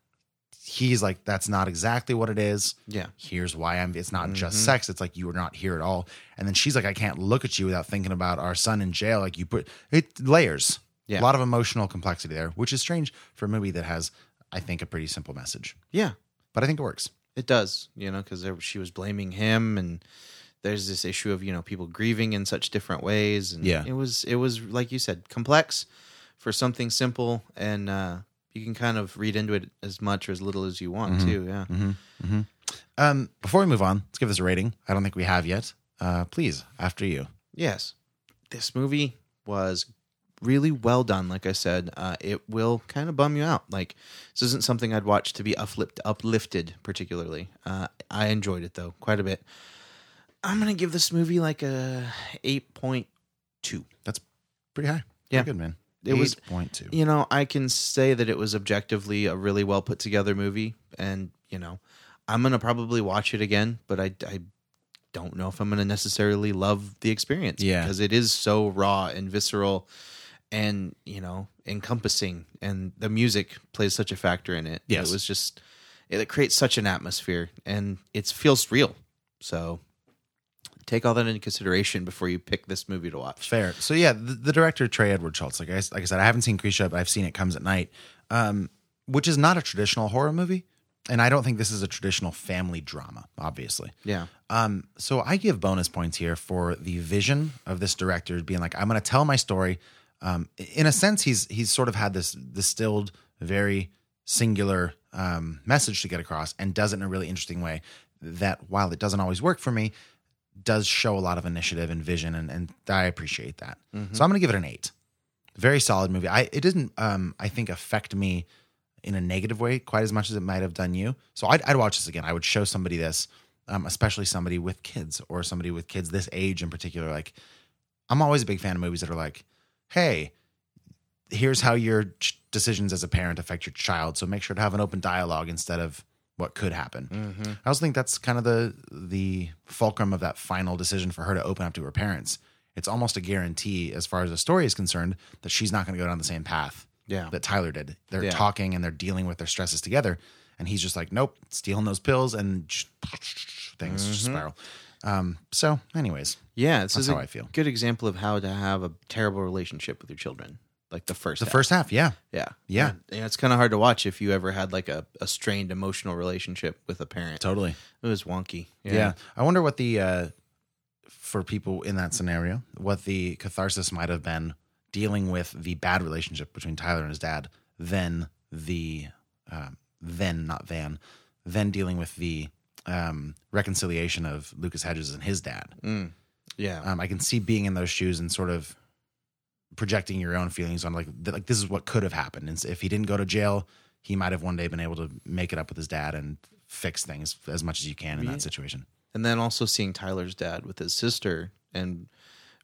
[SPEAKER 3] he's like, that's not exactly what it is.
[SPEAKER 5] yeah
[SPEAKER 3] Here's why I'm, it's not
[SPEAKER 5] Mhm.
[SPEAKER 3] just sex. It's like, you are not here at all. And then she's like, I can't look at you without thinking about our son in jail. Like, you put it layers. A
[SPEAKER 5] Yeah.
[SPEAKER 3] lot of emotional complexity there, which is strange for a movie that has, I think, a pretty simple message,
[SPEAKER 5] yeah
[SPEAKER 3] but I think it works.
[SPEAKER 5] It does, you know, because she was blaming him, and there's this issue of you know people grieving in such different ways, and
[SPEAKER 3] Yeah.
[SPEAKER 5] it was it was like you said, complex for something simple, and uh, you can kind of read into it as much or as little as you want
[SPEAKER 3] Mhm.
[SPEAKER 5] too. Yeah,
[SPEAKER 3] Mhm. Mhm. Um, before we move on, let's give this a rating. I don't think we have yet. Uh, please, after you.
[SPEAKER 5] yes, this movie was really well done. Like I said, uh, it will kind of bum you out. Like this isn't something I'd watch to be uplift, uplifted particularly. Uh, I enjoyed it though quite a bit. I'm gonna give this movie like a eight point two.
[SPEAKER 3] That's pretty high.
[SPEAKER 5] Yeah.
[SPEAKER 3] Pretty good, man.
[SPEAKER 5] It was-
[SPEAKER 3] 8.2.
[SPEAKER 5] You know, I can say that it was objectively a really well put together movie, and you know, I'm gonna probably watch it again, but I, I don't know if I'm gonna necessarily love the experience,
[SPEAKER 3] Yeah.
[SPEAKER 5] because it is so raw and visceral, and you know, encompassing, and the music plays such a factor in it.
[SPEAKER 3] Yes.
[SPEAKER 5] it was just it, creates such an atmosphere, and it feels real. So take all that into consideration before you pick this movie to watch.
[SPEAKER 3] Fair. So yeah, the, the director Trey Edward Schultz. Like I s- like I said, I haven't seen Creature, but I've seen It Comes at Night, um, which is not a traditional horror movie, and I don't think this is a traditional family drama. Obviously,
[SPEAKER 5] Yeah.
[SPEAKER 3] Um, so I give bonus points here for the vision of this director being like, I'm going to tell my story. Um, in a sense, he's he's sort of had this distilled, very singular um, message to get across, and does it in a really interesting way. That while it doesn't always work for me, does show a lot of initiative and vision, and, and I appreciate that.
[SPEAKER 5] Mhm.
[SPEAKER 3] So I'm going to give it an eight. Very solid movie. I it didn't um, I think affect me in a negative way quite as much as it might have done you. So I'd, I'd watch this again. I would show somebody this. um, especially somebody with kids or somebody with kids this age in particular. Like, I'm always a big fan of movies that are like, hey, here's how your ch- decisions as a parent affect your child. So make sure to have an open dialogue instead of what could happen.
[SPEAKER 5] Mhm.
[SPEAKER 3] I also think that's kind of the the fulcrum of that final decision for her to open up to her parents. It's almost a guarantee as far as the story is concerned that she's not going to go down the same path
[SPEAKER 5] Yeah.
[SPEAKER 3] that Tyler did. They're
[SPEAKER 5] Yeah.
[SPEAKER 3] talking and they're dealing with their stresses together and he's just like nope, stealing those pills and just things just
[SPEAKER 5] Mhm.
[SPEAKER 3] spiral. Um so anyways,
[SPEAKER 5] Yeah, this
[SPEAKER 3] that's
[SPEAKER 5] is a
[SPEAKER 3] how I feel.
[SPEAKER 5] Good example of how to have a terrible relationship with your children. Like the first,
[SPEAKER 3] The
[SPEAKER 5] half.
[SPEAKER 3] first half, yeah.
[SPEAKER 5] yeah,
[SPEAKER 3] Yeah.
[SPEAKER 5] And, and it's kind of hard to watch if you ever had like a, a strained emotional relationship with a parent.
[SPEAKER 3] Totally,
[SPEAKER 5] it was wonky.
[SPEAKER 3] Yeah. I wonder what the uh for people in that scenario, what the catharsis might have been dealing with the bad relationship between Tyler and his dad, then the um then not Van, then dealing with the um reconciliation of Lucas Hedges and his dad.
[SPEAKER 5] Mm. Yeah.
[SPEAKER 3] Um I can see being in those shoes and sort of projecting your own feelings on like th- like this is what could have happened and s- if he didn't go to jail, he might have one day been able to make it up with his dad and fix things as much as you can in
[SPEAKER 5] Yeah.
[SPEAKER 3] that situation.
[SPEAKER 5] and then also seeing Tyler's dad with his sister and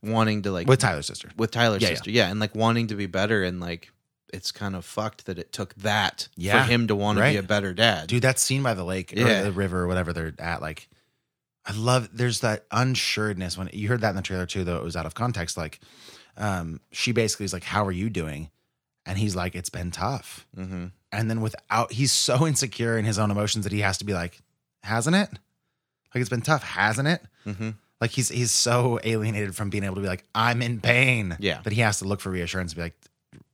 [SPEAKER 5] wanting to like
[SPEAKER 3] With Tyler's sister.
[SPEAKER 5] with Tyler's
[SPEAKER 3] Yeah, yeah.
[SPEAKER 5] sister, yeah. and like wanting to be better, and like it's kind of fucked that it took that for him to want
[SPEAKER 3] right.
[SPEAKER 5] to be a better dad.
[SPEAKER 3] Dude, that scene by the lake
[SPEAKER 5] Yeah.
[SPEAKER 3] or the river or whatever they're at, like, I love. There's that unsuredness when you heard that in the trailer too, though it was out of context. Like, um, she basically is like, "How are you doing?" And he's like, "It's been tough."
[SPEAKER 5] Mhm.
[SPEAKER 3] And then without, he's so insecure in his own emotions that he has to be like, "Hasn't it? Like it's been tough, hasn't it?"
[SPEAKER 5] Mm-hmm.
[SPEAKER 3] Like he's he's so alienated from being able to be like, "I'm in pain."
[SPEAKER 5] Yeah.
[SPEAKER 3] that he has to look for reassurance. And be like,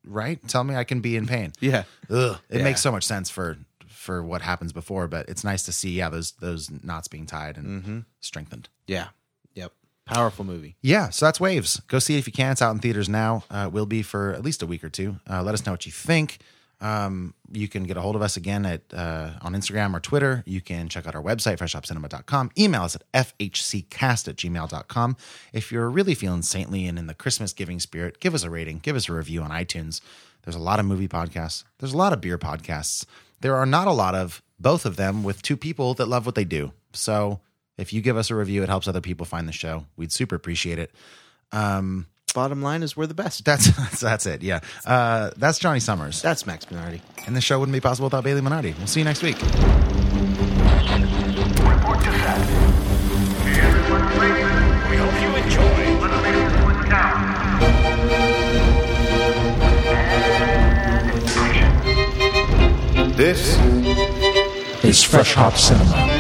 [SPEAKER 3] "Right? Tell me I can be in pain."
[SPEAKER 5] Yeah,
[SPEAKER 3] Ugh, it
[SPEAKER 5] Yeah.
[SPEAKER 3] makes so much sense for for what happens before, but it's nice to see yeah those those knots being tied and strengthened.
[SPEAKER 5] yeah, yep. Powerful movie.
[SPEAKER 3] Yeah, so that's Waves. Go see it if you can. It's out in theaters now. Uh, will be for at least a week or two. Uh, let us know what you think. Um, you can get a hold of us again at uh, on Instagram or Twitter. You can check out our website, freshhopcinema.com. Email us at fhccast at gmail.com. If you're really feeling saintly and in the Christmas giving spirit, give us a rating, give us a review on iTunes. There's a lot of movie podcasts, there's a lot of beer podcasts. There are not a lot of both of them with two people that love what they do. So if you give us a review, it helps other people find the show. We'd super appreciate it. Um,
[SPEAKER 5] Bottom line is we're the best.
[SPEAKER 3] That's that's, that's it. Yeah. Uh, that's Johnny Summers.
[SPEAKER 5] That's Max Minardi.
[SPEAKER 3] And the show wouldn't be possible without Bailey Minardi. We'll see you next week.
[SPEAKER 2] We hope you enjoy.
[SPEAKER 4] is Fresh Hop Cinema.